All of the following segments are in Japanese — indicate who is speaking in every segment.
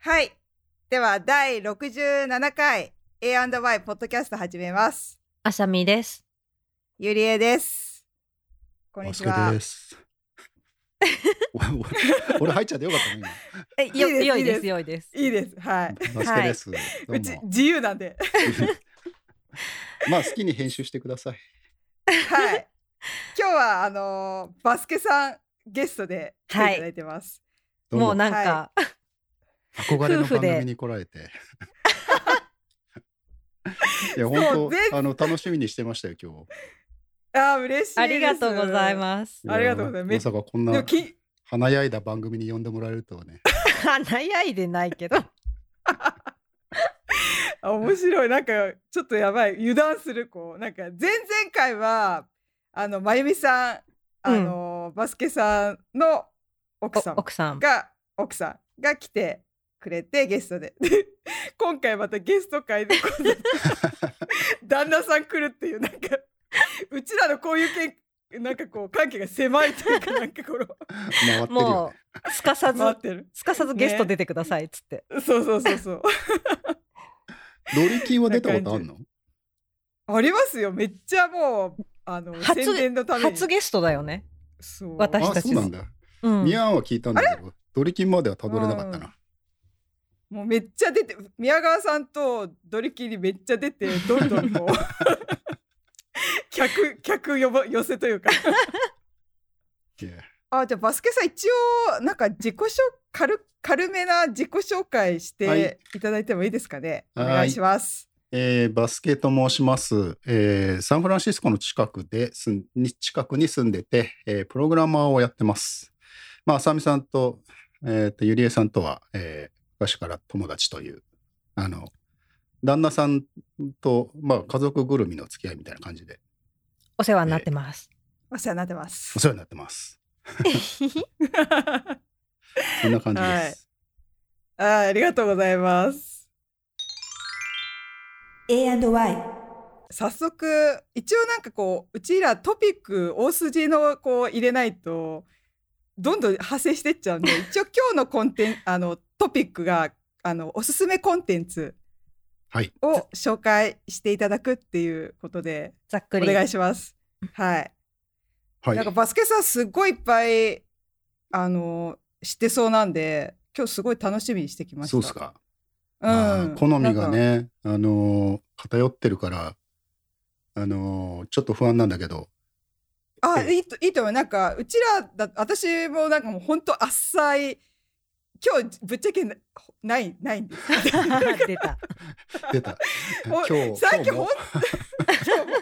Speaker 1: はい。では、第67回 A&Y ポッドキャスト始めます。
Speaker 2: あさみです。
Speaker 1: ゆりえです。こんにちは。
Speaker 3: す。おお 俺入っちゃってよかったね
Speaker 2: え、よ、
Speaker 1: いいです
Speaker 2: 良い
Speaker 1: いい
Speaker 2: で
Speaker 1: です
Speaker 2: す、
Speaker 1: い
Speaker 2: 良いです。
Speaker 1: いです。はい。
Speaker 3: 今。バスケです。ど
Speaker 1: う
Speaker 3: う
Speaker 1: ち
Speaker 3: も。
Speaker 1: 自由なんで。
Speaker 3: まあ好きに編集してください。
Speaker 1: はい。 今日はあのーバスケさんゲストで来ていただいてます。
Speaker 3: ど
Speaker 2: もう
Speaker 3: うも
Speaker 2: なんか、
Speaker 3: 憧れの
Speaker 2: 夫婦
Speaker 3: 番
Speaker 2: で
Speaker 3: 組に来られ て。いや
Speaker 1: そう
Speaker 3: 本
Speaker 1: 全
Speaker 3: 当あの楽しみにしてましたよ今
Speaker 1: ああー嬉しいです。
Speaker 2: ありがとうございます。
Speaker 3: 日。
Speaker 1: ありがとうございます
Speaker 3: やまさかこん
Speaker 1: でも
Speaker 3: な
Speaker 1: き
Speaker 3: 華やいだ番組に呼んでもらえると はね。
Speaker 2: 悩いでないけど。
Speaker 1: あ面白いなんかちょっとやばい油断するこうなんか前々回はあのまゆみさんあのー、バスケさんの奥さん
Speaker 2: 奥さん。
Speaker 1: が奥さんが来てくれてゲストで で今回またゲスト会で今度 旦那さん来るっていうなんかうちらのこういうけんなんかこう関係が狭いというかなんかこの
Speaker 3: 回ってるよ
Speaker 2: も
Speaker 3: ね。
Speaker 2: う、すかさず
Speaker 1: 回、ってる
Speaker 2: すかさずゲスト出てくださいっつって。
Speaker 1: そうそうそうそう
Speaker 3: ドリキンは出たことあるの？
Speaker 1: ありますよめっちゃもうあの
Speaker 2: 初
Speaker 1: 宣伝のために
Speaker 2: 初ゲストだよね。
Speaker 1: そう
Speaker 2: 私
Speaker 3: あ
Speaker 2: た
Speaker 3: そ
Speaker 2: ち
Speaker 3: う
Speaker 2: の
Speaker 3: なんだ。
Speaker 2: うん。
Speaker 3: ニャンは聞いたんだけど、ドリキンまではたどれなかったな。
Speaker 1: もうめっちゃ出て宮川さんとドリキンにめっちゃ出てどんどんこう 客客呼ば寄せというか
Speaker 3: いや
Speaker 1: あじゃあバスケさん一応なんか自己紹軽軽めな自己紹介し
Speaker 3: は
Speaker 1: て
Speaker 3: い
Speaker 1: いただいてもいいですかね、
Speaker 3: はい
Speaker 1: お願いします
Speaker 3: えーバスケと申します、えーサンフランシスコの近くですんに近くに住んでて、えープログラマーをやってます。まあ、浅見さんと,、えーとゆりえさんとは、えー昔から友達というあの旦那さんと、まあ、家族ぐるみの付き合いみたいな感じで
Speaker 2: お世話になってます。
Speaker 1: お世話になってま
Speaker 3: お
Speaker 1: す
Speaker 3: 世話になってます。 そんな感じです。
Speaker 1: あありがとうございます
Speaker 4: A&Y
Speaker 1: 早速一応なんかこううちらトピック大筋のこう入れないとどんどん派生してっちゃうんで一応今日のコンテンあのトピックがあのおすすめコンテンツ
Speaker 3: はい、
Speaker 1: を紹介していただくっていうことで
Speaker 2: ざっ
Speaker 1: お
Speaker 2: くり。
Speaker 1: 願いしますはい
Speaker 3: はい
Speaker 1: なんかバスケさんすごいいっぱいあの知ってそうなんで今日すごい楽しみにしてきました。
Speaker 3: そうですか。
Speaker 1: う
Speaker 3: まあ
Speaker 1: ん、
Speaker 3: 好みが
Speaker 1: なんか。
Speaker 3: ね、あのー偏ってるから、あのーちょっと不安なんだけど、
Speaker 1: あいいといいと思うなんかうちらだ私もなんかもう本当浅い今日ぶっちゃけなないないん です。
Speaker 2: 出た。
Speaker 3: 出 た。
Speaker 1: お
Speaker 3: 今日、
Speaker 1: さっき
Speaker 3: 今日
Speaker 1: ほん
Speaker 3: も
Speaker 1: 今日も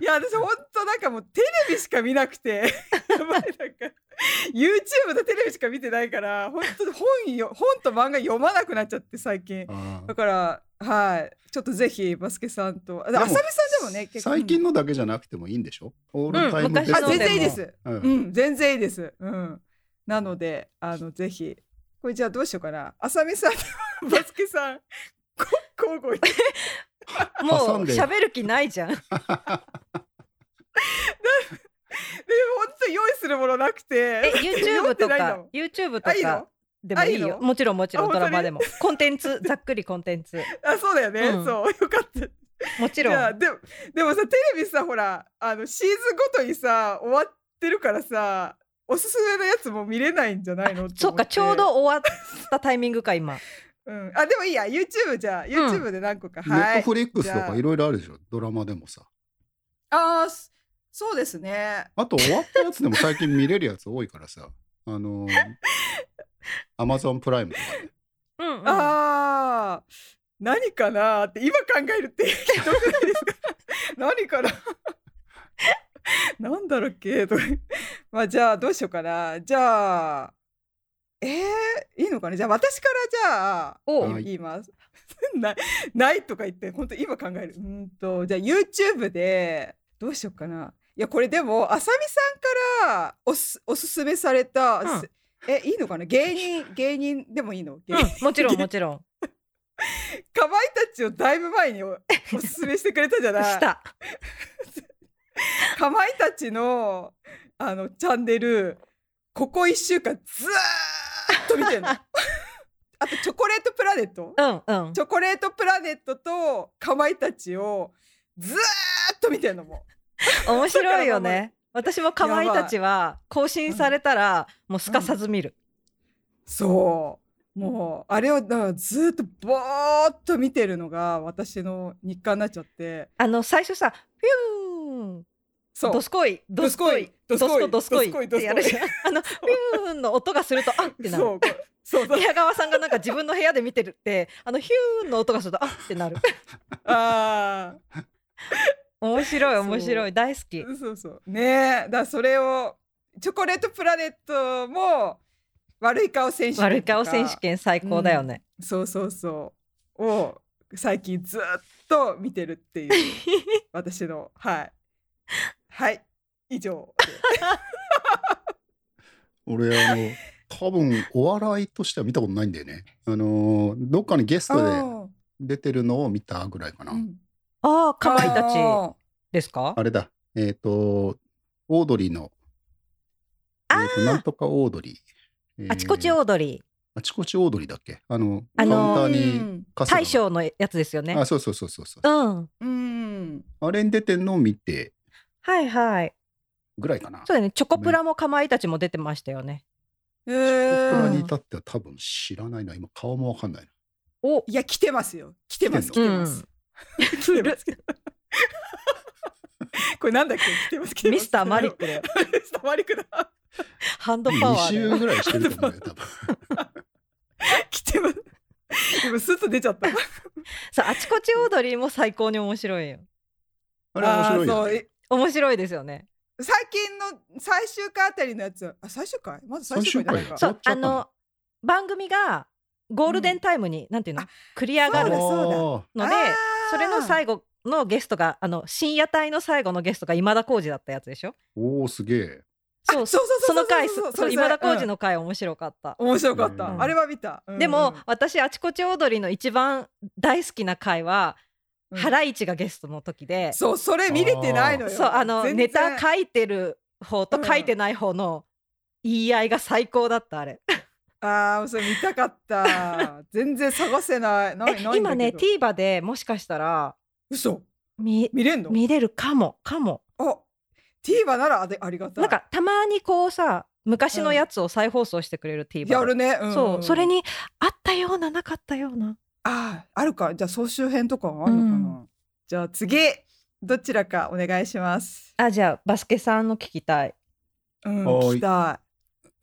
Speaker 1: いや私本当なんかもうテレビしか見なくて やばいなんか YouTube とテレビしか見てないから本当に本よ本と漫画読まなくなっちゃって最近。
Speaker 3: あ
Speaker 1: だ
Speaker 3: ー
Speaker 1: から、はい、ちょっとぜひバスケさんと、あ
Speaker 3: でも
Speaker 1: 浅見さんでもね、結構
Speaker 3: 最近のだけじゃなくてもいいんでしょ、オールタイムベ
Speaker 2: 昔
Speaker 3: ス
Speaker 2: の
Speaker 1: あ、
Speaker 3: ト
Speaker 1: 全然いいで
Speaker 2: そ
Speaker 1: す。
Speaker 3: うん
Speaker 1: うん、全然いいです。うん、なので、あの、ぜひ、これじゃあ、どうしようかな、浅見さんと バスケさん。こ交互に
Speaker 2: も
Speaker 3: 挟
Speaker 2: うん
Speaker 3: で
Speaker 2: 喋る気ないじゃん。
Speaker 1: で本当用意するものなく
Speaker 2: え
Speaker 1: て
Speaker 2: YouTube
Speaker 1: 読
Speaker 2: と
Speaker 1: んでないんだも
Speaker 2: か
Speaker 1: ん
Speaker 2: YouTube と
Speaker 1: あいい
Speaker 2: か
Speaker 1: の
Speaker 2: でもいい
Speaker 1: あいい
Speaker 2: よ
Speaker 1: の
Speaker 2: もちろんもちろ
Speaker 1: あ
Speaker 2: ん
Speaker 1: 本
Speaker 2: ド
Speaker 1: 当に
Speaker 2: ラマでもコンテ ンツざっくりコンテンツ
Speaker 1: あそうだよね、
Speaker 2: うん
Speaker 1: そうよかった
Speaker 2: もち
Speaker 1: じ
Speaker 2: ろ
Speaker 1: ゃあ
Speaker 2: ん
Speaker 1: でもでもさテレビさほらあのシーズンごとにさ終わってるからさおすすめのやつも見れないんじゃないのって思って
Speaker 2: そうかちょうど終わったタイミングか今
Speaker 1: うん、あでもいいや YouTube じゃあ YouTube で何個か、
Speaker 3: ネッ
Speaker 1: は
Speaker 3: ト
Speaker 1: い
Speaker 3: フリックス
Speaker 1: じ
Speaker 3: と
Speaker 1: ゃあ
Speaker 3: かいろいろあるでしょドラマでもさ
Speaker 1: ああそうですね
Speaker 3: あと終わったやつでも最近見れるやつ多いからさあの アマゾンプライムとかで
Speaker 2: うんうん
Speaker 1: ああ何かなーって今考える ってひどくないですか何かななんだろうっけとかまあじゃあどうしようかなじゃあえー、いいのかなじゃあ私からじゃあ
Speaker 2: お
Speaker 3: はい
Speaker 1: 言います なないとか言って本当今考えるうーんとじゃあ YouTube でどうしようかないやこれでもあさみさんからおすおすすめされた、
Speaker 2: うん
Speaker 1: すえいいのかな芸人芸人でもいいの芸人
Speaker 2: うんもちろんもちろん
Speaker 1: かまいたちをだいぶ前 におおすすめしてくれたじゃない
Speaker 2: した
Speaker 1: かまいたちのあのチャンネルここ1週間ずーっと見 てるのあとチョコレートプラネット
Speaker 2: うんうん
Speaker 1: チョコレートプラネットとかまいたちをずーっと見てんのも
Speaker 2: 面白いよね私もかまいたちは更新されたらもうすかさず見る、
Speaker 1: うそうもうあれをだからずーっとぼーっと見てるのが私の日課になっちゃって
Speaker 2: あの最初さピューン
Speaker 1: そう
Speaker 2: ドスコイドスコイ
Speaker 1: ド
Speaker 2: ド
Speaker 1: ス
Speaker 2: ス
Speaker 1: コ
Speaker 2: コ
Speaker 1: イ
Speaker 2: イ
Speaker 1: ド
Speaker 2: ド
Speaker 1: ス
Speaker 2: ス
Speaker 1: コ
Speaker 2: コ
Speaker 1: イ
Speaker 2: イ
Speaker 1: ドスコイ
Speaker 2: ってやるじゃ んあのピューンの音がするとあってなる
Speaker 1: そうそうそう
Speaker 2: 宮川さんがなんか自分の部屋で見てるってあのヒューンの音がするとあってなる
Speaker 1: ああ
Speaker 2: 面白い
Speaker 1: そう
Speaker 2: 面白い大好き
Speaker 1: そうそうねえだからそれをチョコレートプラネットも悪い顔選手権
Speaker 2: 悪い
Speaker 1: とか
Speaker 2: 顔選手権最高だよね、
Speaker 1: そうそうそうを最近ずっと見てるって いう私のはいはい以上
Speaker 3: 俺あの多分お笑いとしては見たことないんだよね。あのどっかにゲス
Speaker 1: あ
Speaker 3: トで出てるのを見たぐらいかな。
Speaker 2: ああかまいたちですか
Speaker 3: あれだ。えっ、とオードリーのえ
Speaker 2: あ
Speaker 3: ーとなんとかオードリー。えー
Speaker 2: あちこちオードリ
Speaker 3: あちこちオードリーだっけあの、
Speaker 2: あのー
Speaker 3: カウンタ
Speaker 1: に
Speaker 3: ーに
Speaker 2: ー
Speaker 3: 春日
Speaker 2: 大将のやつですよね
Speaker 3: あそうそうそうそうそう、
Speaker 2: うん
Speaker 1: うん
Speaker 3: あれに出てんのを見て
Speaker 2: はいはい
Speaker 3: ぐらいかな
Speaker 2: そうだねチョコプラもかまいたちも出てましたよね
Speaker 1: え
Speaker 3: 僕らに
Speaker 1: ー
Speaker 3: 至っては多分知らないな今顔もわかんないな
Speaker 2: お
Speaker 1: いや来てますよ来てます来
Speaker 3: 来
Speaker 2: て
Speaker 1: て
Speaker 2: んの
Speaker 1: ます、来てます けどこれなんだっけ来てます来てます
Speaker 2: ミスターマリックだよ
Speaker 1: ミスターマリックだ
Speaker 2: ハンドパ
Speaker 3: 2
Speaker 2: ワーだ
Speaker 3: 週
Speaker 2: よ
Speaker 3: ぐらいしてると 思うんだよ多分
Speaker 1: 来てます 今スッと出ちゃった
Speaker 2: そうあちこちオードリーも最高に面白いよ
Speaker 3: あれ面白い
Speaker 1: あ
Speaker 3: よ、
Speaker 1: ーそう
Speaker 3: ね、
Speaker 1: え
Speaker 2: 面白いですよね
Speaker 1: 最近の最終回あたりのやつあ最終回まず最終回じゃないか
Speaker 3: あ
Speaker 2: そ
Speaker 3: 最終回
Speaker 2: うあの番組がゴールデンタイムに、なんていうの
Speaker 1: あ
Speaker 2: 繰り上
Speaker 1: そ
Speaker 2: が
Speaker 1: う
Speaker 2: る
Speaker 1: だそうだ
Speaker 3: あ
Speaker 2: のでそれの最後のゲストがあの深夜帯の最後のゲストが今田耕司だったやつでしょ
Speaker 3: ーおーすげえ
Speaker 1: あそうそうそう
Speaker 2: その回
Speaker 1: そう
Speaker 2: す
Speaker 1: そうそうそ
Speaker 2: そう
Speaker 1: れ
Speaker 2: 今田耕司の回面白かった、
Speaker 1: 面白かった、
Speaker 3: うん
Speaker 1: あれは見た、うん
Speaker 2: でも、私あちこちオードリーの一番大好きな回は、
Speaker 1: うん
Speaker 2: ハライチがゲストの時で
Speaker 1: そうそれ見れてないのよ
Speaker 2: そうあの
Speaker 1: 全然
Speaker 2: ネタ書いてる方と書いてない方の言い合いが最高だったあれ
Speaker 1: ああそれ見たかった 全然探せないないないん
Speaker 2: え
Speaker 1: だけど
Speaker 2: 今ね TVer でもしかしたら
Speaker 1: 嘘
Speaker 2: 見
Speaker 1: 見れんの
Speaker 2: 見れるかもかも
Speaker 1: あ TVer ならあでありがたい
Speaker 2: なんかたまにこうさ昔のやつを再放送してくれる TVer で、
Speaker 1: やるね、ん
Speaker 2: そうそれにあったようななかったような
Speaker 1: あーあるかじゃあ総集編とかはあるのかな、
Speaker 2: う
Speaker 1: じゃあ次どちらかお願いします
Speaker 2: あじゃあバスケさんの聞きたい
Speaker 1: うん
Speaker 3: はーい
Speaker 1: 聞きた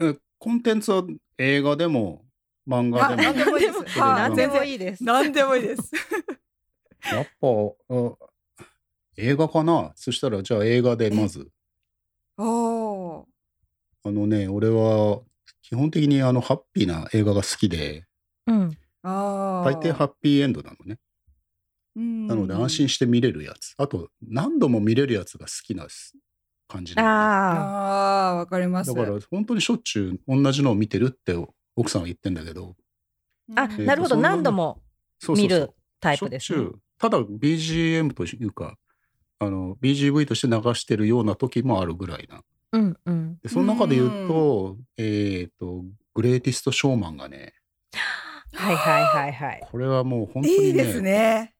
Speaker 3: えコンテンツは映画でも漫
Speaker 1: い
Speaker 3: 画で
Speaker 1: あ
Speaker 3: も
Speaker 1: 何でもいいです
Speaker 2: 何
Speaker 3: でも
Speaker 1: はい
Speaker 2: 何でもいい
Speaker 1: 何でもい
Speaker 2: です
Speaker 1: いです
Speaker 3: やっぱあ映画かなそしたらじゃあ映画でまず
Speaker 1: おー
Speaker 3: あのね俺は基本的にあのハッピーな映画が好きで
Speaker 2: うん
Speaker 1: あ
Speaker 3: 大抵ハッピーエンドなのねな
Speaker 1: な
Speaker 3: ので安心して見れるやつ。あと何度も見れるやつが好きな感じな
Speaker 2: あ
Speaker 1: ああーわかりま
Speaker 3: の
Speaker 1: す
Speaker 3: ねだから本当にしょっちゅう同じのを見てるって奥さんは言ってんだけど。
Speaker 2: ーあ
Speaker 1: うん
Speaker 2: なるほど
Speaker 3: えーとそんな
Speaker 2: 何度も
Speaker 3: そうそうそう
Speaker 2: 見るタイプです、
Speaker 3: しょっちゅうただ BGM というか、あの BGV として流してるような時もあるぐらいな。
Speaker 2: うんうん
Speaker 3: でその中で言うと、えっ、と、グレイティストショーマンがね、
Speaker 2: はいはいはいはい
Speaker 3: これはもう本当にね、
Speaker 1: いいですね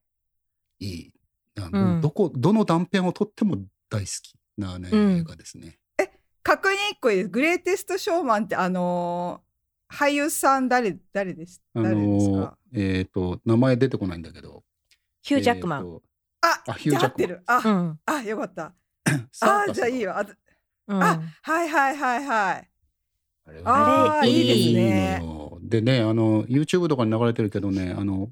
Speaker 3: いいあ
Speaker 2: う
Speaker 3: の
Speaker 2: ん
Speaker 3: どこ、どの断片をとっても大好きな、ね
Speaker 2: うん
Speaker 3: 映画ですね。
Speaker 1: 確認一個いいですグレイテストショーマンってあのー俳優さん誰誰です
Speaker 3: あ
Speaker 1: 誰です
Speaker 3: の
Speaker 1: か
Speaker 3: えっ、と、名前出てこないんだけど、
Speaker 2: ヒュージャックマ
Speaker 3: えー
Speaker 2: ン、
Speaker 3: と
Speaker 1: あ
Speaker 3: あヒュージャックマン
Speaker 1: 合ってるあ、
Speaker 2: うん
Speaker 1: あよかった
Speaker 3: サー
Speaker 1: あ
Speaker 3: カス
Speaker 1: じゃあいいよあ
Speaker 2: うん
Speaker 1: あはいはいはいはい
Speaker 3: あれ
Speaker 1: あ
Speaker 2: ーい
Speaker 1: で
Speaker 2: い
Speaker 1: すね
Speaker 3: のよでね、あの、YouTube とかに流れてるけどね、あの、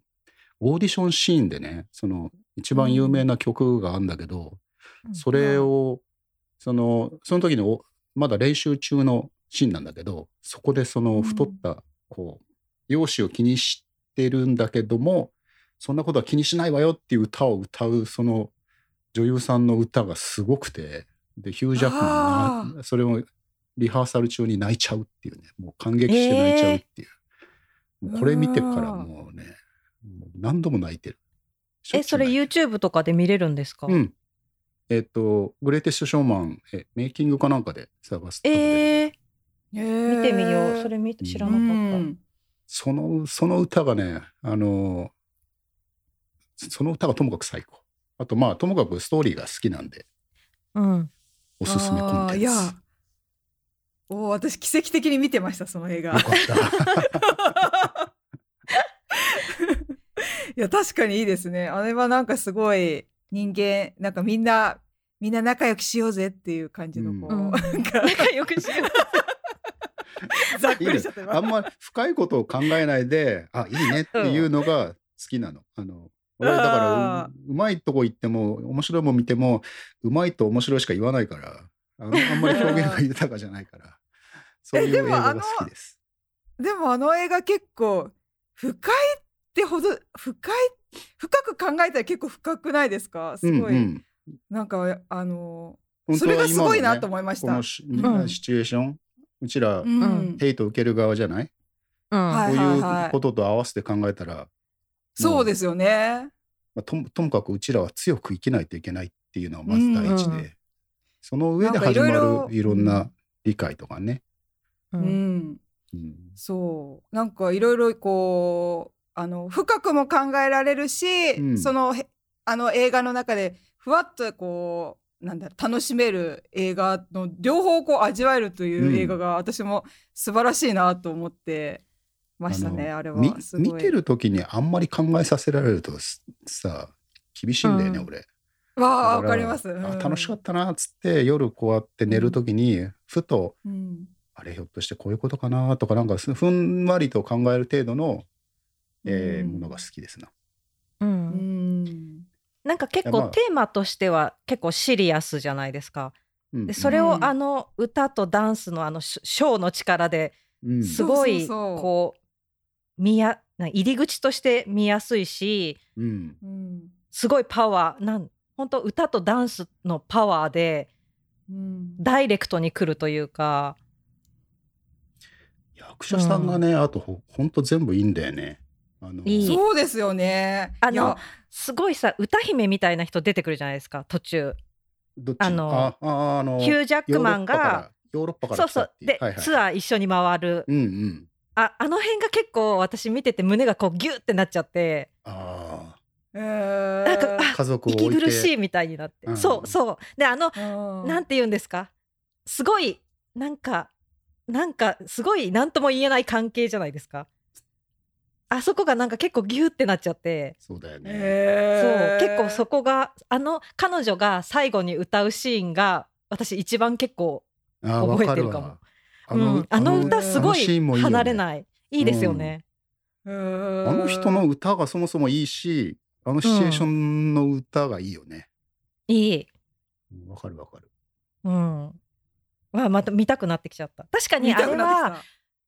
Speaker 3: オーディションシーンでね、その、一番有名な曲があるんだけど、
Speaker 2: うん
Speaker 3: それを、その、その時にお、まだ練習中のシーンなんだけど、そこでその太った、こう、容姿を気にしてるんだけども、そんなことは気にしないわよっていう歌を歌う、その女優さんの歌がすごくて、で、ヒュージャックマンが、それをリハーサル中に泣いちゃうっていうね、もう感激して泣いちゃうっていう。もうこれ見てからもうね、もう何度も泣いてる。
Speaker 2: えそれ
Speaker 3: しょっちゅう泣
Speaker 2: YouTube
Speaker 3: いてる
Speaker 2: とかで見れるんですか、
Speaker 3: うん。えっ、と、グレイテストショーマン、えメイキングかなんかで探すと、
Speaker 2: えー、
Speaker 1: 見
Speaker 2: 見てみよう。それ見て知らなかった。
Speaker 3: その、その歌がね、あの、その歌がともかく最高。あと、まあ、ともかくストーリーが好きなんで、
Speaker 2: うん。
Speaker 3: おすすめコンテン
Speaker 1: い
Speaker 3: ツ。
Speaker 1: や
Speaker 3: よ
Speaker 1: おー私奇跡的に見てましたその映画
Speaker 3: かった。
Speaker 1: いや確かにいいですねあれはなんかすごい人間なんかみんなみんな仲良くしようぜっていう感じのこう、
Speaker 2: う ん
Speaker 1: なんか
Speaker 2: 仲良くしよ
Speaker 1: ざっく
Speaker 3: いいね
Speaker 1: りしちゃってます
Speaker 3: あんまり深いことを考えないで、あ、いいねっていうのが好きなの。あの、俺だから
Speaker 1: あ
Speaker 3: う、うまいとこ行っても、面白いもん見ても、うまいと面白いしか言わないから、あのあんまり表現が豊かじゃないから、そういう
Speaker 1: で
Speaker 3: 映
Speaker 1: も
Speaker 3: 画が好きです。
Speaker 1: でもあの映画結構深いってほど深い深く考えたら結構深くないですかすごい、
Speaker 3: うん
Speaker 1: なんかあの
Speaker 3: うん、
Speaker 1: それが
Speaker 3: 本当
Speaker 1: すご
Speaker 3: は今のね
Speaker 1: いなと思いまし
Speaker 3: こ
Speaker 1: た。
Speaker 3: のシ,、
Speaker 2: うん
Speaker 3: シチュエーションうちら、
Speaker 1: うん
Speaker 2: うん
Speaker 3: ヘイト受ける側じゃない、
Speaker 2: う。うん。
Speaker 1: はい
Speaker 3: こういうことと合わせて考えたら、
Speaker 1: そうですよね。
Speaker 3: まあ、ともともかくうちらは強く生きないといけないっていうのはまず第一で、
Speaker 2: うんうん
Speaker 3: その上で
Speaker 1: なんかい
Speaker 3: 始
Speaker 1: ろいろ
Speaker 3: まるいろんな理解とかね。
Speaker 2: う
Speaker 1: うんん、
Speaker 3: うん
Speaker 1: そうなんかいろいろこうあの深くも考えられるし、
Speaker 3: うん
Speaker 1: そのへあの映画の中でふわっとこうなんだ楽しめる映画の両方をこう味わえるという映画が、私も素晴らしいなと思ってましたね
Speaker 3: の
Speaker 1: あれ
Speaker 3: み
Speaker 1: はすごい
Speaker 3: 見てる時にあんまり考えさせられるとすさ厳しいんだよね、
Speaker 2: うん
Speaker 3: 俺。
Speaker 1: わあわ
Speaker 3: だら
Speaker 1: かります、、
Speaker 3: あ楽しかったたなっつって夜こうやって寝る時に、ふと
Speaker 1: うん
Speaker 3: あれひょっとしてこういうことかなとかなんかすふんわりと考える程度の、えー
Speaker 1: うん
Speaker 3: ものが好きですな。
Speaker 2: う。
Speaker 1: うんん
Speaker 2: なんか結
Speaker 3: いやま
Speaker 2: 構
Speaker 3: あ
Speaker 2: テーマとしては結構シリアスじゃないですか。
Speaker 3: うん
Speaker 2: でそれをあの歌とダンスのあのショショーの力で
Speaker 3: うん
Speaker 2: すごい
Speaker 1: そうそうそう
Speaker 2: こう見やな入り口として見やすいし
Speaker 3: うん
Speaker 1: うん
Speaker 2: すごいパワーなん本当歌とダンスのパワーで
Speaker 1: うん
Speaker 2: ダイレクトに来るというか
Speaker 3: 役者さんがね、あとほほんと全部いいんだよね。あの
Speaker 2: いい
Speaker 1: そうですよね
Speaker 2: あの
Speaker 1: いや
Speaker 2: すごいさ歌姫みたいな人出てくるじゃないですか途中
Speaker 3: どっち
Speaker 2: あの
Speaker 3: あああの
Speaker 2: ヒュージャックマンが
Speaker 3: ヨーロッパから
Speaker 2: そう
Speaker 3: ヨーロッパから来
Speaker 2: そう
Speaker 3: たっていう
Speaker 2: で、ツアー一緒に回る
Speaker 3: うんうん
Speaker 2: ああの辺が結構私見てて胸がこうギュってなっちゃって
Speaker 3: あ
Speaker 1: え
Speaker 2: なんか
Speaker 3: あ
Speaker 2: あ
Speaker 3: 家族を置
Speaker 2: 息
Speaker 3: いて
Speaker 2: 苦しいみたいになって、
Speaker 3: うん
Speaker 2: そうそうであの
Speaker 1: ー
Speaker 2: なんて言うんですかすごいなんかなんかすごい何とも言えない関係じゃないですかあそこがなんか結構ギュってなっちゃって、
Speaker 3: そうだよね、
Speaker 1: えー、
Speaker 2: そう結構そこがあの彼女が最後に歌うシーンが私一番結構、
Speaker 3: ああわかる
Speaker 2: 覚えてるかも
Speaker 3: わあ
Speaker 2: うんあの歌
Speaker 1: あの
Speaker 2: すご
Speaker 3: あのシ
Speaker 2: い
Speaker 3: ーンもいいよね
Speaker 2: 離れないいいですよね、
Speaker 1: あ
Speaker 3: あ
Speaker 1: の
Speaker 3: の人の歌がそもそもいいしあのシチュエーションの歌がいいよね
Speaker 2: いい、
Speaker 3: うんわ、かるわかる
Speaker 2: うんまあ、また見たくなってきちゃった確かに
Speaker 1: 見
Speaker 2: あ
Speaker 1: た
Speaker 2: れ
Speaker 1: くなっ
Speaker 2: は
Speaker 1: てきた、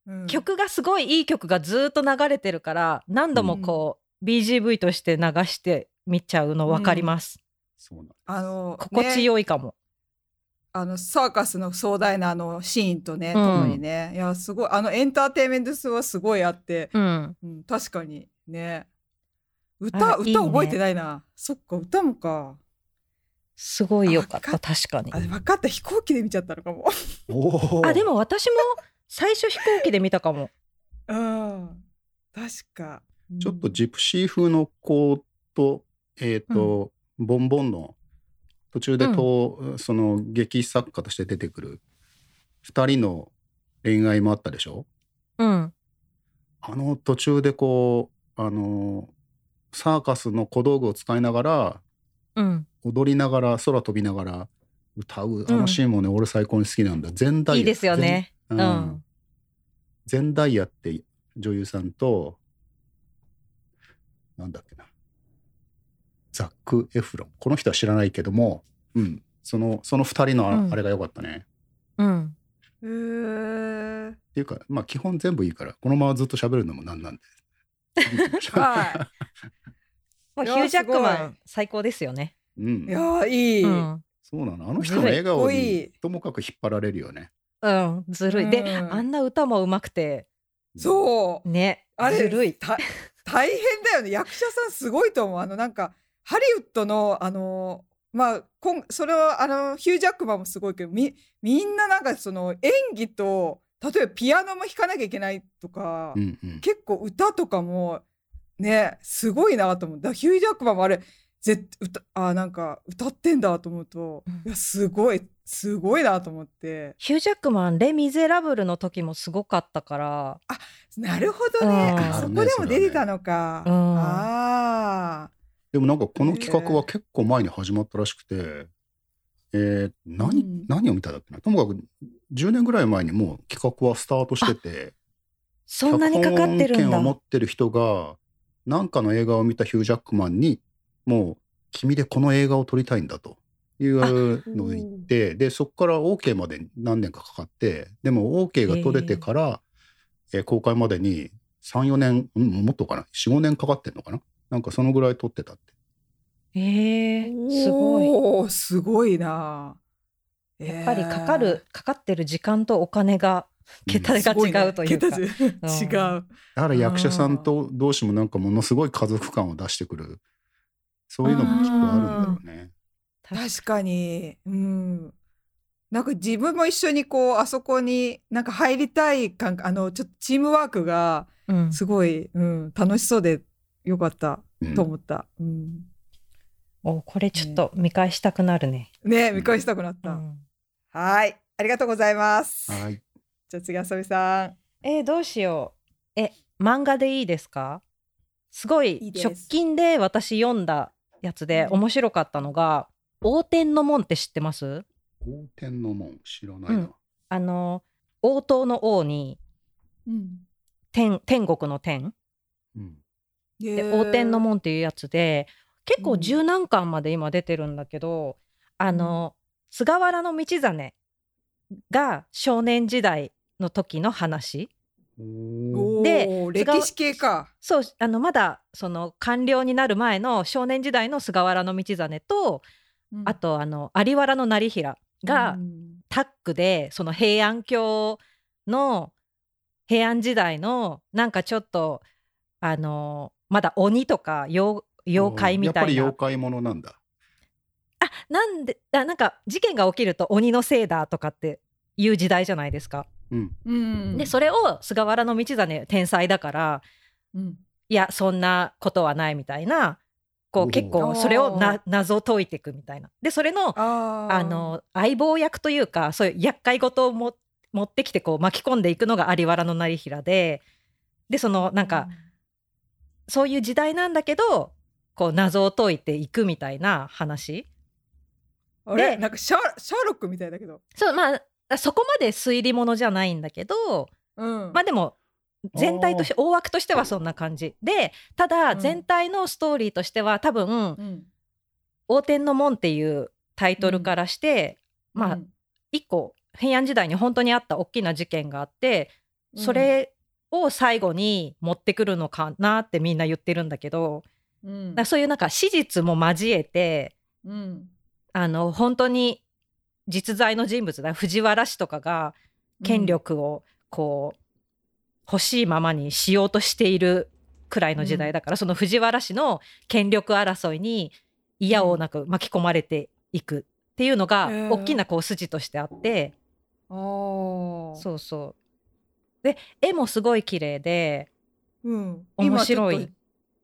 Speaker 1: うん、
Speaker 2: 曲がすごいいい曲がずーっと流れてるから何度もこう、BGV として流して見ちゃうの分かります、
Speaker 3: そうなんです
Speaker 1: あの
Speaker 2: 心地
Speaker 1: ね、
Speaker 2: よいかも、
Speaker 1: あのサーカスの壮大なあのシーンとね、
Speaker 2: うん
Speaker 1: 共にねいやすごいあのエンターテインメント性はすごいあって、
Speaker 2: うん、
Speaker 1: うん、確かにね歌
Speaker 2: あいいね
Speaker 1: 歌覚えてないなそっか歌もか
Speaker 2: すごい良かった
Speaker 1: あ
Speaker 2: 確かに
Speaker 1: あ分かった飛行機で見ちゃったのかも
Speaker 3: おー
Speaker 2: あでも私も最初飛行機で見たかも
Speaker 1: うん確か
Speaker 3: ちょっとジプシー風の子と、えっ、と、ボンボンの途中でと、その劇作家として出てくる二人の恋愛もあったでしょ
Speaker 2: うん
Speaker 3: あの途中でこう、あの、サーカスの小道具を使いながら、
Speaker 2: うん
Speaker 3: 踊りながら、空飛びながら、歌う、あ
Speaker 2: う
Speaker 3: の
Speaker 2: ん
Speaker 3: シーンもね、俺最高に好きなんだ。全ダイヤ。
Speaker 2: いいですよね
Speaker 3: 全。
Speaker 2: う
Speaker 3: うんん。全ダイヤって女優さんと、なんだっけな。ザック・エフロン。この人は知らないけども、うん。その、その二人のあ,、
Speaker 2: うん
Speaker 3: あれが良かったね。
Speaker 2: うん
Speaker 1: へー
Speaker 3: っていうか、まあ基本全部いいから、このままずっと喋るのもなんなんで。
Speaker 1: は
Speaker 2: もう
Speaker 1: い
Speaker 2: ヒ
Speaker 1: や
Speaker 2: ュージャックマ
Speaker 1: すご
Speaker 2: ン最高ですよね、
Speaker 3: うん
Speaker 1: いい。やいい、
Speaker 2: うん
Speaker 3: そうなの。あの人の笑
Speaker 1: かっ
Speaker 3: 顔
Speaker 1: こい
Speaker 3: に
Speaker 1: い
Speaker 3: ともかく引っ張られるよね。
Speaker 2: うん、ずるい、で
Speaker 1: うん
Speaker 2: あんな歌もうまくて
Speaker 1: そう
Speaker 2: ね
Speaker 1: あれ
Speaker 2: ずるい
Speaker 1: た大変だよね役者さんすごいと思うあのなんかハリウッドのあのまあ、こんそれはあのヒュー・ジャックマンもすごいけどみみんななんかその演技と例えばピアノも弾かなきゃいけないとか、
Speaker 3: うんうん、
Speaker 1: 結構歌とかもねすごいなと思うだからヒュー・ジャックマンもあれぜ歌あなんか歌ってんだと思うと、
Speaker 2: うん
Speaker 1: いやすごいすごいなと思って
Speaker 2: ヒュージャックマン「レ・ミゼラブル」の時もすごかったから
Speaker 1: なるほどね、
Speaker 2: うん
Speaker 1: あそこでも出てたのか、
Speaker 2: うん
Speaker 1: ああ
Speaker 3: でもなんかこの企画は結構前に始まったらしくて、えー何
Speaker 1: うん
Speaker 3: 何を見ただっけなともかく10年ぐらい前にもう企画はスタートしてて
Speaker 2: そんなにかかって
Speaker 3: 脚
Speaker 2: るん
Speaker 3: 本権を持
Speaker 2: だ
Speaker 3: ってる人が何かの映画を見たヒュー・ジャックマンにもう君でこの映画を撮りたいんだというのを言ってでそこから OK まで何年かかかってでも OK が取れてから、えー公開までに34年、うん、もっとかな45年かかってんのかななんかそのぐらい撮ってたって。
Speaker 2: えー、すごい
Speaker 1: おーすごいな
Speaker 2: やっぱりかかる、かかってる時間とお金が桁
Speaker 1: え
Speaker 2: が
Speaker 1: ーすごね
Speaker 2: 違うというか、
Speaker 1: 桁違う違う
Speaker 3: だから役者さんと同士もなんかものすごい家族感を出してくるそういうのもきっとあるんだろうね。
Speaker 1: 確かに、うん、なんか自分も一緒にこうあそこになんか入りたい感あのちょっとチームワークが
Speaker 2: うん
Speaker 1: すごい、うん、楽しそうでよかった
Speaker 3: うん
Speaker 1: と思った、うん
Speaker 2: おこれちょっと見返したくなるね、
Speaker 1: ね見返したくなった、
Speaker 2: うん
Speaker 1: はいありがとうございます
Speaker 3: はい
Speaker 1: じゃあ次あさみさん
Speaker 2: えーどうしようえ漫画でいいですかすごい
Speaker 1: いいです
Speaker 2: 直近で私読んだやつで
Speaker 1: うん
Speaker 2: 面白かったのが「王天の門」って知ってます
Speaker 3: 王天の門知らない
Speaker 2: う
Speaker 3: な。
Speaker 2: んあの王党の王に
Speaker 1: うん
Speaker 2: 天天国の天
Speaker 3: うん
Speaker 2: で「王天の門」っていうやつで結
Speaker 1: う
Speaker 2: 構
Speaker 1: ん
Speaker 2: 十何巻まで今出てるんだけど、あの菅原道真が少年時代の時の話
Speaker 3: おー
Speaker 1: おー
Speaker 2: で
Speaker 1: 歴史系か
Speaker 2: そうあのまだその官僚になる前の少年時代の菅原道真と、あとあの有原の成平が
Speaker 1: うん
Speaker 2: タッグでその平安京の平安時代のなんかちょっとあのまだ鬼とか妖妖怪みたい
Speaker 3: や
Speaker 2: な
Speaker 3: っぱり妖怪ものなんだ。
Speaker 2: あなんであなんか事件が起きると鬼のせいだとかっていう時代じゃないですか。
Speaker 3: うん
Speaker 1: うん
Speaker 2: でそれを菅原道真天才だから
Speaker 1: うん
Speaker 2: いやそんなことはないみたいなこ
Speaker 3: お
Speaker 2: う
Speaker 3: ー
Speaker 2: 結構それを
Speaker 1: おー
Speaker 2: な謎解いていくみたいな。でそれの
Speaker 1: あー
Speaker 2: あの相棒役というかそういう厄介事をも持ってきてこう巻き込んでいくのが有原の成平ででそのなんか、そういう時代なんだけどこう謎を解いていくみたいな話
Speaker 1: あれ
Speaker 2: で
Speaker 1: なんかシャーシャーロックみたいだけど、
Speaker 2: そうまあそこまで推理ものじゃないんだけど
Speaker 1: うん
Speaker 2: まあでも全体として大枠としてはそんな感じでただ
Speaker 1: うん
Speaker 2: 全体のストーリーとしては多分
Speaker 1: うん
Speaker 2: 「王天の門」っていうタイトルからして、ま
Speaker 1: う
Speaker 2: あ
Speaker 1: ん
Speaker 2: 一個平安時代に本当にあった大きな事件があってそれを最後に持ってくるのかなってみんな言ってるんだけど、
Speaker 1: うん
Speaker 2: だからそういうなんか史実も交えて
Speaker 1: うん
Speaker 2: あの本当に実在の人物だ藤原氏とかが権力をこう、欲しいままにしようとしているくらいの時代だから、その藤原氏の権力争いに嫌をなく巻き込まれていくっていうのが
Speaker 1: へー
Speaker 2: 大きなこう筋としてあって、
Speaker 1: あー
Speaker 2: そうそう。で絵もすごい綺麗で
Speaker 1: うん、
Speaker 2: 面白い
Speaker 1: 今ちょっ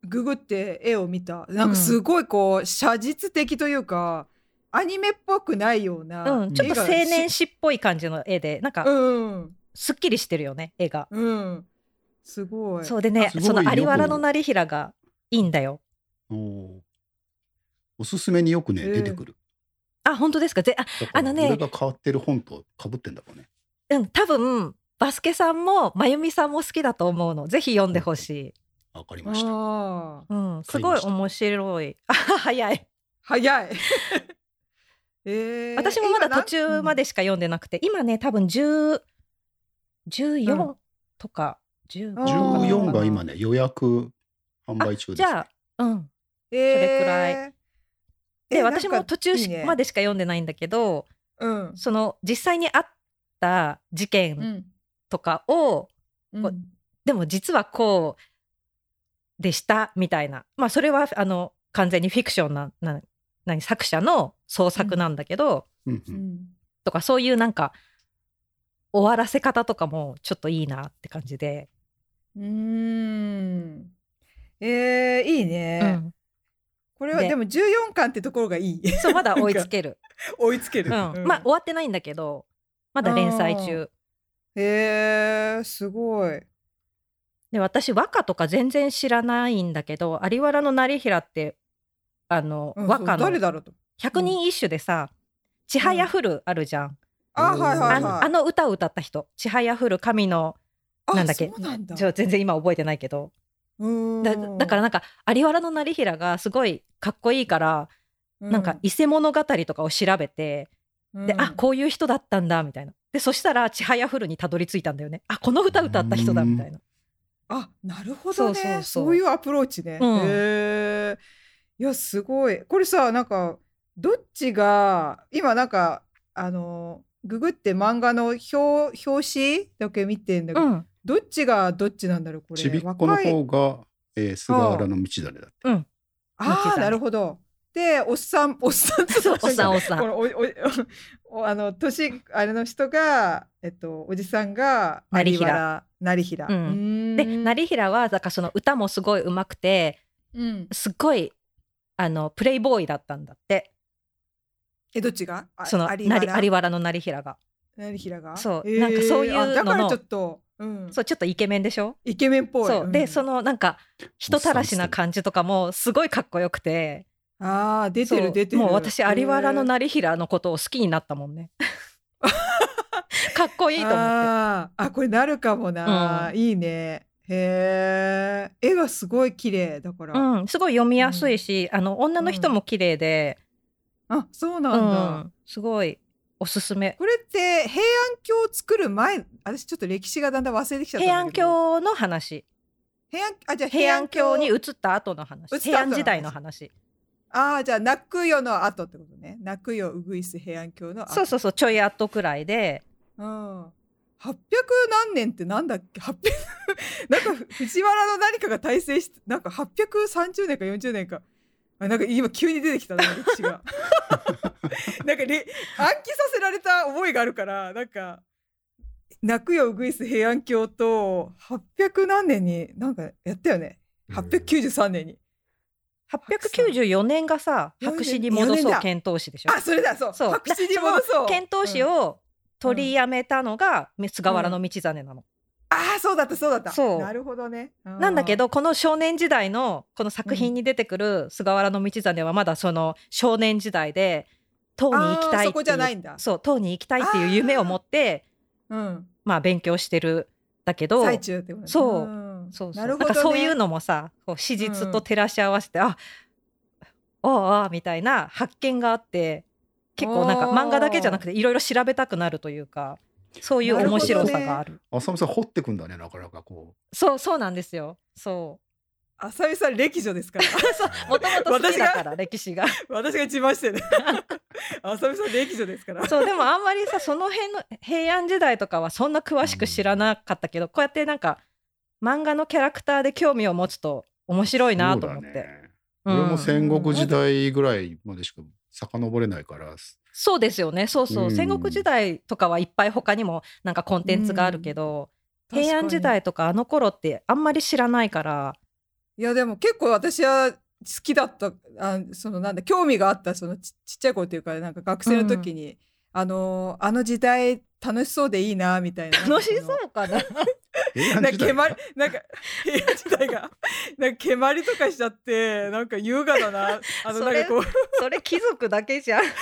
Speaker 1: とググって絵を見たなんかすごいこう写実的というかアニメっぽくないような、
Speaker 2: うん、ちょっと青
Speaker 1: 絵が
Speaker 2: 年誌っぽい感じの絵でなん
Speaker 1: う
Speaker 2: か
Speaker 1: ん
Speaker 2: すっきりしてるよね絵が。
Speaker 1: うんすごい
Speaker 2: そうでね
Speaker 3: すごい
Speaker 2: その
Speaker 3: よく
Speaker 2: 有原の成平がいいんだよ。
Speaker 3: おーおすすめによくね
Speaker 1: うん
Speaker 3: 出てくる。
Speaker 2: あ本当ですかぜあ、
Speaker 3: だから
Speaker 2: あのね
Speaker 3: 俺が変わってる本と被ってんだろうね。
Speaker 2: うん、多分バスケさんも真由美さんも好きだと思うのぜひ読んでほし
Speaker 3: わかりました。
Speaker 1: あー
Speaker 2: い、うん、す
Speaker 3: 買いま
Speaker 2: ごい
Speaker 3: した
Speaker 2: 面白い あ早い
Speaker 1: 早い えー
Speaker 2: 私もまだ途中ま、
Speaker 1: 今
Speaker 2: でしか読んでなくて今ね多分10 14とか15とか
Speaker 1: あー
Speaker 3: 14が今ね予約販売中
Speaker 2: じ
Speaker 3: です。
Speaker 2: ゃあうん
Speaker 1: 何うん
Speaker 2: それくらい
Speaker 1: えー
Speaker 2: で
Speaker 1: えなんか
Speaker 2: 私も途中し
Speaker 1: いいね
Speaker 2: までしか読んでないんだけど
Speaker 1: うん
Speaker 2: その実際にあった事件とかを、
Speaker 1: うん
Speaker 2: こうでも実はこうでしたみたいなまあそれはあの完全にフィクションなな何作者の創作なんだけど、
Speaker 3: うんう
Speaker 1: うんん
Speaker 2: とかそういうなんか終わらせ方とかもちょっといいなって感じで、
Speaker 1: うーんえー、いいね、
Speaker 2: うん
Speaker 1: これは
Speaker 2: で
Speaker 1: でも14巻ってところがい い
Speaker 2: そうまだ追いつける、
Speaker 1: 追いつけ
Speaker 2: う
Speaker 1: る、
Speaker 2: んまあ終わってないんだけどまだ連載中
Speaker 1: へえー、すごい
Speaker 2: で私和歌とか全然知らないんだけど有原の成平ってあの、
Speaker 1: うん
Speaker 2: 和
Speaker 1: そう
Speaker 2: 歌
Speaker 1: 誰
Speaker 2: の
Speaker 1: だろうと
Speaker 2: 百人一首でさ「ちはやふる」あるじゃん、
Speaker 1: あはいはいは
Speaker 2: あ
Speaker 1: い
Speaker 2: のあの歌を歌った人「ちはやふる神の
Speaker 1: あ
Speaker 2: なんだっけ
Speaker 1: そうなんだ
Speaker 2: ちょ全然今覚えてないけど
Speaker 1: うーん
Speaker 2: だだからなんか有原の成平がすごいかっこいいから、なんか伊勢物語とかを調べて、
Speaker 1: うん
Speaker 2: で、あこういう人だったんだみたいなでそしたら「ちはやふる」にたどり着いたんだよねあこの歌歌った人だみたいな
Speaker 1: あなるほどね
Speaker 2: そ
Speaker 1: そうう
Speaker 2: そうそう
Speaker 1: いうアプローチね、
Speaker 2: うん
Speaker 1: へえいやすごいこれさなんかどっちが今なんかあのググって漫画の表表紙だけ見てんだけ
Speaker 2: う
Speaker 1: ど、
Speaker 2: ん
Speaker 1: どっちがどっちなんだろうこれ
Speaker 3: ちびっこの
Speaker 1: 若い
Speaker 3: 方が、えー、菅原の道だれだって。
Speaker 2: うん
Speaker 1: ああなるほどでおっさんおっさん
Speaker 2: そうおっさんおっさ
Speaker 1: こ
Speaker 2: ん
Speaker 1: のおお おあの年あれの人がえっとおじさんが
Speaker 2: 成平
Speaker 1: 成平
Speaker 2: うんで成平はだからその歌もすごい上手くて
Speaker 1: うん
Speaker 2: すっごいあのプレイボーイだったんだって
Speaker 1: えどっちがあ
Speaker 2: その
Speaker 1: 有
Speaker 2: 有
Speaker 1: 原
Speaker 2: 原の成平が
Speaker 1: 成平が
Speaker 2: そう
Speaker 1: えー
Speaker 2: なんかそういうのの
Speaker 1: あだからちょっと、うん、
Speaker 2: そうちょっとイケメンでしょ
Speaker 1: イケメンっぽい
Speaker 2: そうでそ
Speaker 1: の
Speaker 2: のなんか人たらしな感じとかもすごいかっこよくて
Speaker 1: ああ出て
Speaker 2: そ
Speaker 1: る
Speaker 2: う
Speaker 1: 出てる
Speaker 2: もう私有原の
Speaker 1: な
Speaker 2: 成平のことを好きになったもん ねかっこいいと思って
Speaker 1: あーあこれなるかもな、
Speaker 2: う
Speaker 1: いいねへえ絵がすごい綺麗だから、
Speaker 2: うん、すごい読みやすいし、あの女の人も綺麗で、
Speaker 1: あそう
Speaker 2: う
Speaker 1: なんんだ、
Speaker 2: すごいおすすめ
Speaker 1: これって平安京を作る前私ちょっと歴史がだんだん忘れてきちゃったん
Speaker 2: 平安
Speaker 1: だけど
Speaker 2: 京の話
Speaker 1: 平安あじゃあ
Speaker 2: 平安京に移
Speaker 1: 平
Speaker 2: った後の話
Speaker 1: 移った後の話
Speaker 2: 平安時代の話
Speaker 1: ああじゃあ泣くよの後ってことね泣くようぐいす平安京の後
Speaker 2: そうそうそうちょい後くらいで
Speaker 1: うん800何年ってなんだっけ800 なんか藤原の何かが大成してなんか830年か40年かあなんか今急に出てきた な歴史が なんかれ暗記させられた覚えがあるからなんか「泣くよウグイス平安京」と800何年になんかやったよね893年に、
Speaker 2: 894年がさ白紙に戻
Speaker 1: 4
Speaker 2: そう
Speaker 1: 年だ
Speaker 2: 遣唐使でしょ
Speaker 1: あそれだそう
Speaker 2: そう
Speaker 1: 白紙に戻
Speaker 2: だか
Speaker 1: そ
Speaker 2: ら
Speaker 1: う
Speaker 2: の遣唐使、
Speaker 1: うん
Speaker 2: を取りやめたのが、菅原の道真なの、
Speaker 1: ああそうだったそうだった
Speaker 2: そう
Speaker 1: なるほどね、う
Speaker 2: なんだけどこの少年時代のこの作品に出てくる菅原道真はまだその少年時代で唐に行きた
Speaker 1: あーそ
Speaker 2: いって
Speaker 1: こじゃないい
Speaker 2: うん
Speaker 1: だ
Speaker 2: そう唐に行きたいっていう夢を持って
Speaker 1: うん
Speaker 2: まあ勉強してるんだけど
Speaker 1: 最中ってことね
Speaker 2: そうんそうそ
Speaker 1: な
Speaker 2: うな
Speaker 1: る
Speaker 2: ん
Speaker 1: ほど、ね、
Speaker 2: かそういうのもさこう史実と照らし合わせて、ああああみたいな発見があって結構なんか
Speaker 1: おー
Speaker 2: 漫画だけじゃなくていろいろ調べたくなるというかそういう面白さがある
Speaker 3: 浅見さん掘ってくんだねなかなかこ
Speaker 2: そうそうなんですよそう
Speaker 1: 浅見さん歴女 ですから
Speaker 2: そうもともと好きだから歴史が
Speaker 1: 私が自慢して る浅見さん歴女ですから
Speaker 2: そうでもあんまりさその辺の平安時代とかはそんな詳しく知らなかったけどこうやってなんか漫画のキャラクターで興味を持つと面白
Speaker 3: う。
Speaker 2: いなと思っ
Speaker 3: そう
Speaker 2: て
Speaker 3: だね俺も
Speaker 2: うん、
Speaker 3: 戦国時代ぐらいまでしか遡れないから、
Speaker 2: そうですよねそうそう、
Speaker 3: うん
Speaker 2: 戦国時代とかはいっぱい他にもなんかコンテンツがあるけど、平安時代とかあの頃ってあんまり知らないから
Speaker 1: いやでも結構私は好きだったあそのなんだ興味があったそのちちっちゃい頃っていうかなんか学生の時に、あのあの時代楽しそうでいいなみたいな
Speaker 2: 楽しそうかな
Speaker 1: な
Speaker 3: 平
Speaker 1: んか
Speaker 3: 安時
Speaker 1: 蹴
Speaker 3: 代
Speaker 1: まりなんか平安時代がなんか蹴まりとかしちゃってなんか優雅だなあの
Speaker 2: そ
Speaker 1: なん
Speaker 2: れ
Speaker 1: かこう
Speaker 2: それ貴族だけじゃん
Speaker 1: そう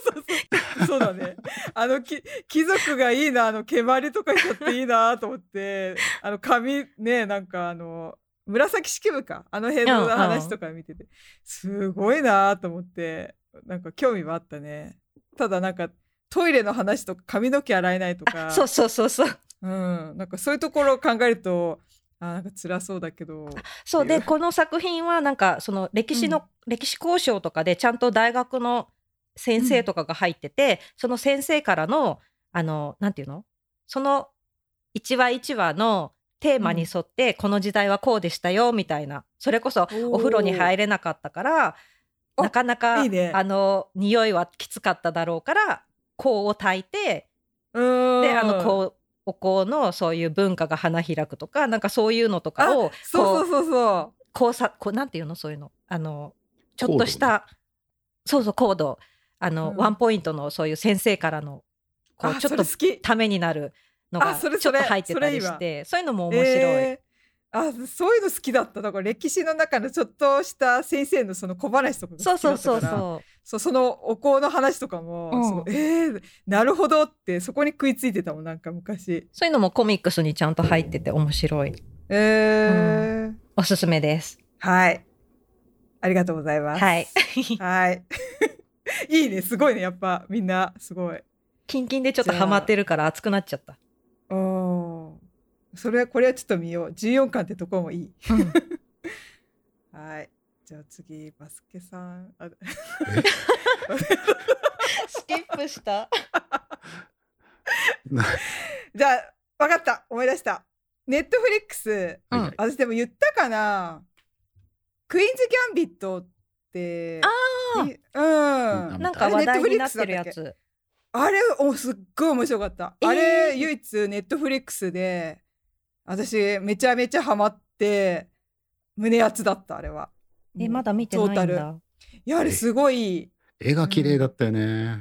Speaker 1: そうそう。 そうだね。あのき貴族がいいな、あの毛まりとかしちゃっていいなと思って、あの髪ね、なんかあの紫式部か、あの辺
Speaker 2: うんう
Speaker 1: の
Speaker 2: ん
Speaker 1: 話とか見てて、すごいなと思って、なんか興味はあったね。ただなんかトイレの話とか髪の毛洗えないとか、
Speaker 2: そうそうそうそう
Speaker 1: うん、なんかそういうところを考えると、あなんか辛そうだけど、
Speaker 2: そう
Speaker 1: ってい
Speaker 2: で
Speaker 1: う
Speaker 2: この作品はなんかその歴史の、
Speaker 1: うん
Speaker 2: 歴史交渉とかでちゃんと大学の先生とかが入ってて、その先生からのあのなんていうのその一話一話のテーマに沿って、この時代はこうでしたよみたいなそれこそお風呂に入れなかったから
Speaker 1: お
Speaker 2: なかなか
Speaker 1: いいね
Speaker 2: あの匂いはきつかっただろうから香を炊いて
Speaker 1: うーん
Speaker 2: であのこうお香のそういう文化が花開くとかなんかそういうのとかを
Speaker 1: そうそ
Speaker 2: こ
Speaker 1: うそうそ
Speaker 2: 交差こうなんていうのそういうのあのちょ
Speaker 3: コ
Speaker 2: っ
Speaker 3: ー
Speaker 2: と
Speaker 3: ドね
Speaker 2: したそうそうコードあの、
Speaker 1: うん
Speaker 2: ワンポイントのそういう先生からの
Speaker 1: う
Speaker 2: こう
Speaker 1: あ
Speaker 2: ち
Speaker 1: そ
Speaker 2: ょっと
Speaker 1: れ好き
Speaker 2: ためになるのが
Speaker 1: あ
Speaker 2: ち
Speaker 1: そ
Speaker 2: ょっ
Speaker 1: れ
Speaker 2: と
Speaker 1: それ
Speaker 2: 入ってたりし
Speaker 1: それ
Speaker 2: てそういうのも面白い。
Speaker 1: えーあそういうの好きだっただから歴史の中のちょっとした先生のその小話とかが
Speaker 2: そ
Speaker 1: 好きだ
Speaker 2: うそう
Speaker 1: ったか
Speaker 2: そう
Speaker 1: ら
Speaker 2: そ
Speaker 1: そうそのお香の話とかも、
Speaker 2: うん
Speaker 1: そのえー、なるほどってそこに食いついてたもんなんか昔
Speaker 2: うそういうのもコミックスにちゃんと入ってて面白い
Speaker 1: えー
Speaker 2: おすすめです
Speaker 1: はいありがとうございます
Speaker 2: はい
Speaker 1: はい いいねすごいねやっぱみんなすごい
Speaker 2: キンキンでちょっとハマってるから熱くなっちゃ った、
Speaker 1: おーそれこれはちょっと見よう14巻ってとこもいい
Speaker 2: うん
Speaker 1: はいじゃあ次バスケさんあ
Speaker 2: スキップした
Speaker 1: じゃあ分かった思い出したネットフリックス
Speaker 2: うん
Speaker 3: はいはい
Speaker 1: 私でも言ったかなクイーンズ・ギャンビットって
Speaker 2: あー
Speaker 1: にうん
Speaker 2: なんか話題になってるやつ
Speaker 1: あれおすっごい面白かった、
Speaker 2: えー
Speaker 1: あれ唯一ネットフリックスで私めちゃめちゃハマって胸熱だったあれは
Speaker 2: えまだ見てないん
Speaker 1: トー
Speaker 2: だ
Speaker 1: いやあれすごい
Speaker 3: 絵が綺麗だったよね。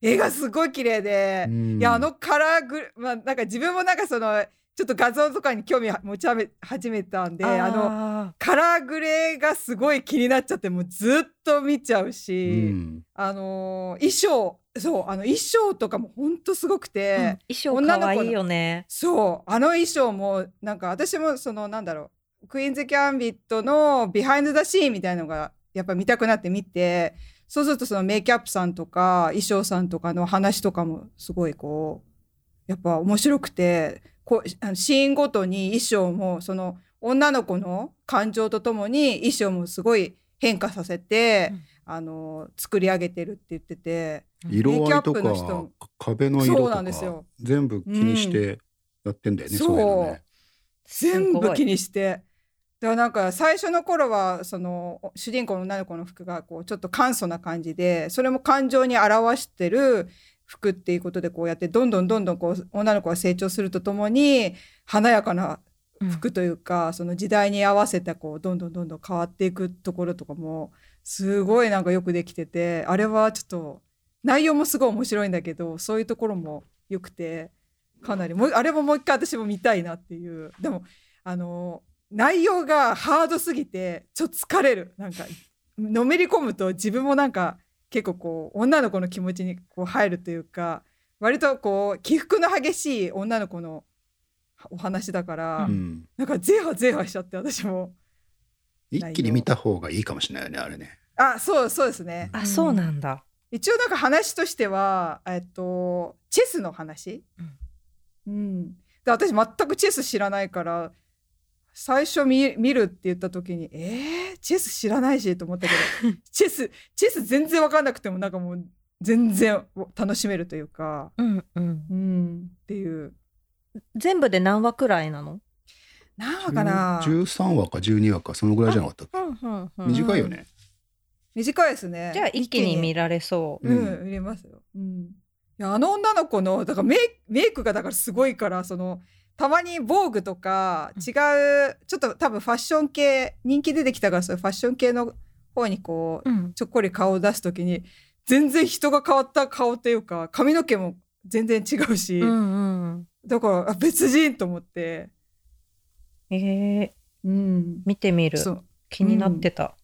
Speaker 1: 絵がすごい綺麗で、
Speaker 3: うん
Speaker 1: いやあのカラーグルまあなんか自分もなんかそのちょっと画像とかに興味持ち始めたんであの
Speaker 2: の
Speaker 1: カラーグレーがすごい気になっちゃってもうずっと見ちゃう
Speaker 3: う
Speaker 1: し、
Speaker 3: ん
Speaker 1: あのー衣装そうあの衣装とかもほんとすごくて、
Speaker 2: 衣装かわいいよね
Speaker 1: そうあの衣装もなんか私もそのなんだろうクイーンズ・キャンビットのビハインド・ザ・シーンみたいのがやっぱ見たくなって見てそうするとそのメイキャップさんとか衣装さんとかの話とかもすごいこうやっぱ面白くてこうあのシーンごとに衣装もその女の子の感情とともに衣装もすごい変化させて、
Speaker 2: うん
Speaker 1: あの作り上げてるって言ってて
Speaker 3: 色合い
Speaker 1: メイ
Speaker 3: と
Speaker 1: クアップの人も
Speaker 3: か壁の色
Speaker 1: そう
Speaker 3: と
Speaker 1: な
Speaker 3: か
Speaker 1: んですよ
Speaker 3: 全部気にしてやってんだよね、
Speaker 1: うん
Speaker 3: そういうのね。
Speaker 1: 全部
Speaker 2: すごい
Speaker 1: 気にしてだからなんか最初の頃はその主人公の女の子の服がこうちょっと簡素な感じでそれも感情に表してる服っていうことでこうやってどんどんどんどんこう女の子が成長するとともに華やかな服というか、その時代に合わせたこうどんどんどんどん変わっていくところとかもすごいなんかよくできててあれはちょっと内容もすごい面白いんだけどそういうところもよくてかなりもうあれももう一回私も見たいなっていうでもあの内容がハードすぎてちょっと疲れるなんかのめり込むと自分もなんか結構こう女の子の気持ちにこう入るというか割とこう起伏の激しい女の子のお話だから、
Speaker 3: うん
Speaker 1: なんかゼーハゼーハしちゃって私も
Speaker 3: 一気に見た方がいいかもしれないよねあれね。
Speaker 1: あそうそうですね
Speaker 2: あそうなんだ
Speaker 1: 一応なんか話としてはえっとチェスの話うん、で私全くチェス知らないから最初見見るって言った時にえー、チェス知らないしと思ったけ どチェスチェス全然分かんなくてもなんかもう全然楽しめるというか
Speaker 2: うんうん
Speaker 1: うんっていう
Speaker 2: 全部で何話くらいなの
Speaker 1: 何話かな
Speaker 3: 13話か12話かそのぐらいじゃなかったっけ
Speaker 2: うんうん
Speaker 1: ん
Speaker 3: 短いよね。
Speaker 1: 短いですね
Speaker 2: じゃあ一気に見られそう
Speaker 1: う
Speaker 3: うん
Speaker 1: ん、売れますよ。うん。いや、あの女の子の、だからメイメイクがだからすごいから、その、たまに防具とか
Speaker 2: うん
Speaker 1: 違う、ちょっと多分ファッション系、人気出てきたから、そういうファッション系の方にこう、
Speaker 2: うん
Speaker 1: ちょっこり顔を出すときに、全然人が変わった顔というか、髪の毛も全然違うし、
Speaker 2: うん
Speaker 1: だから、あ別人と思って。
Speaker 2: うんえー
Speaker 1: うん。
Speaker 2: 見てみる
Speaker 1: そう。
Speaker 2: 気になってた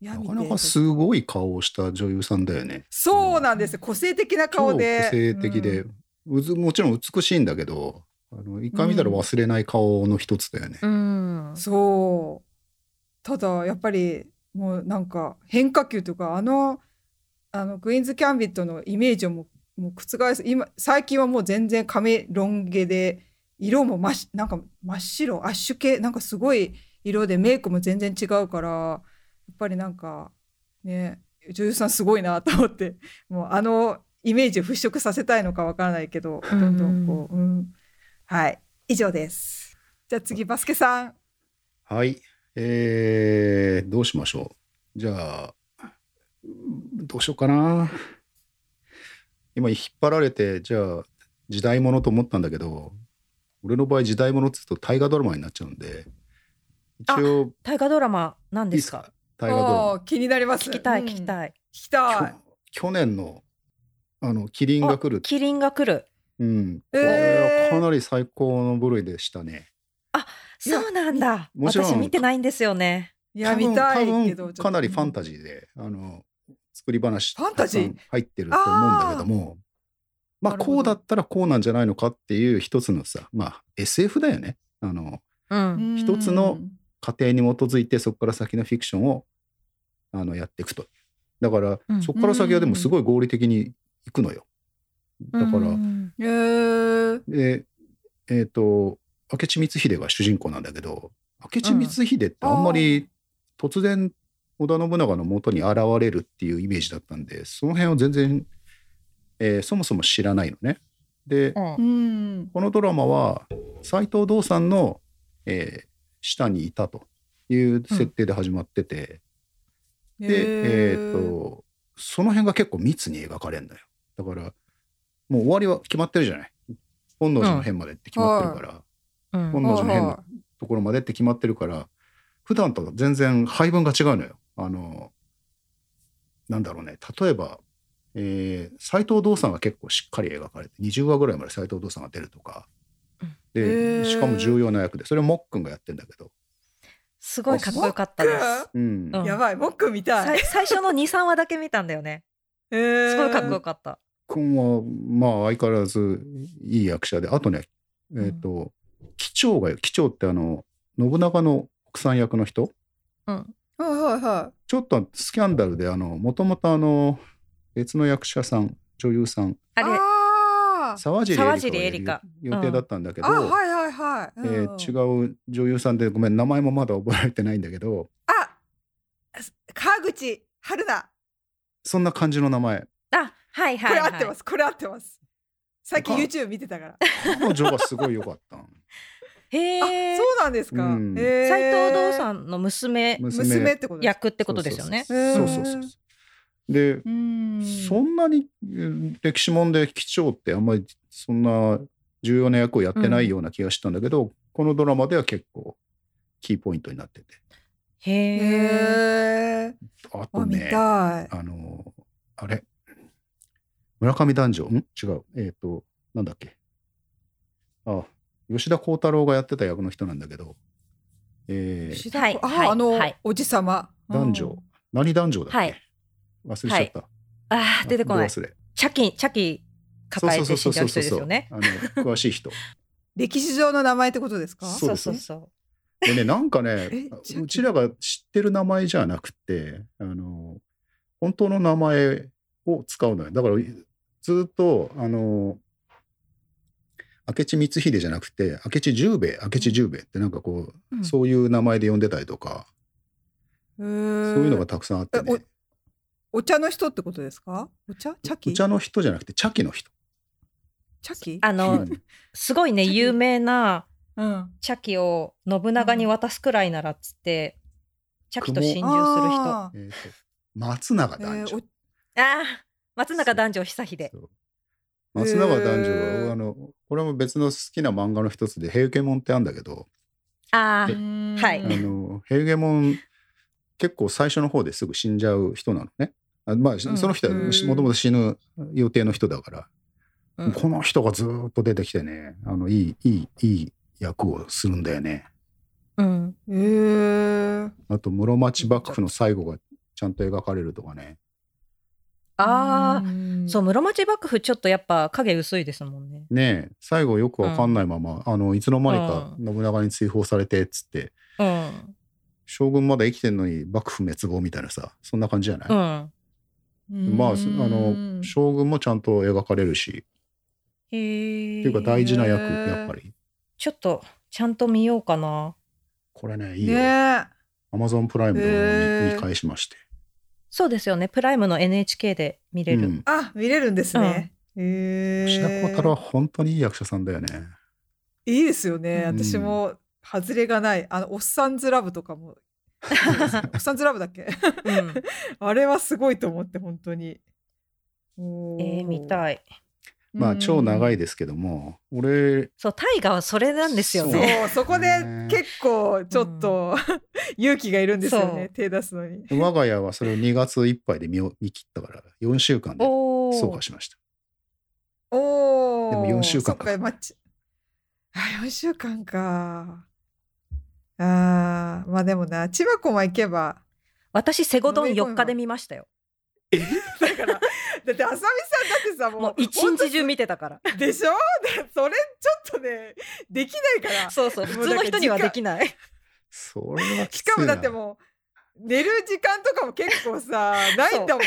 Speaker 1: いや
Speaker 3: な
Speaker 1: 見て
Speaker 3: かなかすごい顔をした女優さんだよね。
Speaker 1: そうなんですよ個性的な顔で。
Speaker 3: 超個性的で、
Speaker 1: うん
Speaker 3: うずもちろん美しいんだけどあの一回見たら忘れない顔の一つだよね。
Speaker 2: うん
Speaker 1: そうただやっぱりもうなんか変化球というかあのあのクイーンズ・キャンビットのイメージをもうもう覆す今最近はもう全然髪ロン毛で色も真っなんか真っ白アッシュ系なんかすごい色でメイクも全然違うからやっぱりなんかね女優さんすごいなと思ってもうあのイメージを払拭させたいのかわからないけどどんどんこう、うん、はい以上ですじゃあ次バスケさん
Speaker 3: はい、えー、どうしましょう。じゃあどうしようかな。今引っ張られて、じゃあ、時代物と思ったんだけど、俺の場合時代物っつうと大河ドラマになっちゃうんで、一応、
Speaker 2: 大河ドラマなん
Speaker 3: いい
Speaker 2: で
Speaker 3: ですす
Speaker 2: か
Speaker 3: か大河ドラマ
Speaker 1: おー気になります
Speaker 2: 聞きたい
Speaker 1: うん
Speaker 2: 聞きたい、
Speaker 1: 聞きたい
Speaker 3: 去。去年の、あの、キリンが来る。
Speaker 2: キリンが来る
Speaker 3: うん。こ
Speaker 1: えー
Speaker 3: れはかなり最高の部類でしたね。
Speaker 1: いや
Speaker 2: そうなんだ
Speaker 3: もちろん
Speaker 2: 私見てないんですよね
Speaker 1: い
Speaker 3: 多
Speaker 1: や
Speaker 3: 分
Speaker 1: 見た
Speaker 3: 多
Speaker 1: い
Speaker 3: 分
Speaker 1: けどちょっと
Speaker 3: かなりファンタジーで、あの、作り話
Speaker 1: ファンタジー
Speaker 3: たくさん入ってると思うんだけども、まあ、
Speaker 1: なるほど
Speaker 3: こうだったらこうなんじゃないのかっていう一つのさ、まあ、SF だよね。あの、
Speaker 2: う
Speaker 1: うんん
Speaker 3: 一つの家庭に基づいてそこから先のフィクションをあのやっていくと。だから、
Speaker 2: うん
Speaker 3: そこから先はでもすごい合理的にいくのよ。だから、
Speaker 2: うん
Speaker 1: えー、
Speaker 3: でえっ、と明智光秀が主人公なんだけど明智光秀ってあんまり突然織田信長の元に現れるっていうイメージだったんでその辺を全然、えーそもそも知らないのね。で、
Speaker 2: うん
Speaker 1: うん
Speaker 3: このドラマは斎藤道さんの、えー下にいたという設定で始まってて、で、えーとその辺が結構密に描かれるのよだからもう終わりは決まってるじゃない本能寺の変までって決まってるから、
Speaker 2: うん
Speaker 3: 本能寺の変のところまでって決まってるから普段と全然配分が違うのよ。あのなんだろうね例えば、えー、斎藤道さんが結構しっかり描かれて20話ぐらいまで斎藤道さんが出るとか
Speaker 2: うん
Speaker 1: へ
Speaker 3: で
Speaker 1: ー
Speaker 3: しかも重要な役でそれをもっくんがやってんだけど、
Speaker 2: すごいかっこよかったです
Speaker 3: うん
Speaker 2: うん
Speaker 1: やばい僕見た
Speaker 2: さ
Speaker 1: い
Speaker 2: い最初の23話だけ見たんだよね
Speaker 1: えー
Speaker 2: すごいかっこよかった、
Speaker 3: くんはまあ相変わらずいい役者であとねえっ、と機長が機長ってあの信長の奥さん役の人
Speaker 2: うん
Speaker 1: はいはいは
Speaker 3: ちょっとスキャンダルであのもともとあの別の役者さん女優さん
Speaker 1: い
Speaker 2: あれ
Speaker 1: あー
Speaker 3: 沢尻エリカをや
Speaker 2: 沢
Speaker 3: る
Speaker 2: 尻エリカ
Speaker 3: 予定だったんだけど、
Speaker 1: あはいはいはい、うん
Speaker 3: えー違う女優さんでごめん名前もまだ覚えられてないんだけど
Speaker 1: あ川口春奈
Speaker 3: そんな感じの名前
Speaker 2: あはい
Speaker 1: こ
Speaker 2: はい、
Speaker 1: れ
Speaker 2: は
Speaker 1: 合
Speaker 2: い、
Speaker 1: ってます、これ合ってます最近 YouTube 見てたから
Speaker 3: 彼女がすごい良かったの
Speaker 2: へ
Speaker 1: あ
Speaker 2: え
Speaker 1: そうなんですか。
Speaker 3: うん
Speaker 1: へー
Speaker 2: 斎藤道さんの 娘
Speaker 3: 娘
Speaker 1: 娘ってことですか。
Speaker 2: 役ってことですよね
Speaker 3: そうそうそうそうそうそうで、
Speaker 1: うん
Speaker 3: そんなにうん歴史もんで機長ってあんまりそんな重要な役をやってないような気がしたんだけど、このドラマでは結構キーポイントになってて
Speaker 2: へ
Speaker 1: へ
Speaker 2: え
Speaker 1: え。
Speaker 3: あと
Speaker 1: あ見
Speaker 3: ね
Speaker 1: たい。
Speaker 3: あの、あれ、村上男女、ん違う、えっ、と、なんだっけ。あ、吉田鋼太郎がやってた役の人なんだけど、えー、
Speaker 1: 吉田
Speaker 2: はい
Speaker 1: あ、
Speaker 2: はい
Speaker 1: あの、
Speaker 2: はい
Speaker 1: おじさま。
Speaker 3: 男女、何男女だっけ、
Speaker 2: はい
Speaker 3: 忘れちゃった。
Speaker 2: あー出てこない
Speaker 3: ど忘れ
Speaker 2: チャキチャキ抱えて死んじゃう人ですよね
Speaker 3: そうそうそうそうそうあの詳しい人。
Speaker 1: 歴史上の名前ってことですか。
Speaker 3: そうそうそう
Speaker 2: そう
Speaker 3: でね、なんかね
Speaker 1: えちょっ、と
Speaker 3: うちらが知ってる名前じゃなくて、あの、本当の名前を使うのよ。だから、ずっと、あの、明智光秀じゃなくて、明智十兵衛、明智十兵衛ってなんかこう、
Speaker 2: うん
Speaker 3: そういう名前で呼んでたりとか、
Speaker 1: そう
Speaker 3: そういうのがたくさんあってね。
Speaker 1: お茶の人ってことですか。お茶、茶
Speaker 3: お
Speaker 1: 器。
Speaker 3: 茶の人じゃなくて、茶器の人。
Speaker 1: 茶器。
Speaker 2: あ
Speaker 3: う
Speaker 2: の
Speaker 3: ん
Speaker 2: すごいね
Speaker 1: チャキ
Speaker 2: 有名な
Speaker 1: うん。
Speaker 2: チャキを信長に渡すくらいならっつって、チャキと心中する人あ
Speaker 1: あー。
Speaker 3: えーと松永男
Speaker 1: えー
Speaker 3: 女
Speaker 1: お。
Speaker 2: あー松中男女久秀
Speaker 3: そう松永男女は、
Speaker 1: へー
Speaker 3: あの、これも別の好きな漫画の一つで、平家門ってあるんだけど、
Speaker 2: ああ
Speaker 1: うーん
Speaker 2: はい
Speaker 3: あのヘルゲモン結構最初の方ですぐ死んじゃう人なのね。あまあ、そその人は
Speaker 1: うん
Speaker 3: もともと死ぬ予定の人だから、
Speaker 2: うん
Speaker 3: この人がずーっと出てきてねあのいいいいいい役をするんだよね。
Speaker 2: うん
Speaker 1: へー
Speaker 3: あと室町幕府の最後がちゃんと描かれるとかね。
Speaker 2: あ
Speaker 1: う
Speaker 2: あ
Speaker 1: ん
Speaker 2: そう室町幕府ちょっとやっぱ影薄いですもんね
Speaker 3: ねえ最後よくわかんないまま、あのいつの間にか信長に追放されてっつって、
Speaker 2: うん
Speaker 3: 将軍まだ生きてんのに幕府滅亡みたいなさそんな感じじゃない、
Speaker 2: うん
Speaker 3: まああ
Speaker 1: うん
Speaker 3: の将軍もちゃんと描かれるし
Speaker 2: へえ
Speaker 3: っていうか大事な役
Speaker 1: へー
Speaker 3: やっぱり
Speaker 2: ちょっとちゃんと見ようかな
Speaker 3: これねいいよ、
Speaker 1: ね。
Speaker 3: アマゾンプライムに
Speaker 1: へー
Speaker 3: 見返しまして、
Speaker 2: そうですよねプライムの NHK で見れ
Speaker 3: う
Speaker 2: る、
Speaker 3: ん、
Speaker 1: あ、見れるんですね。へえ。
Speaker 3: 吉田鋼太郎は本当にいい役者さんだよね
Speaker 1: いいですよね。
Speaker 2: うん
Speaker 1: 私も外れがない。あの、おっさんずラブとかもクサンズラブだっけ
Speaker 2: うん
Speaker 1: あれはすごいと思って本当にお
Speaker 2: えー、見
Speaker 1: い
Speaker 2: たい。
Speaker 3: まあ超長
Speaker 1: い
Speaker 3: いですけども、俺
Speaker 2: そう、タイガはそれなんですよ
Speaker 1: そ
Speaker 2: ね。
Speaker 1: うそこで結構ちょっと勇気がいるんですよね
Speaker 2: そ
Speaker 1: 手出すのに
Speaker 3: 我が家はそれを2月いっぱいで見よ見切ったから4週間で
Speaker 2: お
Speaker 3: 総
Speaker 2: お
Speaker 3: 括。しました。
Speaker 1: おお
Speaker 3: でも四週間
Speaker 1: そっかマッチあ4週間かあーまあでもな千葉君は行けば
Speaker 2: 私、セゴドン
Speaker 1: 飲み込めば
Speaker 2: 4日で見ましたよ。
Speaker 1: だ からだって浅見さんだってさもう
Speaker 2: もう一日中見てたから。
Speaker 1: でしょだそれちょっとねできないから
Speaker 2: そうそう、
Speaker 1: も
Speaker 2: 普
Speaker 1: う
Speaker 2: 通の人には
Speaker 1: だ
Speaker 2: で
Speaker 1: か
Speaker 2: きない。
Speaker 3: それはき
Speaker 1: し
Speaker 3: ついな
Speaker 1: かもだってもう寝る時間とかも結構さないんだも ん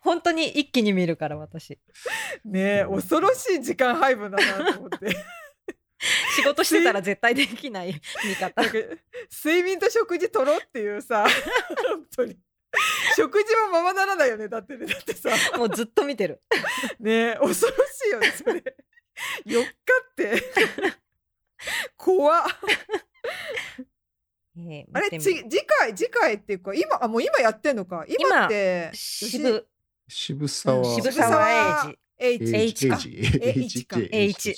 Speaker 2: 本当に一気に見るから、私。
Speaker 1: ねえ恐ろしい時間配分だなと思って
Speaker 2: 仕事してたら絶対でき ない見方
Speaker 1: なん。か睡眠と食事取ろうっていうさ本当に食事もままならないよねだってねだってさ
Speaker 2: もうずっと見てる。
Speaker 1: ねえ恐ろしいよねそれ4日って 怖っ
Speaker 2: えー
Speaker 1: あれ
Speaker 2: 見
Speaker 1: ち
Speaker 2: てみ
Speaker 1: 次回次回っていうか今あもう今やってんのか今って
Speaker 2: 渋
Speaker 3: 渋沢
Speaker 2: うん渋沢
Speaker 1: 沢栄
Speaker 2: 栄
Speaker 1: 一
Speaker 2: H か
Speaker 3: H か
Speaker 2: H。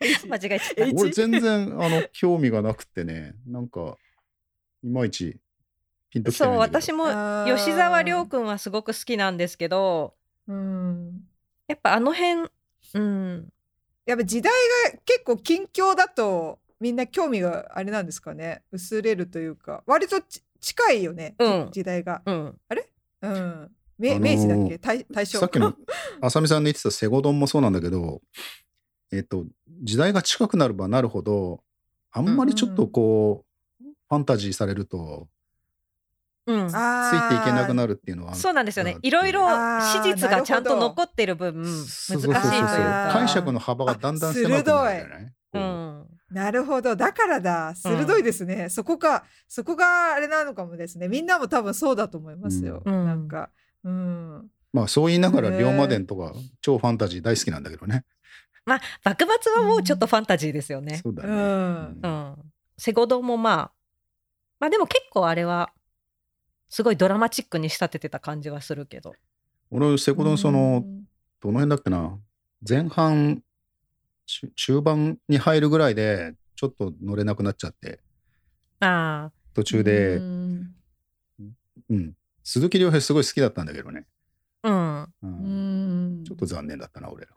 Speaker 1: H
Speaker 2: 間違えちゃっ
Speaker 1: H
Speaker 3: 俺全然あの 興味がなくてねなんかいまいちピンと
Speaker 2: た。
Speaker 3: きてな
Speaker 2: そ
Speaker 3: い
Speaker 2: う、
Speaker 3: んだけど
Speaker 2: 私も吉沢亮君はすごく好きなんですけど、
Speaker 1: うん
Speaker 2: やっぱあの辺、うん、
Speaker 1: やっぱ時代が結構近況だとみんな興味があれなんですかね薄れるというか割とち近いよね、
Speaker 2: うん
Speaker 1: 時代が、
Speaker 2: うん。
Speaker 1: うん、め
Speaker 3: あのー
Speaker 1: 明治だっけ大大正
Speaker 3: さっきの浅見さんの言ってたセゴドンもそうなんだけどえっと時代が近くなればなるほどあんまりちょっとこう、ファンタジーされると
Speaker 2: うん、
Speaker 3: つ
Speaker 1: あー
Speaker 3: いていけなくなるっていうのは
Speaker 2: そうなんですよね
Speaker 3: あ。
Speaker 2: いろいろ
Speaker 1: あー
Speaker 2: 史実がちゃん
Speaker 1: なる
Speaker 2: と
Speaker 1: ほど
Speaker 2: 残ってる分、難し
Speaker 3: そ
Speaker 2: いうというう
Speaker 3: そそうそう
Speaker 1: あー
Speaker 2: か。
Speaker 3: 解釈の幅がだんだん狭くなるんじゃない
Speaker 2: うん。
Speaker 1: なるほどだからだ鋭いですね、そこかそこがあれなのかもですねみんなも多分そうだと思いますよ、
Speaker 2: うん
Speaker 1: なんかうん
Speaker 3: まあそう言いながら
Speaker 1: ね
Speaker 3: 龍馬伝とか超ファンタジー大好きなんだけどね。
Speaker 2: まあ、幕末はもうちょっとファンタジーですよね。
Speaker 3: そうだ
Speaker 1: う
Speaker 3: ね。
Speaker 1: ん
Speaker 2: う
Speaker 3: うん
Speaker 2: ん。セゴドンもまあ、まあでも結構あれは、すごいドラマチックに仕立ててた感じはするけど。
Speaker 3: 俺セコドンそのどの辺だっけな前半中中盤に入るぐらいでちょっと乗れなくなっちゃって
Speaker 2: ああ、
Speaker 3: 途中で、
Speaker 1: う
Speaker 3: うん
Speaker 1: ん
Speaker 3: 鈴木亮平すごい好きだったんだけどね、
Speaker 2: うん。
Speaker 3: う
Speaker 1: うんん
Speaker 3: ちょっと残念だったな俺ら。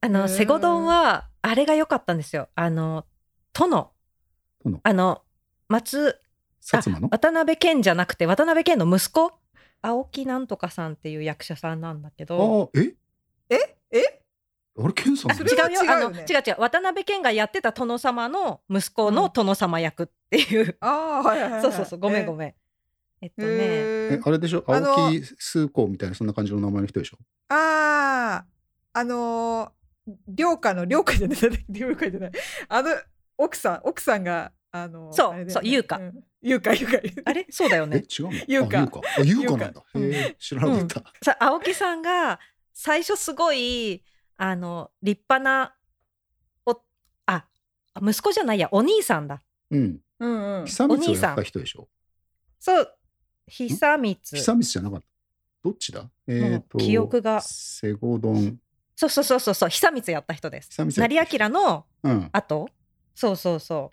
Speaker 2: あ
Speaker 1: へー
Speaker 2: の、セゴドンは、あれが良かったんですよ。あの、殿。
Speaker 3: 殿
Speaker 2: あの、松、
Speaker 3: 薩摩の
Speaker 2: 渡辺謙じゃなくて、渡辺謙の息子、青木なんとかさんっていう役者さんなんだけど。
Speaker 3: あえ
Speaker 1: ええ
Speaker 3: あれ健さん
Speaker 1: そ
Speaker 3: な
Speaker 1: れ
Speaker 3: の
Speaker 2: 違
Speaker 1: は
Speaker 2: うよ
Speaker 1: 違う
Speaker 2: あ
Speaker 1: よ
Speaker 2: の
Speaker 1: ね
Speaker 2: 違う違う渡辺謙がやってた殿様の息子の殿様役っていう、
Speaker 1: ああはいはいはい、
Speaker 2: そうそうそうごめんご
Speaker 1: ん
Speaker 2: めんえっとね
Speaker 1: え
Speaker 3: えあれでしょ
Speaker 1: あの
Speaker 3: 青木崇子みたいなそんな感じの名前の人でしょ
Speaker 1: ああ、あのー、涼家の、涼家じゃない、 涼家じゃない。あの、奥さん、奥さんが、あのー、
Speaker 2: そう
Speaker 1: あれだよね
Speaker 2: そう優香
Speaker 1: ん優香、優香、 優香
Speaker 2: あれそうだよ
Speaker 3: え
Speaker 2: ね
Speaker 3: 違うの
Speaker 1: 優香
Speaker 3: あ優香あ優香なんだへえ知らなかった、
Speaker 2: さ青木さんが最初すごいあの立派なおあ息子じゃないやお兄さんだ
Speaker 3: うん
Speaker 1: うんうん。
Speaker 3: 久光をやった人でしょ
Speaker 2: そう久光
Speaker 3: 久光じゃなかったどっちだえっ、と
Speaker 2: 記憶が
Speaker 3: セゴドン
Speaker 2: そうそうそうそうそう久光やった人です
Speaker 3: 久光
Speaker 2: 成
Speaker 3: やった人
Speaker 2: 明の
Speaker 3: うん
Speaker 2: 後そうそうそ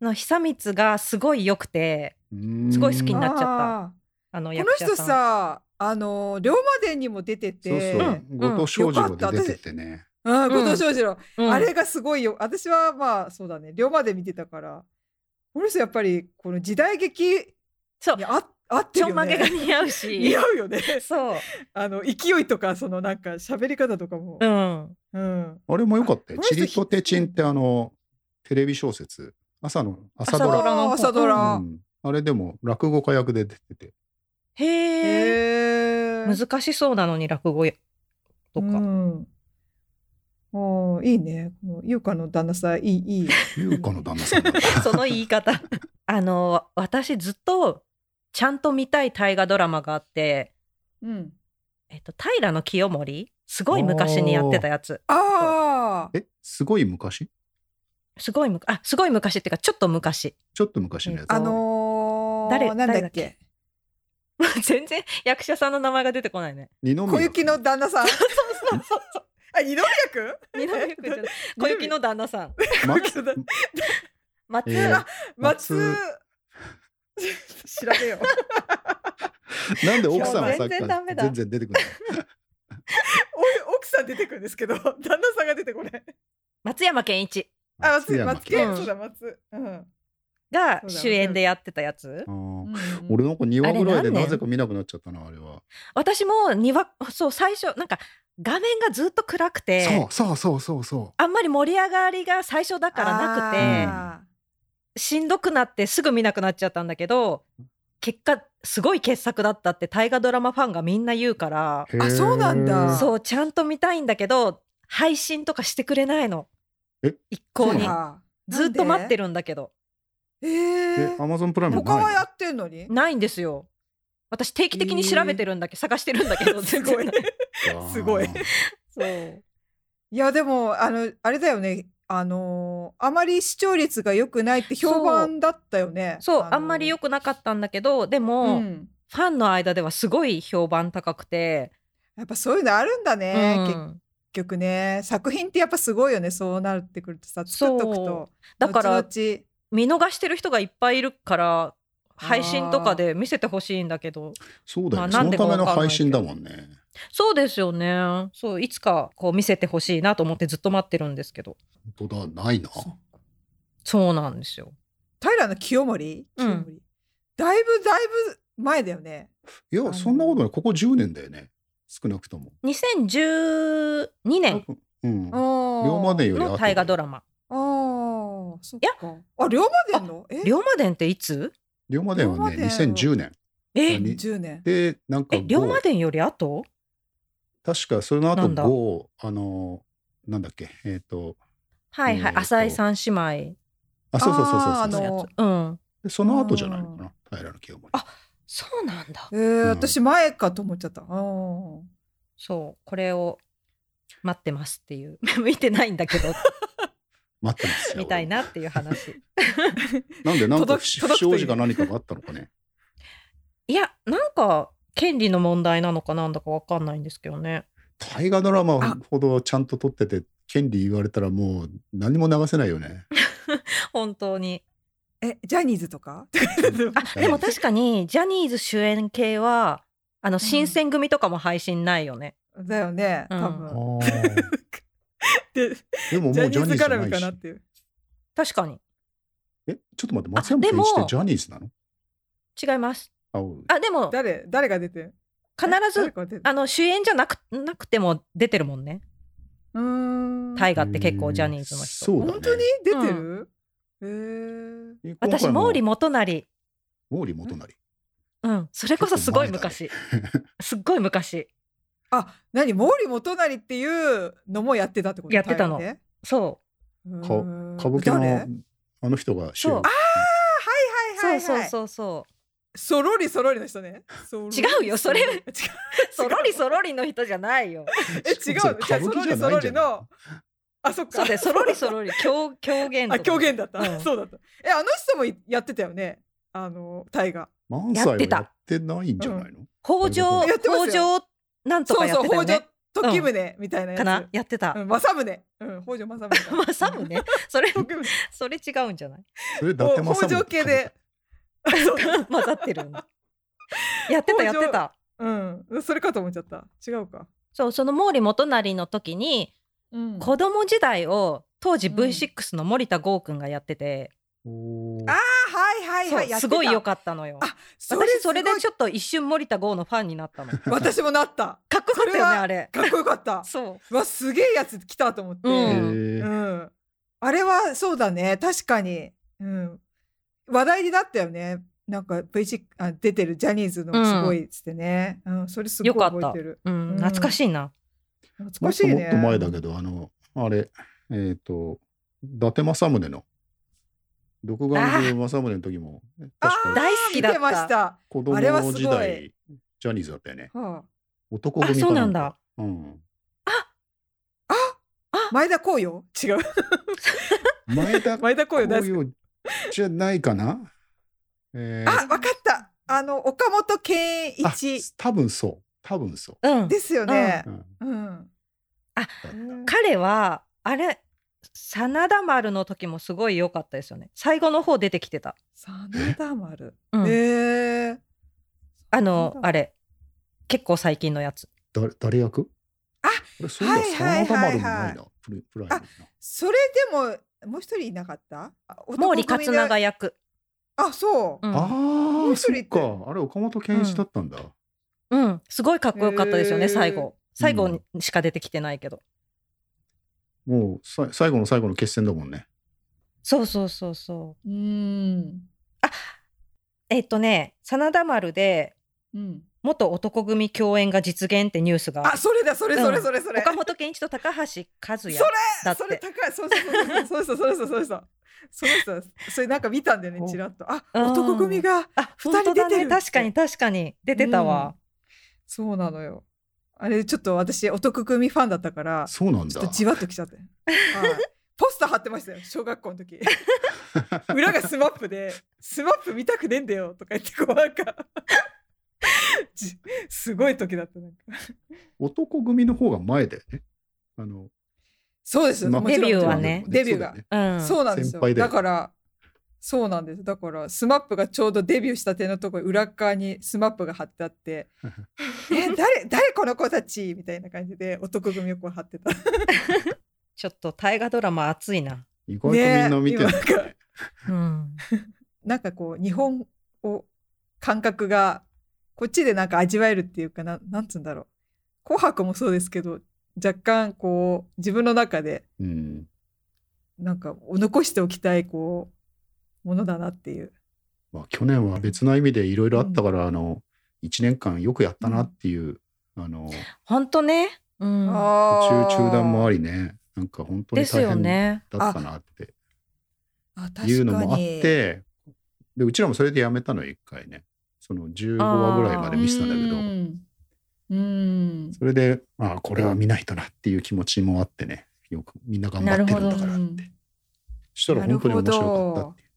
Speaker 2: うの久光がすごい良くて
Speaker 3: うーん
Speaker 2: すごい好きになっちゃった
Speaker 1: あ
Speaker 2: あの
Speaker 1: ーこ
Speaker 2: 役
Speaker 1: の
Speaker 2: 者
Speaker 1: 人
Speaker 2: さん
Speaker 1: さ、あのー、龍馬伝にも出て
Speaker 3: そう
Speaker 1: て、
Speaker 3: そう、後藤
Speaker 1: よ
Speaker 3: 少
Speaker 1: か
Speaker 3: 女
Speaker 1: った
Speaker 3: が出てってね
Speaker 1: あー後
Speaker 2: うん
Speaker 1: 藤翔士郎、
Speaker 2: うん
Speaker 1: あれがすごいよ。私はまあ、そうだね、龍馬伝見てたから、この人やっぱり、この時代劇
Speaker 2: そう
Speaker 1: にあ合って
Speaker 2: ち
Speaker 1: る
Speaker 2: ょん
Speaker 1: よ
Speaker 2: まげが
Speaker 1: ね。
Speaker 2: 似合う し
Speaker 1: 似合うよね。
Speaker 2: そう
Speaker 1: あの、勢いとか、そのなんか喋り方とかも。
Speaker 2: うん
Speaker 1: うん
Speaker 3: あれもよかったよ
Speaker 1: この
Speaker 3: 「チ
Speaker 1: 人
Speaker 3: リとテチン」ってあのテレビ小説朝の朝ド
Speaker 2: 朝ド
Speaker 3: ラ
Speaker 2: ラの方
Speaker 1: 朝ドラ。
Speaker 3: うんあれでも落語家役で出てて
Speaker 2: へえ
Speaker 1: へえ。
Speaker 2: 難しそうなのに落語やとか、
Speaker 1: うん。おーいいね。この優香の旦那さん、いい、い い。
Speaker 3: 優香の旦那さんだった
Speaker 2: その言い方 あの私ずっとちゃんと見たい大河ドラマがあって、
Speaker 1: うん。
Speaker 2: えっと、平の清盛すごい昔にやってたやつ
Speaker 1: ああ。
Speaker 3: えすごい昔
Speaker 2: すごいむあすごい昔っていうかちょっと昔
Speaker 3: ちょっと昔のやつ。
Speaker 1: あのー、な
Speaker 2: 誰
Speaker 1: んだっ
Speaker 2: 誰
Speaker 1: け
Speaker 2: 全然役者さんの名前が出てこないね
Speaker 3: 二宮
Speaker 1: 小雪の旦那さん
Speaker 2: そうそうそう
Speaker 1: あ二宮君
Speaker 2: 二宮君じゃない小雪の旦那さん
Speaker 3: 松
Speaker 1: そうだ
Speaker 2: 松、
Speaker 3: えー
Speaker 1: 松
Speaker 3: 松
Speaker 1: 調べ よう
Speaker 3: なんで奥さんはさっ
Speaker 2: いや全
Speaker 3: き
Speaker 2: 然
Speaker 3: か
Speaker 2: ダ
Speaker 3: ら
Speaker 2: メだ
Speaker 3: 全然出てこない。
Speaker 1: お奥さん出てくるんですけど旦那さんが出てこない
Speaker 2: 松山ケンイチ
Speaker 1: あ松
Speaker 3: 山
Speaker 1: 松
Speaker 3: 健
Speaker 1: 健
Speaker 2: うん
Speaker 1: そうだ松うん
Speaker 2: が
Speaker 1: そうだ
Speaker 2: 主演でやってたやつ
Speaker 3: あー
Speaker 1: うん
Speaker 3: 俺なんか2話ぐらいで
Speaker 2: あれ何年
Speaker 3: なぜか見なくなっちゃったなあれは。
Speaker 2: 私もにわそう最初なんか画面がずっと暗くて
Speaker 3: そうそうそうそう
Speaker 2: あんまり盛り上がりが最初だからなくて
Speaker 1: あ
Speaker 2: しんどくなってすぐ見なくなっちゃったんだけど結果すごい傑作だったって大河ドラマファンがみんな言うから
Speaker 3: へー
Speaker 1: あそうなんだ
Speaker 2: そうちゃんと見たいんだけど配信とかしてくれないの
Speaker 3: え
Speaker 1: ー
Speaker 2: 一向
Speaker 3: そう
Speaker 2: に
Speaker 3: なの
Speaker 1: あー
Speaker 2: ずっと待って
Speaker 1: る
Speaker 2: るんだけど
Speaker 1: え
Speaker 3: え
Speaker 1: ー、
Speaker 3: アマゾンプライムないの
Speaker 1: 他はやってんのに
Speaker 2: ないんですよ私定期的に調べてるんだけど、探してるんだけど
Speaker 1: す
Speaker 2: 全
Speaker 1: ごい
Speaker 2: 然ない
Speaker 1: すごい
Speaker 3: あー
Speaker 2: そう
Speaker 1: いやでもあのあれだよねあのーあまり視聴率が良くないって評判だったよね
Speaker 2: そう
Speaker 1: のー
Speaker 2: あんまり良くなかったんだけどでも、
Speaker 1: うん
Speaker 2: ファンの間ではすごい評判高くて、
Speaker 1: やっぱそういうのあるんだね、
Speaker 2: うん
Speaker 1: 結局ね作品ってやっぱすごいよねそうなってくるとさ作っとく
Speaker 2: そ
Speaker 1: と
Speaker 2: だから
Speaker 1: 後々
Speaker 2: 見逃してる人がいっぱいいるから配信とかで見せてほしいんだけど
Speaker 3: そうだよ
Speaker 2: ま
Speaker 3: ね。
Speaker 2: あ
Speaker 3: そ
Speaker 2: なん
Speaker 3: の
Speaker 2: でか
Speaker 3: た
Speaker 2: わ
Speaker 3: め
Speaker 2: かんないけ
Speaker 3: の
Speaker 2: ど
Speaker 3: 配信だもんね。
Speaker 2: そうですよねそういつかこう見せてほしいなと思ってずっと待ってるんですけど
Speaker 3: 本当だないな。
Speaker 2: そうなんですよ
Speaker 1: 平の清盛
Speaker 2: う
Speaker 1: 清
Speaker 2: ん
Speaker 1: 盛、だいぶだいぶ前だよね
Speaker 3: い
Speaker 1: あの
Speaker 3: やそんなことないここ10年だよね少なくとも。
Speaker 2: 2012年
Speaker 3: 多分うん。
Speaker 1: 龍
Speaker 3: 龍馬伝より後
Speaker 2: の大河ドラマ
Speaker 1: あーそっ
Speaker 2: い
Speaker 1: かあ龍馬伝のえ
Speaker 2: 「龍馬伝」っていつ
Speaker 3: 龍馬伝はね
Speaker 1: 龍馬伝
Speaker 3: 2010年
Speaker 2: え
Speaker 3: 何
Speaker 1: 10年
Speaker 3: でなんか
Speaker 2: え龍馬
Speaker 3: 5
Speaker 2: 伝より後
Speaker 3: 確かその後
Speaker 2: なんだ
Speaker 3: 5あのなんだっけえっと
Speaker 2: はいは
Speaker 3: えー
Speaker 2: い
Speaker 3: と
Speaker 2: 浅井三姉
Speaker 3: あそうそうそうそうそう
Speaker 1: あーあの
Speaker 2: 妹のやつうん
Speaker 3: でその後じゃないのかな平野清盛。
Speaker 2: あそうなんだ
Speaker 1: えー
Speaker 3: うん
Speaker 1: 私前かと思っちゃったあー
Speaker 2: そうこれを待ってますっていう 見てないんだけど
Speaker 3: 待ってますよ。
Speaker 2: みたいなっていう話
Speaker 3: なんでなんか
Speaker 1: 届く
Speaker 3: 不不
Speaker 1: 届くといい
Speaker 3: 祥事か何かがあったのかね。
Speaker 2: いやなんか権利の問題なのかなんだかわかんないんですけどね
Speaker 3: 大河ドラマほどちゃんと撮ってて権利言われたらもう何も流せないよね。
Speaker 2: 本当に
Speaker 1: えジャニーズとか
Speaker 2: あでも確かにジャニーズ主演系はあの新選組とかも配信ないよね、
Speaker 1: だよね
Speaker 2: うん
Speaker 1: 多
Speaker 3: あ
Speaker 1: 分、
Speaker 3: ー
Speaker 1: で
Speaker 3: でももう
Speaker 1: ジ
Speaker 3: ジ
Speaker 1: ャニー
Speaker 3: ャニー
Speaker 1: ズ
Speaker 3: ズじゃ
Speaker 1: 絡
Speaker 3: な
Speaker 1: み
Speaker 3: い
Speaker 1: かな
Speaker 3: し
Speaker 1: っ。ていう
Speaker 2: 確かに
Speaker 3: えちょっと待って松山
Speaker 2: あで
Speaker 3: 健
Speaker 2: も
Speaker 3: 一ってジャニーズなの？
Speaker 2: 違います
Speaker 3: あお
Speaker 2: あでも必
Speaker 1: 誰誰が出てる誰
Speaker 2: ず
Speaker 1: が出てる
Speaker 2: あの主演じゃなくなくても出てるもんね
Speaker 1: うーん
Speaker 2: 大河って結構ジャニーズの人
Speaker 3: そうだね。
Speaker 1: 本当に出てる、えー
Speaker 3: え今
Speaker 2: 私
Speaker 3: 回も
Speaker 2: 毛利元就
Speaker 3: 毛利元就。
Speaker 2: うんそれこそすごい昔、すっごい昔
Speaker 1: あ何毛利元就っていうのもやってたってこと
Speaker 2: やってたの
Speaker 1: 大河で
Speaker 2: そう
Speaker 1: うーん
Speaker 3: か歌舞伎
Speaker 1: 誰
Speaker 3: のあの人が主
Speaker 2: そう
Speaker 3: 演。
Speaker 1: はいはいはい、はい、
Speaker 2: そうそうそうそう
Speaker 1: そろりそろりの人ね。そろり
Speaker 2: 違うよそれ
Speaker 1: 違う
Speaker 2: そろりそろりの人じゃないよ。
Speaker 1: え違う
Speaker 3: それ
Speaker 1: じゃあ
Speaker 3: 歌
Speaker 1: そ
Speaker 3: 舞
Speaker 1: ろ
Speaker 3: 伎じゃ
Speaker 1: りそ
Speaker 3: ない
Speaker 1: ろ
Speaker 3: ん
Speaker 1: り
Speaker 3: じゃない
Speaker 1: の。あそっ
Speaker 2: そ
Speaker 1: か。
Speaker 2: うでそろりそ ろり狂狂言と
Speaker 1: あ
Speaker 2: か
Speaker 1: 狂言だった、
Speaker 2: うん
Speaker 1: そうだった。えあの人もやってたよね。あの大河。
Speaker 3: 満載は
Speaker 2: やっ
Speaker 3: や
Speaker 2: てた
Speaker 3: ってないんじゃないの？
Speaker 2: 北条
Speaker 1: やってますよ
Speaker 2: 北条なんと
Speaker 1: そ
Speaker 2: か
Speaker 1: う
Speaker 2: やっ
Speaker 1: そう
Speaker 2: てたよ
Speaker 1: 北条
Speaker 2: ね。
Speaker 1: 時宗みたいなやつ。
Speaker 2: かなやってた。
Speaker 1: うん政宗。うん北条政宗
Speaker 2: ま
Speaker 1: か。
Speaker 2: あサムね。 それ
Speaker 1: 時 宗。
Speaker 2: それ違うんじゃない。
Speaker 3: それ伊達
Speaker 1: お
Speaker 3: 政
Speaker 1: 北
Speaker 3: 宗
Speaker 1: 条
Speaker 3: って書い
Speaker 1: 系
Speaker 3: て
Speaker 1: で
Speaker 3: ある。。
Speaker 1: あそう
Speaker 2: 混ざってるんだ。やってたやって
Speaker 1: 北条
Speaker 2: た。
Speaker 1: うんそれかと思っちゃった。違うか。
Speaker 2: そうその毛利元就の時に
Speaker 1: うん
Speaker 2: 子供時代を当時
Speaker 1: うん
Speaker 2: V6 の森田剛くんがやってて、
Speaker 3: おー
Speaker 1: ああはいはいはい
Speaker 2: そ
Speaker 1: や
Speaker 2: う
Speaker 1: って
Speaker 2: す
Speaker 1: た
Speaker 2: ごい良かったのよ。
Speaker 1: あそれ
Speaker 2: 私それです
Speaker 1: ごい
Speaker 2: ちょっと一瞬森田剛のファンになった の。かっ
Speaker 1: 私もなった
Speaker 2: こよかった
Speaker 1: それ
Speaker 2: よね
Speaker 1: は
Speaker 2: あれ。
Speaker 1: かっこよか った
Speaker 2: そう
Speaker 1: うわすげえやつ来たと思って、
Speaker 2: う
Speaker 3: へ
Speaker 2: ん
Speaker 1: う
Speaker 3: ー
Speaker 1: んあれはそうだね確かに、うん、話題になったよねなんか V6 あ出てるジャニーズのすごいっつってね、うんそれすごい
Speaker 2: よかっ
Speaker 1: 覚
Speaker 2: た。
Speaker 1: えてる
Speaker 2: うん
Speaker 1: うん
Speaker 2: 懐かしいな。
Speaker 1: 懐
Speaker 3: も
Speaker 1: か
Speaker 3: っ
Speaker 1: し
Speaker 3: と
Speaker 1: い
Speaker 3: も
Speaker 1: ね
Speaker 3: っと前だけどあのあれえっと伊達政宗の独眼竜政宗の時も確か
Speaker 2: 大好きだっ。
Speaker 1: 見てましたた、
Speaker 3: 子
Speaker 1: あれは
Speaker 3: 供
Speaker 1: す
Speaker 3: 時
Speaker 1: ご
Speaker 3: 代
Speaker 1: い
Speaker 3: ジャニーズだったよね。
Speaker 1: は
Speaker 3: 男
Speaker 2: あ
Speaker 3: 組
Speaker 2: そう
Speaker 3: か
Speaker 2: な
Speaker 3: なんん
Speaker 2: だ
Speaker 3: か。。うん。
Speaker 1: あ、前田光陽違う
Speaker 3: 前 田
Speaker 1: 前田光陽大好き
Speaker 3: 光陽じゃない かなえー
Speaker 1: あ、わかった。あの岡本健
Speaker 3: あ
Speaker 1: 一
Speaker 3: 多分そう。多分そ
Speaker 2: うん
Speaker 1: ですよね
Speaker 3: う。。うん
Speaker 1: うん。
Speaker 2: あ
Speaker 1: うん
Speaker 2: 彼はあれ真田丸の時もすごい良かったですよね最後の方出てきてた、
Speaker 1: 真田丸。
Speaker 2: うん
Speaker 1: ええ。
Speaker 2: あのあ
Speaker 1: れ。
Speaker 2: れ結構最近のやつ
Speaker 3: 誰誰役
Speaker 1: あ
Speaker 3: れそういや、
Speaker 1: はいはい
Speaker 3: 真田丸
Speaker 1: はい
Speaker 3: もな
Speaker 1: はいい
Speaker 3: な。プリプライムにな
Speaker 1: それでももう一人いなかった？あ
Speaker 2: 毛利
Speaker 1: 男
Speaker 2: 勝。長
Speaker 1: 組で
Speaker 2: 役、
Speaker 1: あ、そう。
Speaker 2: うん
Speaker 3: あ
Speaker 1: う
Speaker 3: あ、
Speaker 1: 一人
Speaker 3: そっ
Speaker 1: いて
Speaker 3: か。あれ、岡本健一だったんだ。
Speaker 2: うん、すごいかっこよかったですよ
Speaker 1: へ
Speaker 2: ね
Speaker 1: ー
Speaker 2: 最後最後
Speaker 3: うん
Speaker 2: にしか出てきてないけど、
Speaker 3: もうさ、最後の最後の決戦だもんね。
Speaker 2: そうそうそうそう
Speaker 1: うん。
Speaker 2: えっとね真田丸で
Speaker 1: うん。
Speaker 2: 元男組共演が実現ってニュースが
Speaker 1: あ、それだ、それそれそれそれ。
Speaker 2: 岡本健一と高橋和
Speaker 1: それ
Speaker 2: 也だっ
Speaker 1: それ
Speaker 2: て
Speaker 1: 高い。そうそうそうそうそうそうそうそう。その人ですそれなんか見たんだよね
Speaker 3: お
Speaker 1: ちらっとあ
Speaker 2: うん
Speaker 1: 男組が
Speaker 2: あ
Speaker 1: 二人
Speaker 2: 本当だ
Speaker 1: 出て
Speaker 2: ね
Speaker 1: る
Speaker 2: 確かに確かに出てたわ、
Speaker 1: そうなのよあれちょっと私男組ファンだったから
Speaker 3: そうなん
Speaker 1: ち
Speaker 3: だ
Speaker 1: ょっ。とじわっときちゃって。はいポスター貼ってましたよ小学校の時裏がスマップで「スマップ見たくねえんだよ」とか言ってこうなんかじすごい時だったなんか
Speaker 3: 男組の方が前だよね。あの、
Speaker 1: そうですよ
Speaker 3: まあ
Speaker 1: もちろん
Speaker 2: デビューはね
Speaker 1: デビューが
Speaker 3: そうだよね
Speaker 2: うん
Speaker 1: そうなんですよ
Speaker 3: 先輩
Speaker 1: だ
Speaker 3: だよ
Speaker 1: からそうなんですだからスマップがちょうどデビューしたてのところ裏側にスマップが貼ってあって「え誰誰この子たち」みたいな感じで男組をこう貼ってた
Speaker 2: ちょっと大河ドラマ熱いな、
Speaker 3: 意外とみんな見てるんだ
Speaker 1: ね今なん
Speaker 3: ね。
Speaker 2: うん、
Speaker 1: なんかこう日本を感覚がこっちでなんか味わえるっていうかななんつうんだろう「紅白」もそうですけど若干こう自分の中で
Speaker 3: うん。
Speaker 1: なんか残しておきたいこうものだなっていう
Speaker 3: まあ、去年は別の意味でいろいろあったから、あの、1年間よくやったなっていう、あの、
Speaker 2: 本当ね、うん、
Speaker 3: 途
Speaker 1: 途
Speaker 3: 中中断もあ
Speaker 1: り
Speaker 3: りね、なんか本当
Speaker 2: で
Speaker 3: に
Speaker 2: す
Speaker 3: 大
Speaker 2: よ
Speaker 3: 変だ
Speaker 2: ね
Speaker 3: ったなっていうのもあって、で、うちらもそれでやめたのよ一回ね。その15話ぐらいまで見せたんだけど、
Speaker 1: うん
Speaker 3: それで、ああ、これは見ないとなっていう気持ちもあってね、よくみんな頑張ってるんだ
Speaker 1: な
Speaker 3: からっ
Speaker 1: るほど
Speaker 3: て。そしたら本当に面白かったっていう。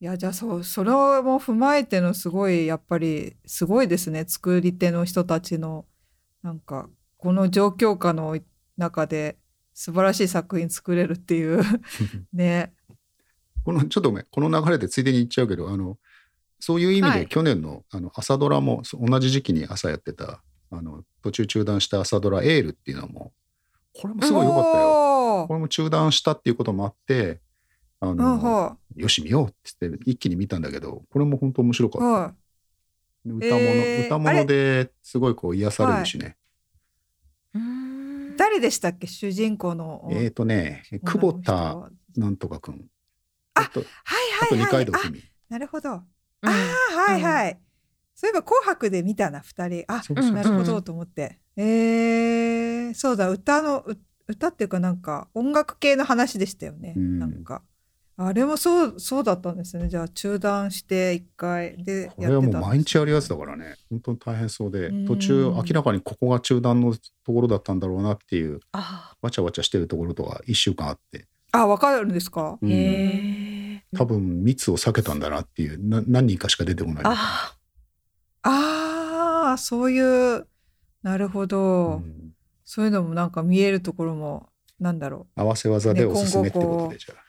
Speaker 1: いやじゃあそうそれも踏まえてのすごいやっぱりすごいですね作り手の人たちのなんかこの状況下の中で素晴らしい作品作れるっていう ね。
Speaker 3: このちょっとごめんこの流れでついでに言っちゃうけどあのそういう意味
Speaker 1: は
Speaker 3: で
Speaker 1: い
Speaker 3: 去年の,、あの朝ドラもそう同じ時期に朝やってたあの途中中断した朝ドラ「エール」っていうのもこれもすごい良かったよ。
Speaker 1: よ
Speaker 3: これも中断したっていうこともあってあ
Speaker 1: うん
Speaker 3: の、
Speaker 1: は
Speaker 3: よし見ようって言って一気に見たんだけどこれも本当面白か
Speaker 1: い
Speaker 3: った。
Speaker 1: は
Speaker 3: 歌物、
Speaker 1: えー
Speaker 3: 歌
Speaker 1: あれ
Speaker 3: 物ですごいこう癒されるしね。
Speaker 1: い誰でしたっけ主人公の
Speaker 3: えっ、とね久保田なんとかくん。
Speaker 1: あ
Speaker 3: あとあ
Speaker 1: はい
Speaker 3: と
Speaker 1: はい
Speaker 3: 二
Speaker 1: は
Speaker 3: 階
Speaker 1: い
Speaker 3: 堂
Speaker 1: あ
Speaker 3: ふみ。
Speaker 1: なるほどあ
Speaker 2: うん
Speaker 1: ーはいはいそういえば「紅白」で見たな二人あ
Speaker 3: そうそうそう
Speaker 1: なるほどと思って。えー、そうだ歌のう歌っていうかなんか音楽系の話でしたよね、
Speaker 3: うん
Speaker 1: なんかあれもそうそうだったんですねじゃあ中断して一回で
Speaker 3: こ
Speaker 1: や
Speaker 3: れは
Speaker 1: って
Speaker 3: もう
Speaker 1: た
Speaker 3: 毎日やるやつだからね本当に大変そうで
Speaker 1: うん
Speaker 3: 途中明らかにここが中断のところだったんだろうなっていう
Speaker 2: あ
Speaker 3: わちゃわちゃしてるところとか1週間あって、
Speaker 1: あわかるんですか
Speaker 3: うん
Speaker 2: へえ
Speaker 3: 多分密を避けたんだなっていうな何人かしか出てこない
Speaker 2: あ
Speaker 1: ああそういうなるほ
Speaker 3: う
Speaker 1: ど、
Speaker 3: ん
Speaker 1: そういうのもなんか見えるところもなんだろ
Speaker 3: 合わせ技でおすすめってこ
Speaker 1: ね今後
Speaker 3: と
Speaker 1: こ
Speaker 3: で
Speaker 1: う
Speaker 3: じゃあ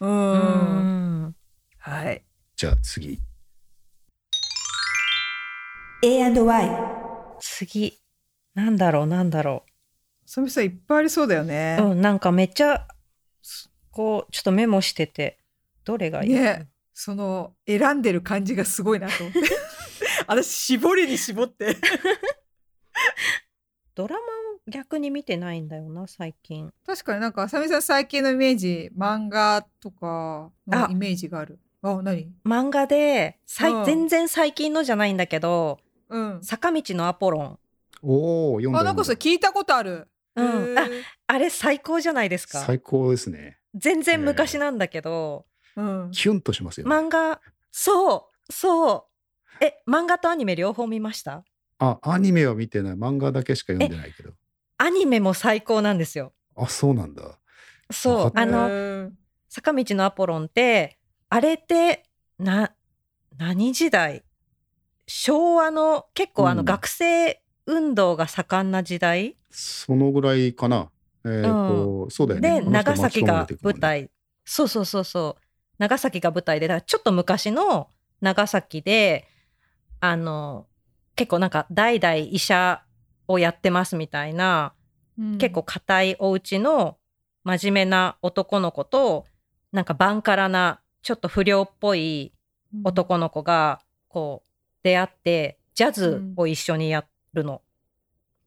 Speaker 1: うう
Speaker 2: うんん
Speaker 1: はい
Speaker 3: じゃあ次
Speaker 5: A&Y
Speaker 2: 次なんだろうなんだろ
Speaker 1: そみさんいっぱいありそうだよね
Speaker 2: う、うんなんかめっちゃすこうちょっとメモしててどれがいい、
Speaker 1: ねその選んでる感じがすごいなと思って私絞りに絞って
Speaker 2: ドラマを逆に見てないんだよな最近
Speaker 1: 確かになんか浅見さん最近のイメージ漫画とかの
Speaker 2: あ
Speaker 1: イメージがあるあ何
Speaker 2: 漫画でさい
Speaker 1: うん
Speaker 2: 全然最近のじゃないんだけど
Speaker 1: うん
Speaker 2: 坂道のアポロン
Speaker 3: おお読んだ
Speaker 1: あなんかそれ
Speaker 3: 読
Speaker 1: 聞
Speaker 3: んだ
Speaker 1: いたことある、
Speaker 2: うん
Speaker 1: へー
Speaker 2: あれ最高じゃないですか
Speaker 3: 最高ですね
Speaker 2: 全然昔なんだけど、
Speaker 1: うん、
Speaker 3: キュンとしますよ、ね
Speaker 2: 漫画そうそうえ漫画とアニメ両方見ました
Speaker 3: あアニメは見てない漫画だけしか読んでないけど
Speaker 2: アニメも最高なんですよ
Speaker 3: あそうなんだ
Speaker 2: そう
Speaker 3: あ
Speaker 2: あの
Speaker 1: の
Speaker 2: 坂道のアポロンってあれってな何時代昭和の結構あ
Speaker 3: う
Speaker 2: の
Speaker 3: ん
Speaker 2: 学生運動が盛んな時代、
Speaker 3: そのぐらいかな。えーとそうだよね。
Speaker 2: で
Speaker 3: この人
Speaker 2: 長崎が舞
Speaker 3: 巻き込まれていくもんね。
Speaker 2: 台、そうそうそうそう長崎が舞台でだからちょっと昔の長崎であの結構なんか代々医者をやってますみたいな結構硬いお家の真面目な男の子となんかバンカラなちょっと不良っぽい男の子がこう出会ってジャズを一緒にやるの。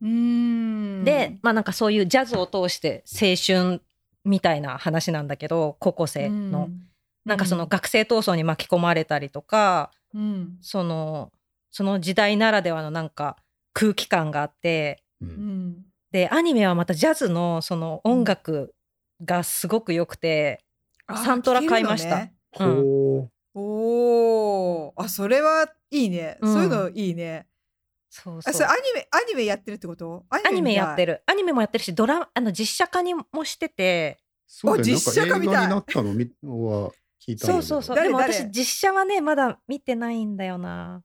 Speaker 1: うん
Speaker 2: でまあなんかそういうジャズを通して青春みたいな話なんだけど高校生の、なんかその学生闘争に巻き込まれたりとか
Speaker 1: うん
Speaker 2: そのその時代ならではのなんか空気感があって
Speaker 3: う
Speaker 1: うんん
Speaker 2: でアニメはまたジャズのその音楽がすごく良くて、
Speaker 1: あ
Speaker 2: サントラ買いました
Speaker 1: 聞けるのね
Speaker 2: うん
Speaker 3: ほ
Speaker 1: おーあそれはいいね、
Speaker 2: うん
Speaker 1: そういうのいいね
Speaker 2: そうそ
Speaker 1: あ
Speaker 2: う
Speaker 1: それアニメアニメやってるってことアニ
Speaker 2: アニメ
Speaker 1: 見たい
Speaker 2: やってるアニメもやってるしドラあの実写化にもしてて
Speaker 3: そうだよね
Speaker 1: あ実写化みたい
Speaker 3: なんか映画になったのみは聞いたんだけど
Speaker 2: そうそうそう
Speaker 1: 誰
Speaker 2: でも
Speaker 1: 誰
Speaker 2: 私実写はねまだ見てないんだよな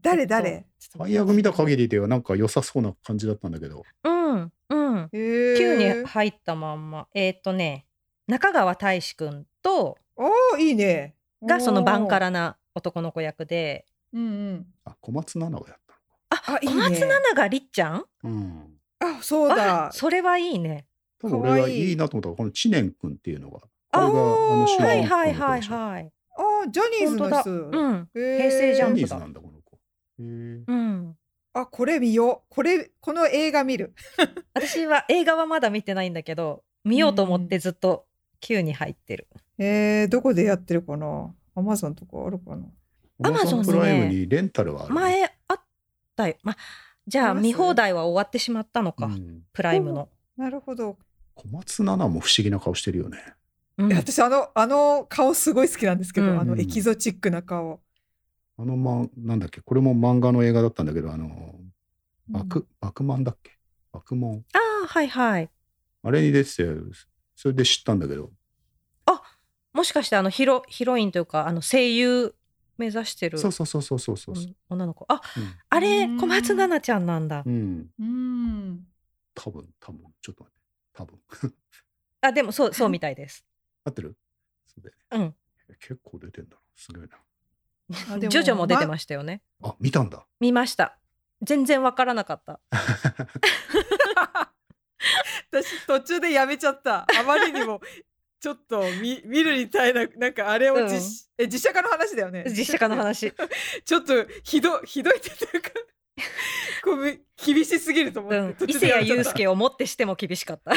Speaker 1: 誰誰
Speaker 3: 最悪見た限りではなんか良さそうな感じだったんだけど。
Speaker 2: うんうん
Speaker 1: へ
Speaker 2: 急
Speaker 1: ー
Speaker 2: に入ったまんまえっ、とね中川大志くんと
Speaker 1: おーいいね
Speaker 2: がそのバンカ
Speaker 1: ら
Speaker 2: ラな男の子役で
Speaker 1: うんうん
Speaker 3: あ小松菜奈をやっ
Speaker 1: あいい
Speaker 2: 小
Speaker 1: ね
Speaker 2: 松菜奈がりっちゃん
Speaker 3: たの。うん。
Speaker 1: あそう
Speaker 2: あ
Speaker 1: だ
Speaker 2: それはいいね
Speaker 3: 多分
Speaker 1: か
Speaker 3: 俺
Speaker 1: わ
Speaker 3: はい
Speaker 1: い
Speaker 3: いいなと思ったのはこの知念くんっていうのが。こ
Speaker 1: あ
Speaker 3: れがあの主
Speaker 1: 知らん
Speaker 2: は
Speaker 3: 演
Speaker 2: いはい
Speaker 3: この子
Speaker 2: はい
Speaker 3: でしょ
Speaker 2: はい
Speaker 1: あジャニーズ
Speaker 2: 本当
Speaker 1: の
Speaker 2: だ
Speaker 1: 人、
Speaker 2: うん
Speaker 1: へー
Speaker 2: 平成ジ
Speaker 3: ジ
Speaker 2: ャ
Speaker 3: ャ
Speaker 2: ンプ
Speaker 3: ニ
Speaker 2: だ
Speaker 3: ーズなんだこの子。へえ。
Speaker 2: うん
Speaker 1: あこれ見ようこれこの映画見る
Speaker 2: 私は映画はまだ見てないんだけど見ようと思ってずっと急に入ってる
Speaker 1: えー、どこでやってるかなアマゾンとかあるかな
Speaker 2: Amazon ね
Speaker 3: プライムにレンタルはあるね。
Speaker 2: 前あったよまじゃあ
Speaker 1: あります
Speaker 2: 見放題は終わってしまったのか、
Speaker 3: うん
Speaker 2: プライムの、
Speaker 1: なるほど、
Speaker 3: 小松菜奈も不思議な顔してるよね。
Speaker 2: うん
Speaker 1: いや私あのあの顔すごい好きなんですけど、
Speaker 2: うん
Speaker 1: あのエキゾチックな顔、
Speaker 3: あのまんなんだっけこれも漫画の映画だったんだけどあの
Speaker 1: うん
Speaker 3: 爆爆満だっけ爆満
Speaker 2: ああはいはい
Speaker 3: あれに出ててそれで知ったんだけど
Speaker 2: もしかしてあのヒロヒロインというかあの声優目指してる
Speaker 3: そうそうそうそうそうそう
Speaker 2: うん女の子あ
Speaker 3: うん
Speaker 2: あれ
Speaker 1: うん
Speaker 2: 小松菜奈ちゃんなんだ、
Speaker 3: うん
Speaker 1: うん
Speaker 3: 多分多分ちょっと待って多分
Speaker 2: あでもそうそうみたいです
Speaker 3: 合ってるそうだよ
Speaker 2: うん
Speaker 3: ね結構出てんだなすごいな
Speaker 1: あ
Speaker 2: ジ
Speaker 1: で
Speaker 2: ョジョも出て
Speaker 1: ま
Speaker 2: ましたよね
Speaker 3: あ見たんだ
Speaker 2: 見ました全然わからなかった
Speaker 1: 私途中でやめちゃったあまりにもちょっと見見るに耐えななんかあれを実,、え実写化の話だよね
Speaker 2: 実写化の話
Speaker 1: ちょっとひどひどいっていうか こうみ厳しすぎると思っ
Speaker 2: う
Speaker 1: て、途
Speaker 2: ん伊
Speaker 1: 中
Speaker 2: 勢
Speaker 1: でや
Speaker 2: 谷
Speaker 1: めちゃっ
Speaker 2: 友
Speaker 1: た
Speaker 2: 介をもってしても厳しかった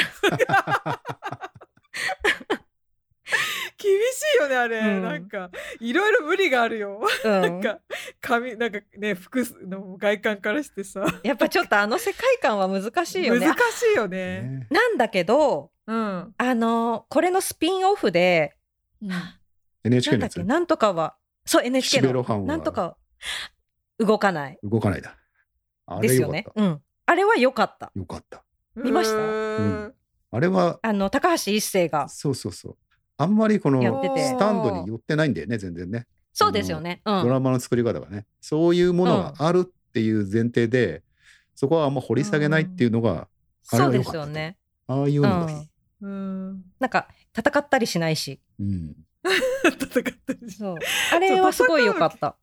Speaker 1: 厳しいよねあれ、
Speaker 2: うん
Speaker 1: なんかいろいろ無理があるよ、
Speaker 2: うん
Speaker 1: なんか髪なんかね服の外観からしてさ
Speaker 2: やっぱちょっとあの世界観は難しいよね
Speaker 1: 難しいよね
Speaker 3: ね
Speaker 2: なんだけど
Speaker 1: うん、
Speaker 2: あのこれのスピンオフでな
Speaker 3: NHK
Speaker 2: ん
Speaker 3: の
Speaker 2: だっ
Speaker 3: やつ
Speaker 2: けなんとかはそう NHK
Speaker 3: 岸辺露
Speaker 2: の
Speaker 3: 伴
Speaker 2: なんと
Speaker 3: は
Speaker 2: か動かない
Speaker 3: 動かないだあ
Speaker 2: で
Speaker 3: れ
Speaker 2: す
Speaker 3: よ
Speaker 2: よ
Speaker 3: かっ
Speaker 2: ね
Speaker 3: た
Speaker 2: うんあれは良かった
Speaker 3: よかった
Speaker 2: 見ました
Speaker 1: う
Speaker 3: うんあれは
Speaker 2: あの高橋一生が
Speaker 3: そうそうそうあんまりこの
Speaker 2: やってて
Speaker 3: スタンドに寄ってないんだよね全然ね
Speaker 2: そうですよねう
Speaker 3: ドラ
Speaker 2: ん
Speaker 3: マの作り方がねそういうものがあるっていう前提で、そこはあんま掘り下げないっていうのが、あれ
Speaker 2: そう
Speaker 3: は良
Speaker 2: で
Speaker 3: か
Speaker 2: す
Speaker 3: った
Speaker 2: よね
Speaker 3: ああいうのがいい、
Speaker 1: うん
Speaker 2: なんか戦ったりしないし
Speaker 3: うん
Speaker 1: 戦ったりし
Speaker 2: そうあれはすごい良かった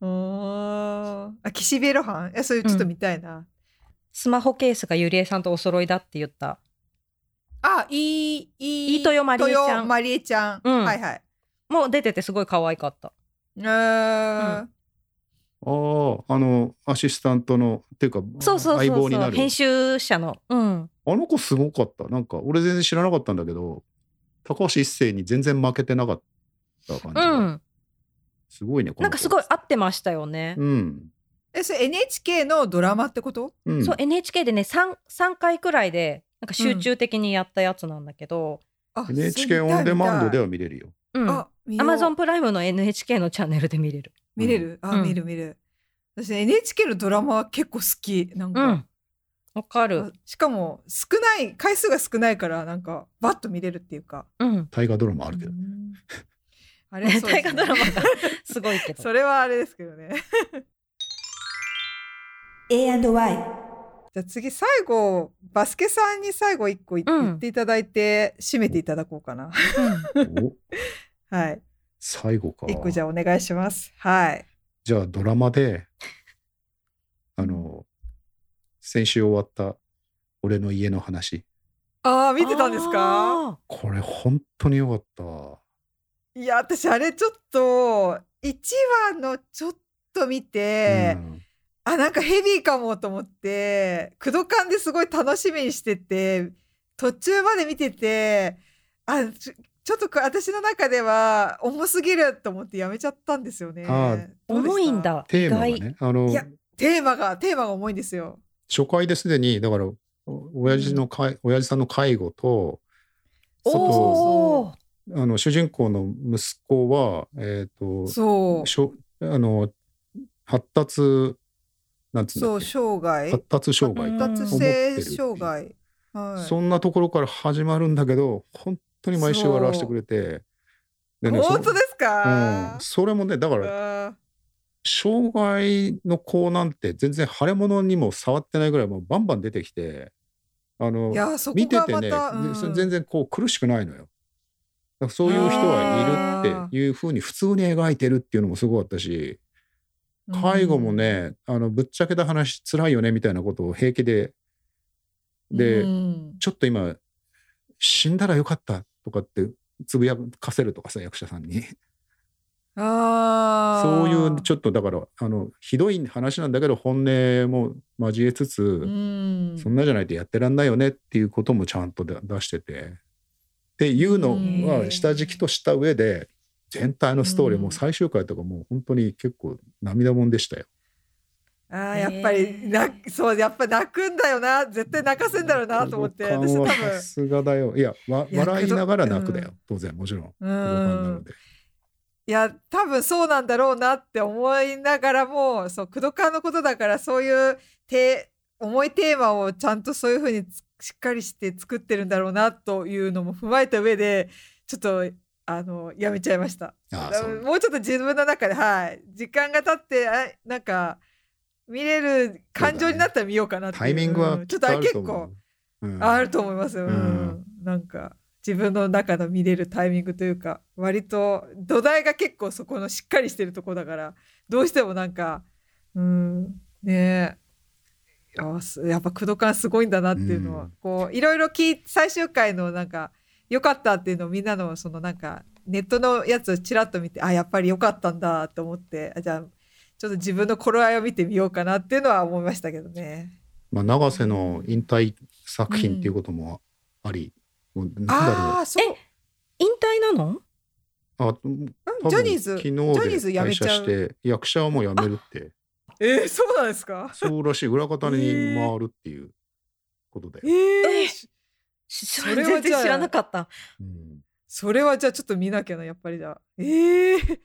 Speaker 1: あーあ岸辺露伴えそれちょっと見たいな、
Speaker 2: スマホケースがゆりえさんとお揃いだって言った
Speaker 1: あいいい
Speaker 2: 飯豊まりえちゃん
Speaker 1: 豊まりえちゃん、
Speaker 2: うん
Speaker 1: はいはい
Speaker 2: もう出ててすごい可愛かった
Speaker 1: うーん
Speaker 3: あああのアシスタントのっていうか
Speaker 2: そうそう
Speaker 3: 相
Speaker 2: そ
Speaker 3: 棒
Speaker 2: う
Speaker 3: に
Speaker 2: そ
Speaker 3: な
Speaker 2: う
Speaker 3: る
Speaker 2: 編集者のうん
Speaker 3: あの子すごかったなんか俺全然知らなかったんだけど高橋一生に全然負けてなかった感じ
Speaker 2: う
Speaker 3: が、
Speaker 2: ん
Speaker 3: すごいねこの子
Speaker 2: なんかすごい合ってましたよね
Speaker 3: うん、
Speaker 1: えそれ NHK のドラマってこと
Speaker 3: うん、
Speaker 2: そう NHK でね 3, 3回くらいでなんか集中的にやったやつなんだけど、
Speaker 1: あ
Speaker 3: NHK オンデマンドで
Speaker 1: は
Speaker 3: は見れるよ
Speaker 2: うん
Speaker 1: あ見よう
Speaker 2: Amazon プライムの NHK のチャンネルで見れる。
Speaker 1: 見れる、あ、
Speaker 2: うん
Speaker 1: 見る見る私 NHK のドラマは結構好きなん
Speaker 2: う
Speaker 1: か、
Speaker 2: ん、わかる。
Speaker 1: しかも少ない回数が少ないからなんかバッと見れるっていうか
Speaker 2: うん。
Speaker 3: 大河ドラマあるけど、
Speaker 1: うんあれ
Speaker 2: 大
Speaker 1: そうですね
Speaker 2: 河ドラマがすごいけ ど。
Speaker 1: それはあれですけどね
Speaker 5: A&Y
Speaker 1: じゃあ次最後バスケさんに最後一個い
Speaker 2: うん
Speaker 1: 言っていただいて締めていただこうかな
Speaker 3: お
Speaker 1: はい
Speaker 3: 最後か
Speaker 1: 一個じゃあお願いしますはい
Speaker 3: じゃあドラマであの先週終わった俺の家の話
Speaker 1: ああ見てたんですか
Speaker 2: あ
Speaker 3: これ本当によかった
Speaker 1: いや私あれちょっと1話のちょっと見て、
Speaker 3: うん
Speaker 1: あなんかヘビーかもと思って駆動感ですごい楽しみにしてて途中まで見ててあちょちょっとこ私の中では重すぎると思ってやめちゃったんですよね。
Speaker 3: あー
Speaker 1: どう
Speaker 2: ー。
Speaker 1: でした
Speaker 2: 重いんだ。
Speaker 3: テーマが
Speaker 2: 意外。
Speaker 3: ねあの
Speaker 1: いやテーマがテーマが重いんですよ。
Speaker 3: 初回ですでにだからお親父のかい親父さんの介護と
Speaker 1: そうそう
Speaker 2: おお。
Speaker 3: あの主人公の息子は、えっと
Speaker 1: そう
Speaker 3: しょあの発達なんつうん
Speaker 1: そ
Speaker 3: だ
Speaker 1: う
Speaker 3: っ
Speaker 1: 生涯
Speaker 3: け発達障害
Speaker 2: うん
Speaker 3: か、
Speaker 1: 発達性障害。はい、
Speaker 3: そんなところから始まるんだけど本当に毎週笑わせてくれてでねそ
Speaker 1: 本当です
Speaker 3: う
Speaker 1: か
Speaker 3: ん、、それもねだから
Speaker 1: あー
Speaker 3: 障害の子なんて全然腫れ物にも触ってないぐらいもうバンバン出てきてあの
Speaker 1: いやそこ
Speaker 3: 見て
Speaker 1: が
Speaker 3: て
Speaker 1: ま
Speaker 3: ね、
Speaker 1: た、うん
Speaker 3: でそれ全然こう苦しくないのよ。だからそういう人はいるっていうふうに普通に描いてるっていうのもすごかったし介護も、ね、あのぶっちゃけた話辛いよねみたいなことを平気でで、
Speaker 1: うん
Speaker 3: ちょっと今死んだらよかったとかってつぶやかせるとかさ役者さんに
Speaker 1: あ
Speaker 3: そういう
Speaker 1: ょ
Speaker 3: ちょっとだからあのひどい話なんだけど本音も交えつつ、
Speaker 1: うん
Speaker 3: そんなじゃないとやってらんないよねっていうこともちゃんとで出しててっていうのは下敷きとした上で全体のストーリー
Speaker 1: うん
Speaker 3: もう最終回とかもう本当に結構涙もんでしたよ。
Speaker 1: あーやっぱりなそうやっぱ泣くんだよな絶対泣かせんだろうなと思って
Speaker 3: この
Speaker 1: 私
Speaker 3: 感
Speaker 1: 多
Speaker 3: は
Speaker 1: 分
Speaker 3: さすがだよ。いやわ
Speaker 1: いや
Speaker 3: 笑いながら泣くだ
Speaker 1: う
Speaker 3: よ当然もちろん。こ
Speaker 1: う
Speaker 3: の感なの
Speaker 1: ん
Speaker 3: で
Speaker 1: いや多分そうなんだろうなって思いながらもそう工藤館のことだからそういうて重いテーマをちゃんとそういうふうにつしっかりして作ってるんだろうなというのも踏まえた上でちょっとあのやめちゃいました。
Speaker 3: ああ
Speaker 1: だ
Speaker 3: そうなんだ
Speaker 1: もうちょっと自分の中ではい時間が経ってあなんか見れる感情になったら見ようかなっていう
Speaker 3: タイミング
Speaker 1: う
Speaker 3: は
Speaker 1: ん
Speaker 3: き
Speaker 1: ちょっと
Speaker 3: っと
Speaker 1: あ
Speaker 3: あ
Speaker 1: れ
Speaker 3: る
Speaker 1: 結
Speaker 3: と思
Speaker 1: 構
Speaker 3: う。うん
Speaker 1: あると思いますよ、うん
Speaker 3: うん
Speaker 1: なんか自分の中の見れるタイミングというか割と土台が結構そこのしっかりしてるとこだからどうしてもなんかうんねえあすやっぱ工藤感すごいんだなっていうのは、
Speaker 3: うん
Speaker 1: こういろいろ聞い最終回のなんか良かったっていうのをみんなのそのなんかネットのやつをちらっと見てあやっぱり良かったんだと思ってあじゃあちょっと自分の頃合いを見てみようかなっていうのは思いましたけどね。
Speaker 3: まあ、永瀬の引退作品っていうこともあり、もうなんだろ
Speaker 1: あ
Speaker 3: う
Speaker 1: あそう
Speaker 2: 引退なの？
Speaker 3: あ
Speaker 1: うん
Speaker 3: 多
Speaker 1: ジ
Speaker 3: 分
Speaker 1: ャニーズ
Speaker 3: 昨日
Speaker 1: ジャニーズ
Speaker 3: で
Speaker 1: 辞
Speaker 3: 退
Speaker 1: めち
Speaker 3: 社
Speaker 1: ゃ
Speaker 3: し
Speaker 1: う
Speaker 3: て役者はもう辞めるって
Speaker 1: えー、そうなんですか
Speaker 3: そうらしい裏方に回るっていうことで、
Speaker 1: えー
Speaker 2: えー
Speaker 1: し
Speaker 2: し
Speaker 1: そ
Speaker 2: そ
Speaker 1: れ
Speaker 2: れ
Speaker 1: は
Speaker 2: 全
Speaker 1: じゃあ
Speaker 2: 然知らなかった。
Speaker 3: うん
Speaker 1: それはじゃあちょっと見なきゃなやっぱりじゃあええー、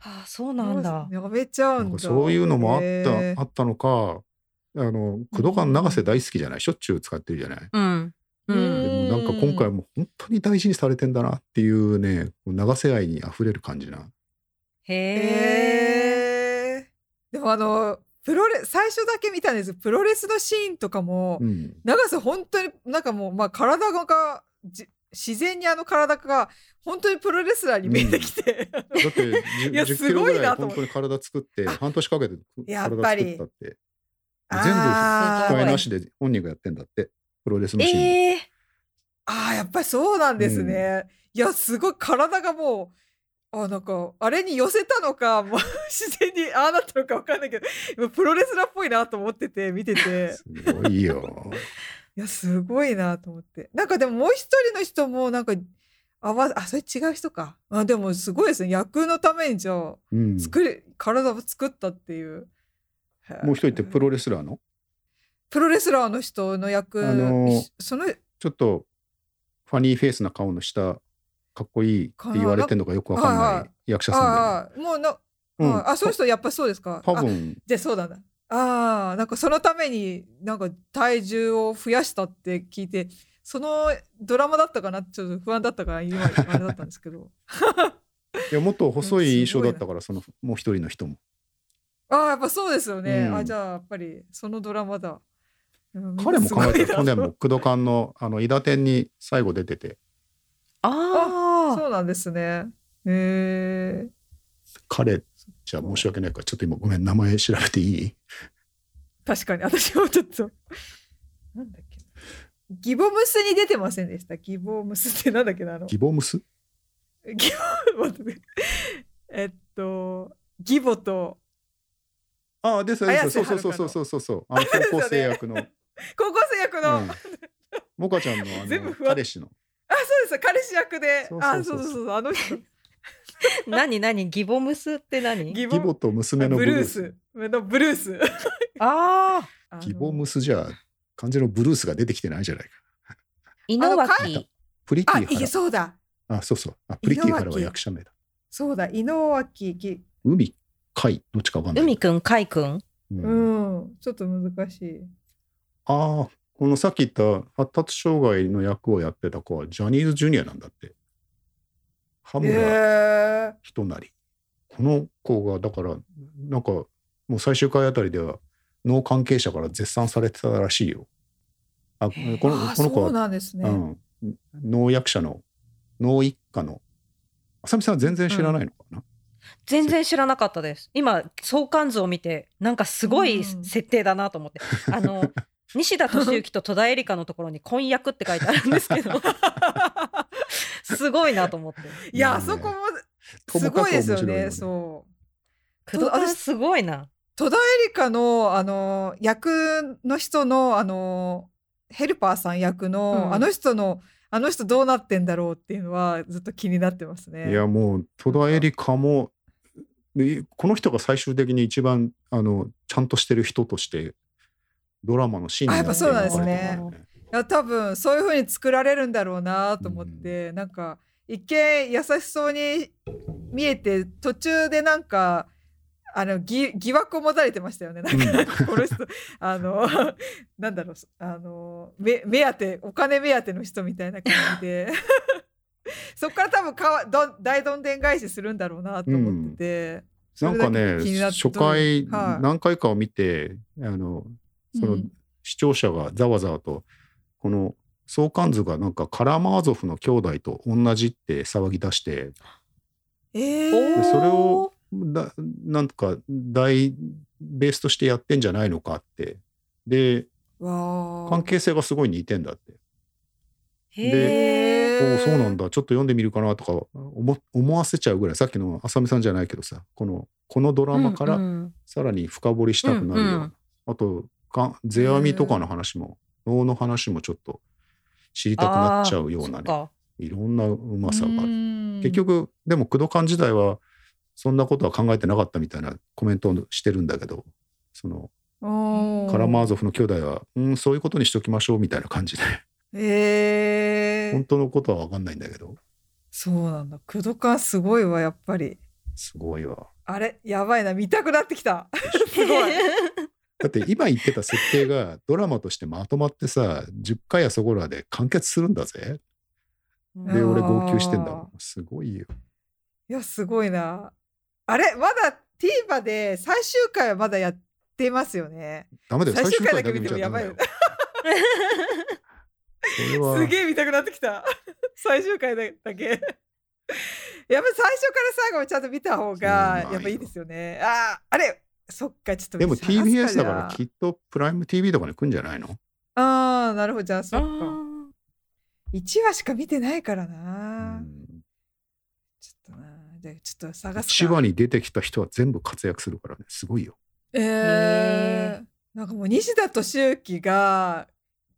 Speaker 2: ああ、そうなんだ。
Speaker 1: やめちゃう
Speaker 3: なんん
Speaker 1: だ
Speaker 3: かそういうのもあった、
Speaker 1: えー
Speaker 3: あったのかあの工藤館永瀬大好きじゃないしょっちゅう使ってるじゃない、
Speaker 2: うん。
Speaker 1: う
Speaker 2: う
Speaker 1: ん
Speaker 2: ん。
Speaker 3: でもなんか今回も本当に大事にされてんだなっていうね永瀬愛にあふれる感じな
Speaker 2: へえ。
Speaker 1: えー、でもあのプロレ最初だけ見たんですプロレスのシーンとかも、
Speaker 3: うん
Speaker 1: 長瀬本当になんかもう、まあ、体がじ自然にあの体が本当にプロレスラーに見えてきて、
Speaker 3: だってじゅ
Speaker 1: いや
Speaker 3: 10キ
Speaker 1: す
Speaker 3: ロ
Speaker 1: ごい
Speaker 3: ぐ
Speaker 1: な
Speaker 3: らい
Speaker 1: と思
Speaker 3: 本
Speaker 1: って
Speaker 3: 当に体作って半年かけて体
Speaker 1: やっ
Speaker 3: 作
Speaker 1: ぱり
Speaker 3: ったって全部
Speaker 1: あ
Speaker 3: 機
Speaker 1: ー
Speaker 3: 械なしで本人がやってんだってプロレスのシーンで
Speaker 2: ええ。
Speaker 1: ああやっぱりそうなんですね。いやすごい体がもうあなんかあれに寄せたのか、まあ、 自然にああなったのかわかんないけど今プロレスラーっぽいなと思ってて見てて
Speaker 3: すごいよ。
Speaker 1: いやすごいなと思ってなんかでももう一人の人もなんかあわあそれ違う人かあでもすごいですね役のためにじゃあ
Speaker 3: うん、
Speaker 1: 作り、体を作ったっていう
Speaker 3: もう一人ってプロレスラーの
Speaker 1: プロレスラーの人の役、
Speaker 3: あのー
Speaker 1: その
Speaker 3: ちょっとファニーフェイスな顔のしたかっこいいって言われてるのかよくわかん
Speaker 1: はいは
Speaker 3: ない役者さん
Speaker 1: ああもうの、
Speaker 3: で、ね
Speaker 1: ああその人やっぱそうですか
Speaker 3: 多
Speaker 1: あ
Speaker 3: 分
Speaker 1: じゃあそうなんだああなんかそのためになんか体重を増やしたって聞いてそのドラマだったかなちょっと不安だったから今あれだったんですけど
Speaker 3: いやもっと細い印象だったからそのもう一人の人も
Speaker 1: ああやっぱそうですよね、
Speaker 3: うん
Speaker 1: あじゃあやっぱりそのドラマだ
Speaker 3: 彼も考えて
Speaker 1: る
Speaker 3: 去年も工藤館のあの伊田店に最後出てて
Speaker 2: あ
Speaker 1: そうなんですねへえ
Speaker 3: 彼じゃ申し訳ないからちょっと今ごめん名前調べていい
Speaker 1: 確かに私もちょっとなんだっけギボムスに出てませんでしたギボムスってなんだっけなあの
Speaker 3: ギボムス
Speaker 1: ギボ 待ってねえっとギボと
Speaker 3: ああです
Speaker 1: 綾
Speaker 3: です
Speaker 1: 瀬
Speaker 3: そう
Speaker 1: は
Speaker 3: そう
Speaker 1: るか
Speaker 3: そう
Speaker 1: の
Speaker 3: そうそうそうそうあの高校生役の、
Speaker 1: 高校生役の、
Speaker 3: うんモカちゃんのあ
Speaker 1: 全部
Speaker 3: の
Speaker 1: ふわっ
Speaker 3: 彼氏の
Speaker 1: あそうです彼氏役で
Speaker 3: そう
Speaker 1: あ
Speaker 3: そ
Speaker 1: そ
Speaker 3: うそうう
Speaker 1: そ
Speaker 3: そう
Speaker 1: うそうあの 人
Speaker 2: ー何何ギボムスって何
Speaker 1: ギ
Speaker 3: 義母と娘の
Speaker 1: ブ
Speaker 3: ブ
Speaker 1: ル
Speaker 3: ル
Speaker 1: ー
Speaker 3: ー
Speaker 1: ス
Speaker 3: ス
Speaker 1: のブルース
Speaker 2: ああ
Speaker 1: あの
Speaker 3: 義母ムスじゃ完全のブルースが出てきてないじゃないか
Speaker 2: 井之
Speaker 1: あのか
Speaker 2: 脇
Speaker 3: プリテ
Speaker 1: あ
Speaker 3: ィ
Speaker 1: い
Speaker 3: ハ
Speaker 1: いそうだ
Speaker 3: ラあそうそうあプリティハ
Speaker 1: 井
Speaker 3: ラ
Speaker 1: 之
Speaker 3: は
Speaker 1: 脇
Speaker 3: 役者名だ
Speaker 1: そうだ井上脇ぎ
Speaker 3: 海海どっちかわかんない
Speaker 2: 海くん海くん
Speaker 1: う
Speaker 3: うん
Speaker 1: んちょっと難しい
Speaker 3: ああこのさっき言った発達障害の役をやってた子はジャニーズジュニアなんだって羽
Speaker 1: へ
Speaker 3: 村
Speaker 1: え
Speaker 3: 人なり、この子がだからなんかもう最終回あたりでは脳関係者から絶賛されてたらしいよあこのこ
Speaker 1: あ
Speaker 3: の子
Speaker 1: そう
Speaker 3: は
Speaker 1: なんですね、
Speaker 3: うん、農役者の農一家の浅見さんは全然知らないのかな、
Speaker 2: 全然知らなかったです今相関図を見てなんかすご
Speaker 1: うん
Speaker 2: い設定だなと思って、あの西田敏行と戸田恵梨香のところに婚約って書いてあるんですけどすごいなと思って
Speaker 1: いや、
Speaker 3: まあ
Speaker 1: あ
Speaker 3: ね
Speaker 1: そこも
Speaker 3: と
Speaker 1: す
Speaker 3: もかく
Speaker 1: ごいですよ
Speaker 3: 面白い
Speaker 1: ね。
Speaker 3: よね
Speaker 1: そう。
Speaker 2: 工藤君すごいな
Speaker 1: 戸田恵梨香の、あの、役の人の、あの、ヘルパーさん役の、
Speaker 2: うん
Speaker 1: あの人の、あの人どうなってんだろうっていうのは、ずっと気になってますね。
Speaker 3: いやもう戸田恵梨香もでこの人が最終的に一番あのちゃんとしてる人としてドラマのシーンになって
Speaker 1: あやっぱそうなんですね
Speaker 3: 描かれてるんだよ
Speaker 1: いや多分そういう風に作られるんだろうなと思って、なんか一見優しそうに見えて途中でなんかあの疑疑惑を持たれてましたよねなんか、この人あの なんだろうあの目目当てお金目当ての人みたいな感じで そっから多分かわどん大どんでん返しするんだろうなと思ってて、そ
Speaker 3: なん
Speaker 1: れ
Speaker 3: か
Speaker 1: だけ気に
Speaker 3: ね
Speaker 1: なって
Speaker 3: 初回
Speaker 1: はい
Speaker 3: 何回かを見て、あのその
Speaker 1: うん
Speaker 3: 視聴者がざわざわとこの相関図がなんかカラマーゾフの兄弟と同じって騒ぎ出して
Speaker 1: え
Speaker 2: お
Speaker 1: ー
Speaker 3: でそれをだなんか大ベースとしてやってんじゃないのかってで
Speaker 1: わー
Speaker 3: 関係性がすごい似てんだって
Speaker 2: へえ
Speaker 3: おおそうなんだちょっと読んでみるかなとか思思わせちゃうぐらいさっきの浅見さんじゃないけどさこのこのドラマからさらに深掘りしたくなるような、
Speaker 2: うんうん
Speaker 3: あとが世阿弥とかの話も能の話もちょっと知りたくなっちゃうようなねいろんなうまさがあ
Speaker 1: う
Speaker 3: る
Speaker 1: ん
Speaker 3: 結局でも工藤館時代はそんなことは考えてなかったみたいなコメントをしてるんだけどその
Speaker 1: うん
Speaker 3: カラマーゾフの兄弟は、うん、そういうことにしときましょうみたいな感じで
Speaker 1: え
Speaker 3: 本
Speaker 1: ー、
Speaker 3: 当のことは分かんないんだけど
Speaker 1: そうなんだ。クドカンすごいわ、やっぱり。
Speaker 3: すごいわ。
Speaker 1: あれ、やばいな、見たくなってき た。すごい。
Speaker 3: だって今言ってた設 定がドラマとしてまとまってさ10回やそこらで完結するんだぜで俺号泣してんだもんすごいよ
Speaker 1: いや、すごいな。あれ、まだ TVer で最終回はまだやってますよね。
Speaker 3: ダメだよ
Speaker 1: 最
Speaker 3: 最
Speaker 1: 終
Speaker 3: 終
Speaker 1: 回
Speaker 3: 回
Speaker 1: だ
Speaker 3: だ
Speaker 1: け
Speaker 3: け
Speaker 1: 見
Speaker 3: 見
Speaker 1: て
Speaker 3: ち
Speaker 1: も
Speaker 3: ゃ
Speaker 1: や
Speaker 3: ダ
Speaker 1: ばい
Speaker 3: メだ
Speaker 1: よ
Speaker 3: よ。それは
Speaker 1: すげえ見たくなってきた。 最終回だだけ。やっぱり最初から最後までちゃんと見た方が
Speaker 3: そうなんよ
Speaker 1: やっぱいいですよね。あーあれそっかちょっと
Speaker 3: でも
Speaker 1: 探す
Speaker 3: TBS だか
Speaker 1: じゃ
Speaker 3: ら
Speaker 1: あ
Speaker 3: きっとプライム TV とかに来んじゃないの
Speaker 1: ああなるほどじゃあそっか。
Speaker 2: あ
Speaker 1: 1話しか見てないからな、
Speaker 3: うん
Speaker 1: ちょっとなじゃあちょっと探す
Speaker 3: 千
Speaker 1: か
Speaker 3: 葉に出てきた人は全部活躍するからねすごいよ
Speaker 1: えーなんかもう西田敏行が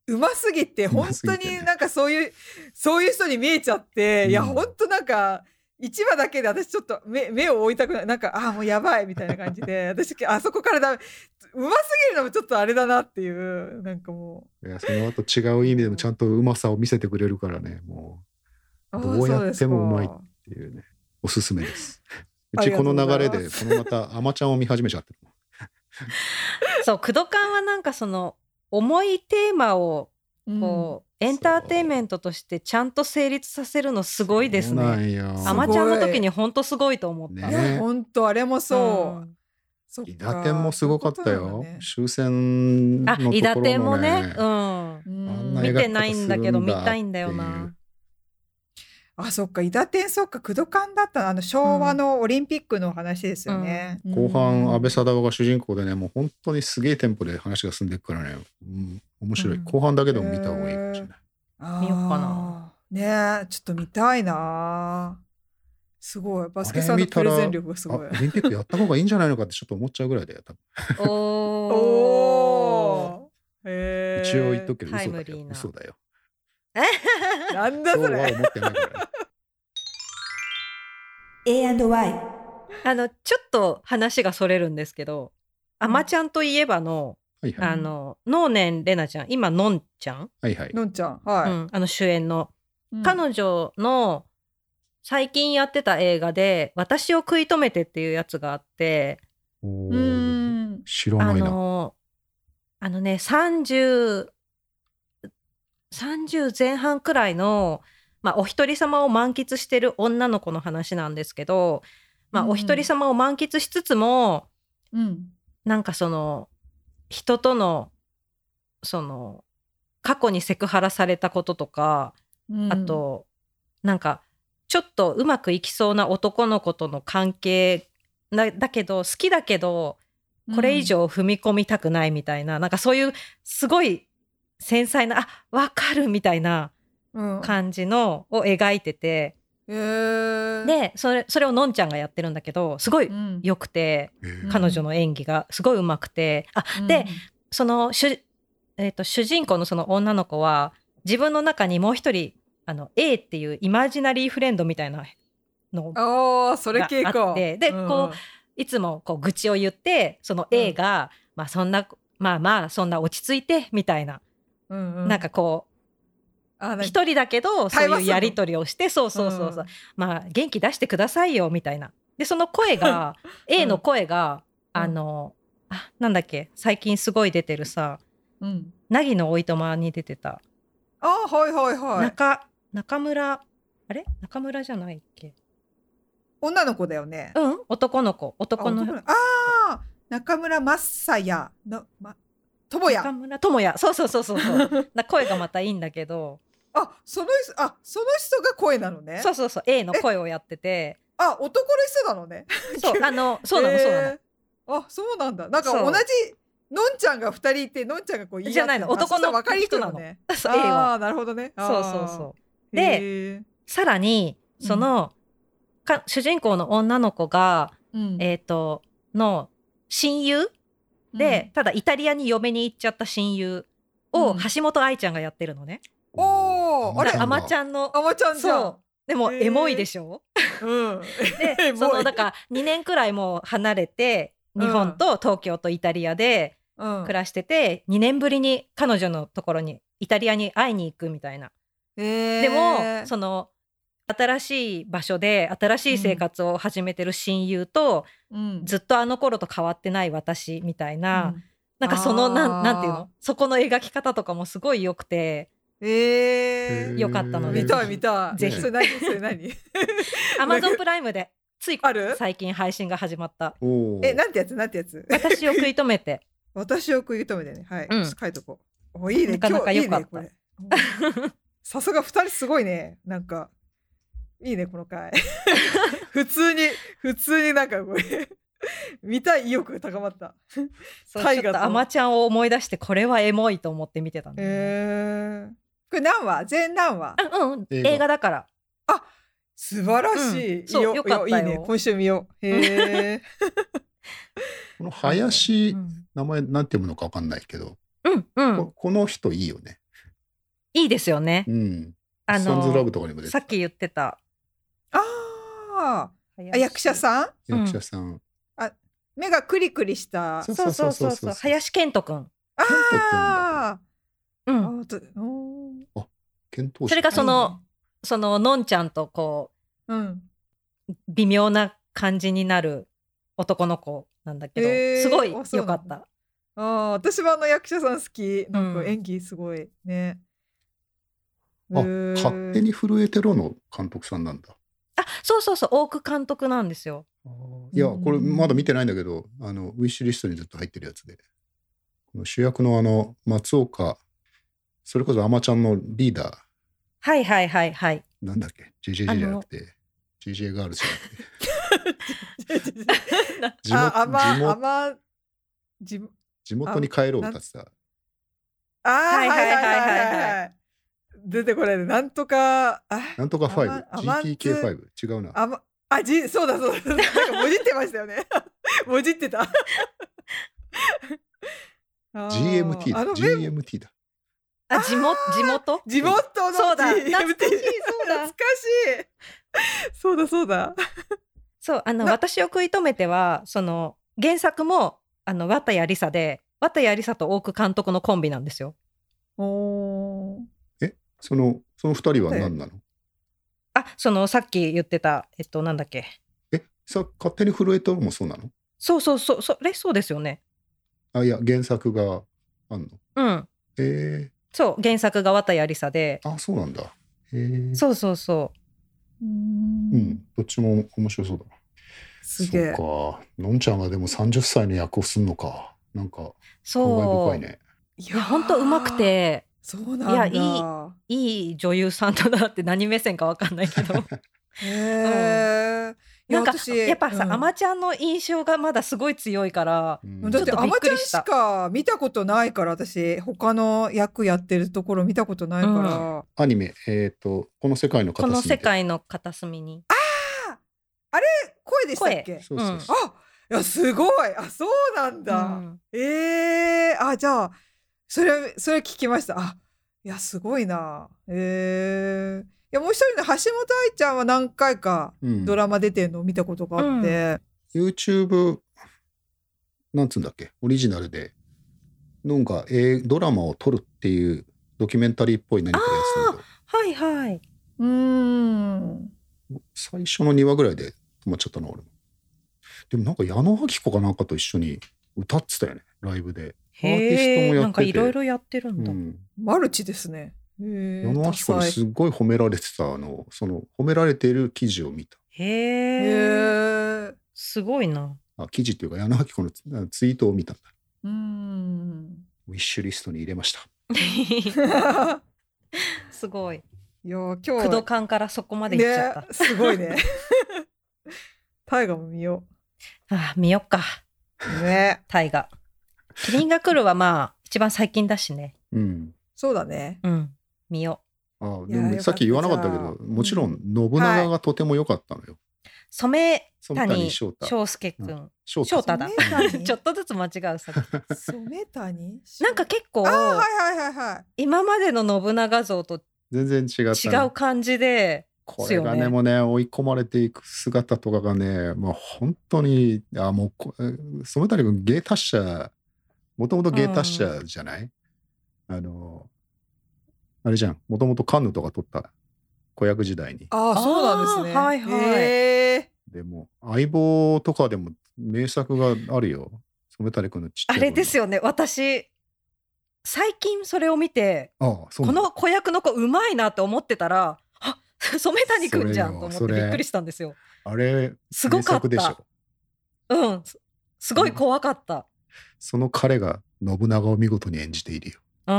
Speaker 1: うますぎて本当
Speaker 3: 上手すぎて
Speaker 1: に
Speaker 3: ね
Speaker 1: なんかそういう、そういう人に見えちゃって、いや
Speaker 3: うん
Speaker 1: 本当なんか1話だけで私ちょっと目目を覆いたくないなんかああもうやばいみたいな感じ で私あそこからだうますぎるのもちょっとあれだなっていうなんかも
Speaker 3: いやその後違う意味でもちゃんとうまさを見せてくれるからねも
Speaker 1: うあー
Speaker 3: どうやってもうまい
Speaker 1: そうですか
Speaker 3: うっていうねおすすめですう
Speaker 1: あり
Speaker 3: ち
Speaker 1: がと
Speaker 3: こ
Speaker 1: うご
Speaker 3: の
Speaker 1: ざいます
Speaker 3: 流れでこのまた「あまちゃん」を見始めちゃってる
Speaker 2: そう、クドカンはなんかその重いテーマをこう、エンターテインメントとしてちゃんと成立させるのすごいです
Speaker 4: そうな
Speaker 2: ね。
Speaker 4: んよ
Speaker 1: すごい
Speaker 2: アマちゃんの時に本当すごいと思った。
Speaker 1: い
Speaker 4: ね
Speaker 1: や本当あれもそう、
Speaker 2: ん
Speaker 1: そっか
Speaker 4: 伊達店もすごかった
Speaker 1: そういうこと
Speaker 4: よ
Speaker 1: なんだね
Speaker 4: 終戦の
Speaker 2: あ
Speaker 4: ところ、のね
Speaker 2: 伊達店もね、うん。
Speaker 1: うん
Speaker 4: あん
Speaker 2: な
Speaker 4: な
Speaker 2: 映
Speaker 4: 映画
Speaker 2: 画見てないんだけど見たいんだよな
Speaker 1: あそっか伊達天そっか工藤館だったなあの昭和のオリンピックの話ですよね、
Speaker 4: 後半安倍貞夫が主人公でねもう本当にすげえテンポで話が進んでいくからね、うん、面白い、
Speaker 2: うん
Speaker 4: 後半だけでも見た方がいいかもしれない、
Speaker 2: 見よっかな
Speaker 1: なねえちょっと見たいなすごいバスケさん
Speaker 4: あれ
Speaker 1: の
Speaker 4: 見た
Speaker 1: プ
Speaker 4: ら
Speaker 1: レゼン力がすごい
Speaker 4: あオリンピックやった方がいいんじゃないのかってちょっと思っちゃうぐらいだよ多分
Speaker 1: お
Speaker 2: おー。
Speaker 1: おーへえ
Speaker 4: 一応言っとくけど
Speaker 2: タイ
Speaker 4: 嘘
Speaker 2: ム
Speaker 4: だ
Speaker 2: リー
Speaker 4: よ
Speaker 2: な
Speaker 4: 嘘だよ
Speaker 1: なんだ
Speaker 4: そう
Speaker 1: そ
Speaker 4: は
Speaker 1: れ
Speaker 4: 思ってないから、ね、
Speaker 5: A&Y
Speaker 2: あのちょっと話がそれるんですけど「あまちゃんといえばの」
Speaker 4: はいはい
Speaker 2: あの能年玲奈ちゃん今のんちゃん、
Speaker 4: はいはい
Speaker 1: のんちゃんはい、
Speaker 2: うんあの主演の、
Speaker 1: うん
Speaker 2: 彼女の最近やってた映画で「私を食い止めて」っていうやつがあって
Speaker 4: お
Speaker 1: う
Speaker 4: ー
Speaker 1: ーん
Speaker 4: 知ら
Speaker 2: あ
Speaker 4: ないな、
Speaker 2: のあのね3030前半くらいの、まあ、お一人様を満喫してる女の子の話なんですけど、まあ、
Speaker 1: うん
Speaker 2: お一人様を満喫しつつも、
Speaker 1: うん
Speaker 2: なんかその人とのその過去にセクハラされたこととか、
Speaker 1: うん
Speaker 2: あとなんかちょっとうまくいきそうな男の子との関係なだけど好きだけどこれ以上踏み込みたくないみたいな、なんかそういうすごい繊細なあわかるみたいな
Speaker 1: うん
Speaker 2: 感じのを描いてて、
Speaker 1: へー
Speaker 2: でそれそれをのんちゃんがやってるんだけどすごい
Speaker 1: うん
Speaker 2: 良くて、
Speaker 4: えー
Speaker 1: うん
Speaker 2: 彼女の演技がすごい上手くてあでその主,、えー、と主人公のその女の子は自分の中にもう一人あの A っていうイマジナリーフレンドみたいなのを
Speaker 1: うんああそれ傾
Speaker 2: があ
Speaker 1: 向
Speaker 2: ってでこいつもこう愚痴を言ってその A が、まあそんなまあまあそんな落ち着いてみたいな、
Speaker 1: う、うんうん、
Speaker 2: なんかこ
Speaker 1: あなん
Speaker 2: う
Speaker 1: か
Speaker 2: 一人だけどそう
Speaker 1: 対話す
Speaker 2: いう
Speaker 1: るの
Speaker 2: やり取りをしてそうそうそうそう、まあ元気出してくださいよみたいなでその 声が A の声が、
Speaker 1: うん
Speaker 2: あのあなんだっけ最近すごい出てるさ、
Speaker 1: うんうん
Speaker 2: 凪のおいとまに出てた、
Speaker 1: あーはいはいはい
Speaker 2: 中中村あれ中村じゃないっけ
Speaker 1: 女の子だよね
Speaker 2: うん男の子男の
Speaker 1: あ男あー中村雅也のま智
Speaker 2: 中
Speaker 1: 也
Speaker 2: 村智也そうそうそうそうそう な声がまたいいんだけど
Speaker 1: あその人あその人が声なのね
Speaker 2: そうそうそう A の声をやってて
Speaker 1: あ男の人なのね
Speaker 2: そうあのそうなの
Speaker 1: へー
Speaker 2: そうなの
Speaker 1: あそうなんだなんか
Speaker 2: そ
Speaker 1: 同
Speaker 2: う
Speaker 1: じのんちゃんが二人いてのんちゃんがこう言い合って
Speaker 2: じゃないの
Speaker 1: あ
Speaker 2: 男
Speaker 1: そ
Speaker 2: の
Speaker 1: したら分かりにくいよね
Speaker 2: そう A
Speaker 1: あ
Speaker 2: は
Speaker 1: あなるほどね
Speaker 2: そうそうそう
Speaker 1: う
Speaker 2: でさらにその、か主人公の女の子がえっ、との親友で、ただイタリアに嫁に行っちゃった親友を
Speaker 1: うん
Speaker 2: 橋本愛ちゃんがやってるのね、
Speaker 1: おーあれ
Speaker 2: だ
Speaker 1: ア
Speaker 2: アマちゃんの
Speaker 1: あまちゃんじゃん
Speaker 2: そうでも
Speaker 1: へー
Speaker 2: エモいでしょ、
Speaker 1: うん
Speaker 2: でそのだ
Speaker 1: ら、
Speaker 2: から2年くらいもう離れて日本と東京とイタリアで
Speaker 1: うん
Speaker 2: 暮らしてて、2年ぶりに彼女のところにイタリアに会いに行くみたいな。で
Speaker 1: で
Speaker 2: もその新しい場所で新しい生活を始めてる親友と、
Speaker 1: の
Speaker 2: ずっとあの頃と変わってない私みたいな、なんかその
Speaker 1: あ
Speaker 2: な
Speaker 1: ー
Speaker 2: んなんていうのそこの描き方とかもすごい良く て
Speaker 1: え
Speaker 2: よかったので
Speaker 1: 見たい見たい
Speaker 2: ぜひ
Speaker 1: それ何それ 何
Speaker 2: Amazon プライムでつい
Speaker 1: ある
Speaker 2: 最近配信が始まった
Speaker 4: おー
Speaker 1: えなんてやつなんてやつ
Speaker 2: 私を食い止めて
Speaker 1: 私を食い止めてねはい、
Speaker 2: うん
Speaker 1: 書いとこうおいいね
Speaker 2: なかなか
Speaker 1: 今日いい
Speaker 2: よか
Speaker 1: ね
Speaker 2: った
Speaker 1: これうん さすが二人すごいねなんかいいねこの回 普通に普通になんかこれ見たい意欲が高まった
Speaker 2: そう
Speaker 1: 大
Speaker 2: ち
Speaker 1: 河と
Speaker 2: ょっとアマちゃんを思い出してこれはエモいと思って見てたんだよね
Speaker 1: えー、これ何話全何話
Speaker 2: あうん
Speaker 4: 映
Speaker 2: 映
Speaker 4: 画
Speaker 2: 画だから
Speaker 1: 素晴らしい、
Speaker 2: うんそう
Speaker 1: い
Speaker 2: よかったよ
Speaker 1: いいね今週見ようへえ
Speaker 4: この林、
Speaker 2: うん
Speaker 4: 名前なんて読むのかわかんないけど、
Speaker 2: うん、うん
Speaker 4: ここの人いいよね
Speaker 2: いいですよね
Speaker 4: うん
Speaker 2: あ
Speaker 4: サンズラブ
Speaker 2: の
Speaker 4: とかにも出て
Speaker 2: さ
Speaker 4: た
Speaker 2: っき言ってた
Speaker 1: あーあ役者さん
Speaker 2: うん
Speaker 4: 役者さん、
Speaker 1: 目がクリクリした
Speaker 4: そう
Speaker 2: そうそうそうそう林健人くん
Speaker 1: あ
Speaker 2: う
Speaker 1: ーあ
Speaker 2: ん
Speaker 1: ほんとおー
Speaker 4: 検討
Speaker 2: それがそのそののんちゃんとこ
Speaker 1: うん
Speaker 2: う微妙な感じになる男の子なんだけど、
Speaker 1: へー
Speaker 2: すごい
Speaker 1: あそう
Speaker 2: 良か
Speaker 1: な
Speaker 2: っ
Speaker 1: んだ
Speaker 2: た。
Speaker 1: ああ私はあの役者さん好きなんか
Speaker 2: うん
Speaker 1: 演技すごいね、
Speaker 6: あ
Speaker 1: へー
Speaker 6: 勝 手に震えてろの監督さんなんだ。
Speaker 2: あそうそうそう大久監督なんですよ。
Speaker 3: いやこれまだ見てないんだけどあのウィッシュリストにずっと入ってるやつでこの主役のあの松岡それこそあまちゃんのリーダー
Speaker 2: はいはいはいはい。
Speaker 3: なんだっけ JJJ じゃなくて JJ ガールズじゃなくて地元
Speaker 1: あ甘
Speaker 3: 地元
Speaker 1: 甘じむ
Speaker 3: 地元に帰ろう歌ってた
Speaker 1: あーはい
Speaker 2: い
Speaker 1: は
Speaker 2: はいい
Speaker 1: は
Speaker 2: はいいはい
Speaker 1: は
Speaker 2: はい
Speaker 1: い、はい、出てこないでなんとかあ
Speaker 3: なんとか
Speaker 1: あま
Speaker 3: 5GTK5 違うな
Speaker 1: あまあじそうだそうだ なんかもじってましたよね もじってたあー
Speaker 3: GMT
Speaker 1: あ
Speaker 3: だ
Speaker 1: のメン
Speaker 3: GMT だ
Speaker 2: あ地元地元
Speaker 1: 地元の GMT
Speaker 2: そうだ懐かしいそう
Speaker 1: 懐か
Speaker 2: だ
Speaker 1: しいそうだそうだ
Speaker 2: そうあの
Speaker 1: な
Speaker 2: 私を食い止めてはその原作もあの綿谷りさで綿谷りさと大久監督のコンビなんですよ。
Speaker 1: おー
Speaker 3: そのその二人は何なの
Speaker 2: あそのさっき言ってたえっとなんだっけ
Speaker 3: えさ勝手に震えてろもそうなの
Speaker 2: そうそうそうそれそうですよね。
Speaker 3: あいや原作があんの
Speaker 2: うん
Speaker 3: え
Speaker 2: そう原作が綿谷りさで
Speaker 3: ー、あそうなんだえー、
Speaker 2: そうそうそう
Speaker 3: うんどっちも面白そうだな
Speaker 1: すげえ
Speaker 3: そうかのんちゃんがでも30歳の役をすんのかなんか
Speaker 2: う
Speaker 3: 感
Speaker 2: そ
Speaker 3: 慨
Speaker 2: う
Speaker 3: 深いね
Speaker 1: い
Speaker 2: いや本当うまくて
Speaker 1: そうなんだ
Speaker 2: いやいいい女優さんだなって何目線かわかんない けど
Speaker 1: へえ、い
Speaker 2: なんか
Speaker 1: 私
Speaker 2: やっぱさ、
Speaker 1: うん
Speaker 2: あまちゃんの印象がまだすごい強いから
Speaker 3: うん
Speaker 1: だって
Speaker 2: ち
Speaker 1: ア
Speaker 2: ょっとびっ
Speaker 1: マちゃ
Speaker 2: く
Speaker 1: ん
Speaker 2: り
Speaker 1: し
Speaker 2: した
Speaker 1: か見たことないから私他の役やってるところ見たことないから、
Speaker 3: アニメえっ、とこの世界の
Speaker 2: こ
Speaker 3: 片
Speaker 2: の
Speaker 3: 隅で
Speaker 2: 世界の片隅に
Speaker 1: 声でしたっけ
Speaker 2: 声
Speaker 3: そうそうそう、
Speaker 1: あいやすごいあそうなんだ、
Speaker 2: うん
Speaker 1: えー、あじゃあそれそれ聞きましたあいやすごいなえー、いやもう一人の橋本愛ちゃんは何回か
Speaker 3: うん
Speaker 1: ドラマ出てるのを見たことがあって、
Speaker 3: YouTube なんつうんだっけオリジナルでなんか、えードラマを撮るっていうドキュメンタリーっぽい何かやつだけど
Speaker 2: はいはい
Speaker 1: うんん
Speaker 3: 最初の2話ぐらいで止まっちゃったな俺もでもなんか矢野明子かなんかと一緒に歌ってたよねライブで、アーティストもやって
Speaker 2: へ
Speaker 3: て
Speaker 2: えんかいろいろやってるんだ、
Speaker 3: うん
Speaker 1: マルチですね、えー、
Speaker 3: 矢野明子
Speaker 1: 多
Speaker 3: に
Speaker 1: 彩
Speaker 3: すごい褒められてたあのその褒められている記事を見た
Speaker 1: へ
Speaker 2: へえ
Speaker 1: ー
Speaker 2: すごいな
Speaker 3: あ記事っていうか矢野明子のツあツイートを見たんだ
Speaker 1: うん
Speaker 3: ウィッシュリストに入れました
Speaker 2: すごい
Speaker 1: いや今日
Speaker 2: 工藤館からそこまで行っちゃった、
Speaker 1: ね、すごいね 大河も見よ
Speaker 2: あ見よっか
Speaker 1: うね
Speaker 2: 大河キリンが来るはまあ一番最近だしね
Speaker 3: うん
Speaker 1: そうだね
Speaker 2: うん見よ
Speaker 3: あ
Speaker 1: い
Speaker 3: で
Speaker 1: や
Speaker 3: も
Speaker 1: よかった
Speaker 3: さっき言わなかったけ
Speaker 1: じゃあ
Speaker 3: どもちろん信長がとても良かったのよ、
Speaker 2: う染
Speaker 3: 染谷
Speaker 2: 谷
Speaker 3: 翔太
Speaker 2: 翔介く
Speaker 3: うん翔
Speaker 2: 翔太だ
Speaker 1: 染谷
Speaker 2: ちょっとずつ間違 うさ
Speaker 1: 染谷
Speaker 2: なんか結構
Speaker 1: あーはいはいはいはい
Speaker 2: 今までの信長像と
Speaker 3: 全然違った、
Speaker 2: 違う感じで
Speaker 3: これが
Speaker 2: ですよ
Speaker 3: ね
Speaker 2: ね
Speaker 3: もうね追い込まれていく姿とかがねまあ本当にあもうこえ染谷君芸達者もともと芸達者じゃない、あのあれじゃんもともとカンヌとか撮った子役時代に
Speaker 1: あー
Speaker 2: あー
Speaker 1: そうなんですね
Speaker 2: はいはい
Speaker 1: え
Speaker 3: でも相棒とかでも名作があるよ染谷君のちっちゃ
Speaker 2: あ
Speaker 3: い
Speaker 2: れです
Speaker 3: よ
Speaker 2: よね私最近それを見て
Speaker 3: ああそ
Speaker 2: こ
Speaker 3: うなんだ
Speaker 2: の子役の子うまいなって思ってたらあ 染谷くんじゃんと思っ
Speaker 3: そ
Speaker 2: て
Speaker 3: れよ
Speaker 2: びっくりしたんですよ
Speaker 3: あれ
Speaker 2: すごかった
Speaker 3: 名作でしょ
Speaker 2: うんすすごい怖かった
Speaker 3: その彼が信長を見事に演じているよ
Speaker 2: うん、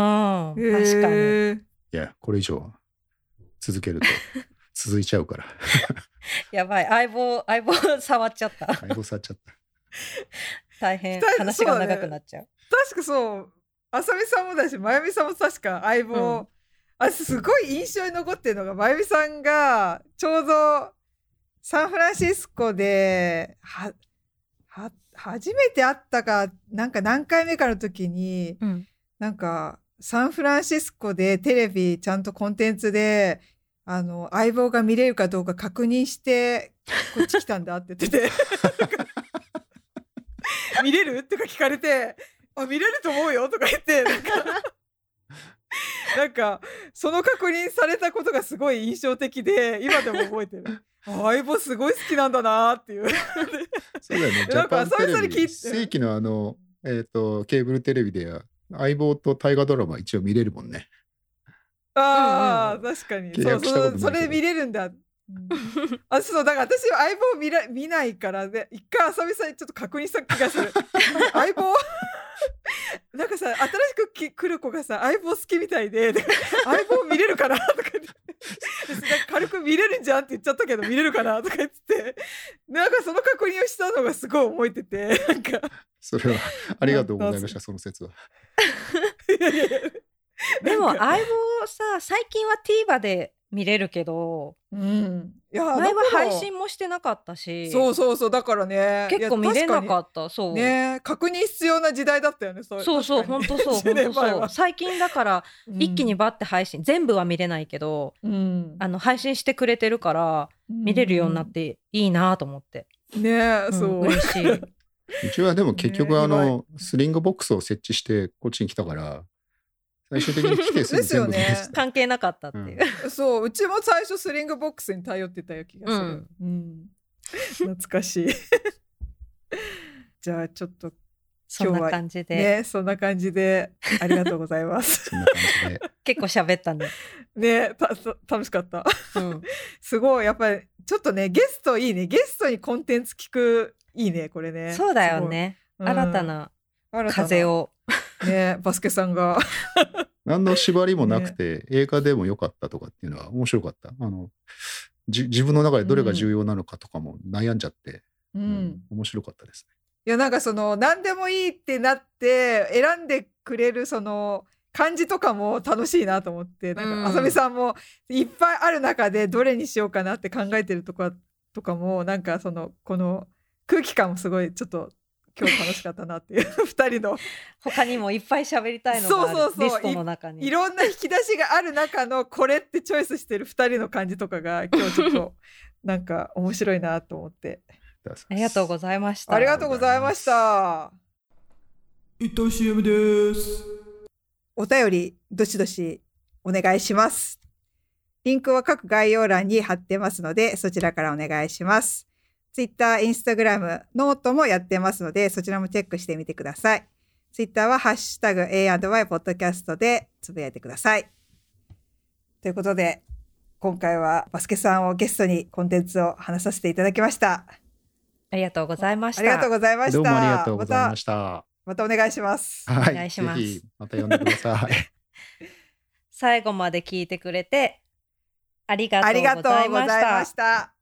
Speaker 1: ー、
Speaker 2: 確かに
Speaker 1: えー
Speaker 3: いや、これ以上続 けると続いちゃうから。
Speaker 2: やばい相棒相棒触っちゃった
Speaker 3: 相棒触っちゃった。
Speaker 2: 大変
Speaker 1: 二人
Speaker 2: 話
Speaker 1: そ
Speaker 2: が
Speaker 1: うだね
Speaker 2: 長くなっちゃう
Speaker 1: 確かそう浅見さんもだし真由美さんも確か相棒、
Speaker 2: うん
Speaker 1: あすごい印象に残ってるのが真由美さんがちょうどサンフランシスコではは初めて会ったかなんか何回目かの時に
Speaker 2: うん
Speaker 1: なんかサンフランシスコでテレビちゃんとコンテンツであの相棒が見れるかどうか確認してこっち来たんだって言って て見れるとか聞かれてあ見れると思うよとか言ってなんかなんかその確認されたことがすごい印象的で今でも覚えてるあ相棒すごい好きなんだなっていう
Speaker 3: そうだよね。ジ
Speaker 1: な
Speaker 3: ャ
Speaker 1: んか
Speaker 3: パンテ
Speaker 1: 久々
Speaker 3: レ
Speaker 1: に聞い
Speaker 3: ビ正規のあの、えっ、と、ケーブルテレビでは相棒と大河ドラマ一応見れるもんね。
Speaker 1: ああ、
Speaker 2: うん
Speaker 1: 確かに
Speaker 3: 契
Speaker 1: そう
Speaker 3: 約したことない
Speaker 1: そう
Speaker 3: けど
Speaker 1: それ見れるんだあそうだから私は相棒見ら見ないからで、一回浅見さんにちょっと確認した気がする相棒 なんかさ新しくき来る子がさ相棒好きみたいでで相棒見れるかなとか言って私なんか軽く見れるんじゃんって言っちゃったけど見れるかなとか言っててなんかその確認をしたのがすごい覚えててなんか
Speaker 3: それ はありがとうございました、その説は。
Speaker 1: いやいやいや
Speaker 2: でも
Speaker 1: なんか
Speaker 2: 相棒さ最近は TVer で見れるけど
Speaker 1: うんいや
Speaker 2: 前は
Speaker 1: だから
Speaker 2: 配信もしてなかったし
Speaker 1: そうそうそうだからね
Speaker 2: 結構見れなか
Speaker 1: っ
Speaker 2: ったそう、
Speaker 1: ね確認必要な時代だったよねそ
Speaker 2: そうそう
Speaker 1: 確
Speaker 2: 本
Speaker 1: か
Speaker 2: 当
Speaker 1: に
Speaker 2: そ
Speaker 1: 10
Speaker 2: う本当
Speaker 1: 年前
Speaker 2: そ
Speaker 1: は
Speaker 2: う最近だから一気にバッて配信、全部は見れないけど
Speaker 1: うん
Speaker 2: あの配信してくれてるから見れるようになっていいなと思って、
Speaker 1: ねえ
Speaker 2: うん
Speaker 1: そう
Speaker 2: 嬉 しい
Speaker 3: うちはでも結
Speaker 1: ね
Speaker 3: 局あ
Speaker 1: 意
Speaker 3: の、スリングボックスを設置してこっちに来たから、最終的に来てすぐ全部見れて
Speaker 1: ですよね
Speaker 3: た。
Speaker 2: 関係なかったっていう、
Speaker 1: そううちも最初スリングボックスに頼ってたよ気がするうん懐かしいじゃあちょっと
Speaker 2: そんな感じで、
Speaker 1: ねそんな感じでありがとうございます
Speaker 3: そんな感じで。
Speaker 2: 結構喋った ね、
Speaker 1: ねたた楽しかった
Speaker 2: うん、
Speaker 1: すごいやっぱりちょっとねゲストいいねゲストにコンテンツ聞くいいねこれね
Speaker 2: そうだよね、
Speaker 1: すごいうん
Speaker 2: 新たな
Speaker 1: 新たな
Speaker 2: 風を
Speaker 1: ねバスケさん が
Speaker 3: 何の縛りもなくて、映画でも良かったとかっていうのは面白かった。あの、じ自分の中でどれが重要なのかとかも悩んじゃって、
Speaker 1: う
Speaker 3: うんん面白かったですね。
Speaker 1: いやなんかその何でもいいってなって選んでくれるその感じとかも楽しいなと思ってなん
Speaker 2: うん
Speaker 1: か浅見さんもいっぱいある中でどれにしようかなって考えてるとかとかもなんかそのこの空気感もすごいちょっと今日楽しかったなっていう 二人の
Speaker 2: 他にもいっぱい喋りたいのがある
Speaker 1: そうそうそう
Speaker 2: リストの中に
Speaker 1: いろんな引き出しがある中のこれってチョイスしてる二人の感じとかが今日ちょっとなんか面白いなと思って
Speaker 2: ありがとう
Speaker 3: ざい
Speaker 2: ございました
Speaker 1: ありがとうございました。
Speaker 7: 一旦 CM です。
Speaker 1: お便りどしどしお願いします。リンクは各概要欄に貼ってますので、そちらからお願いします。Twitter、Instagram、ノートもやってますので、そちらもチェックしてみてください。Twitter はハッシュタグ A&Y ポッドキャストでつぶやいてください。ということで、今回はバスケさんをゲストにコンテンツを話させていただきました。
Speaker 2: ありがとうございました
Speaker 1: ありがとうございました。
Speaker 3: どうもありがとうございました。
Speaker 1: また、またお願いします。
Speaker 3: は
Speaker 2: お願いします
Speaker 3: ぜひまた呼んでください。
Speaker 2: 最後まで聞いてくれてありが
Speaker 1: あり
Speaker 2: と
Speaker 1: が
Speaker 2: うご
Speaker 1: とうご
Speaker 2: ざい
Speaker 1: ざい
Speaker 2: ました
Speaker 1: ました。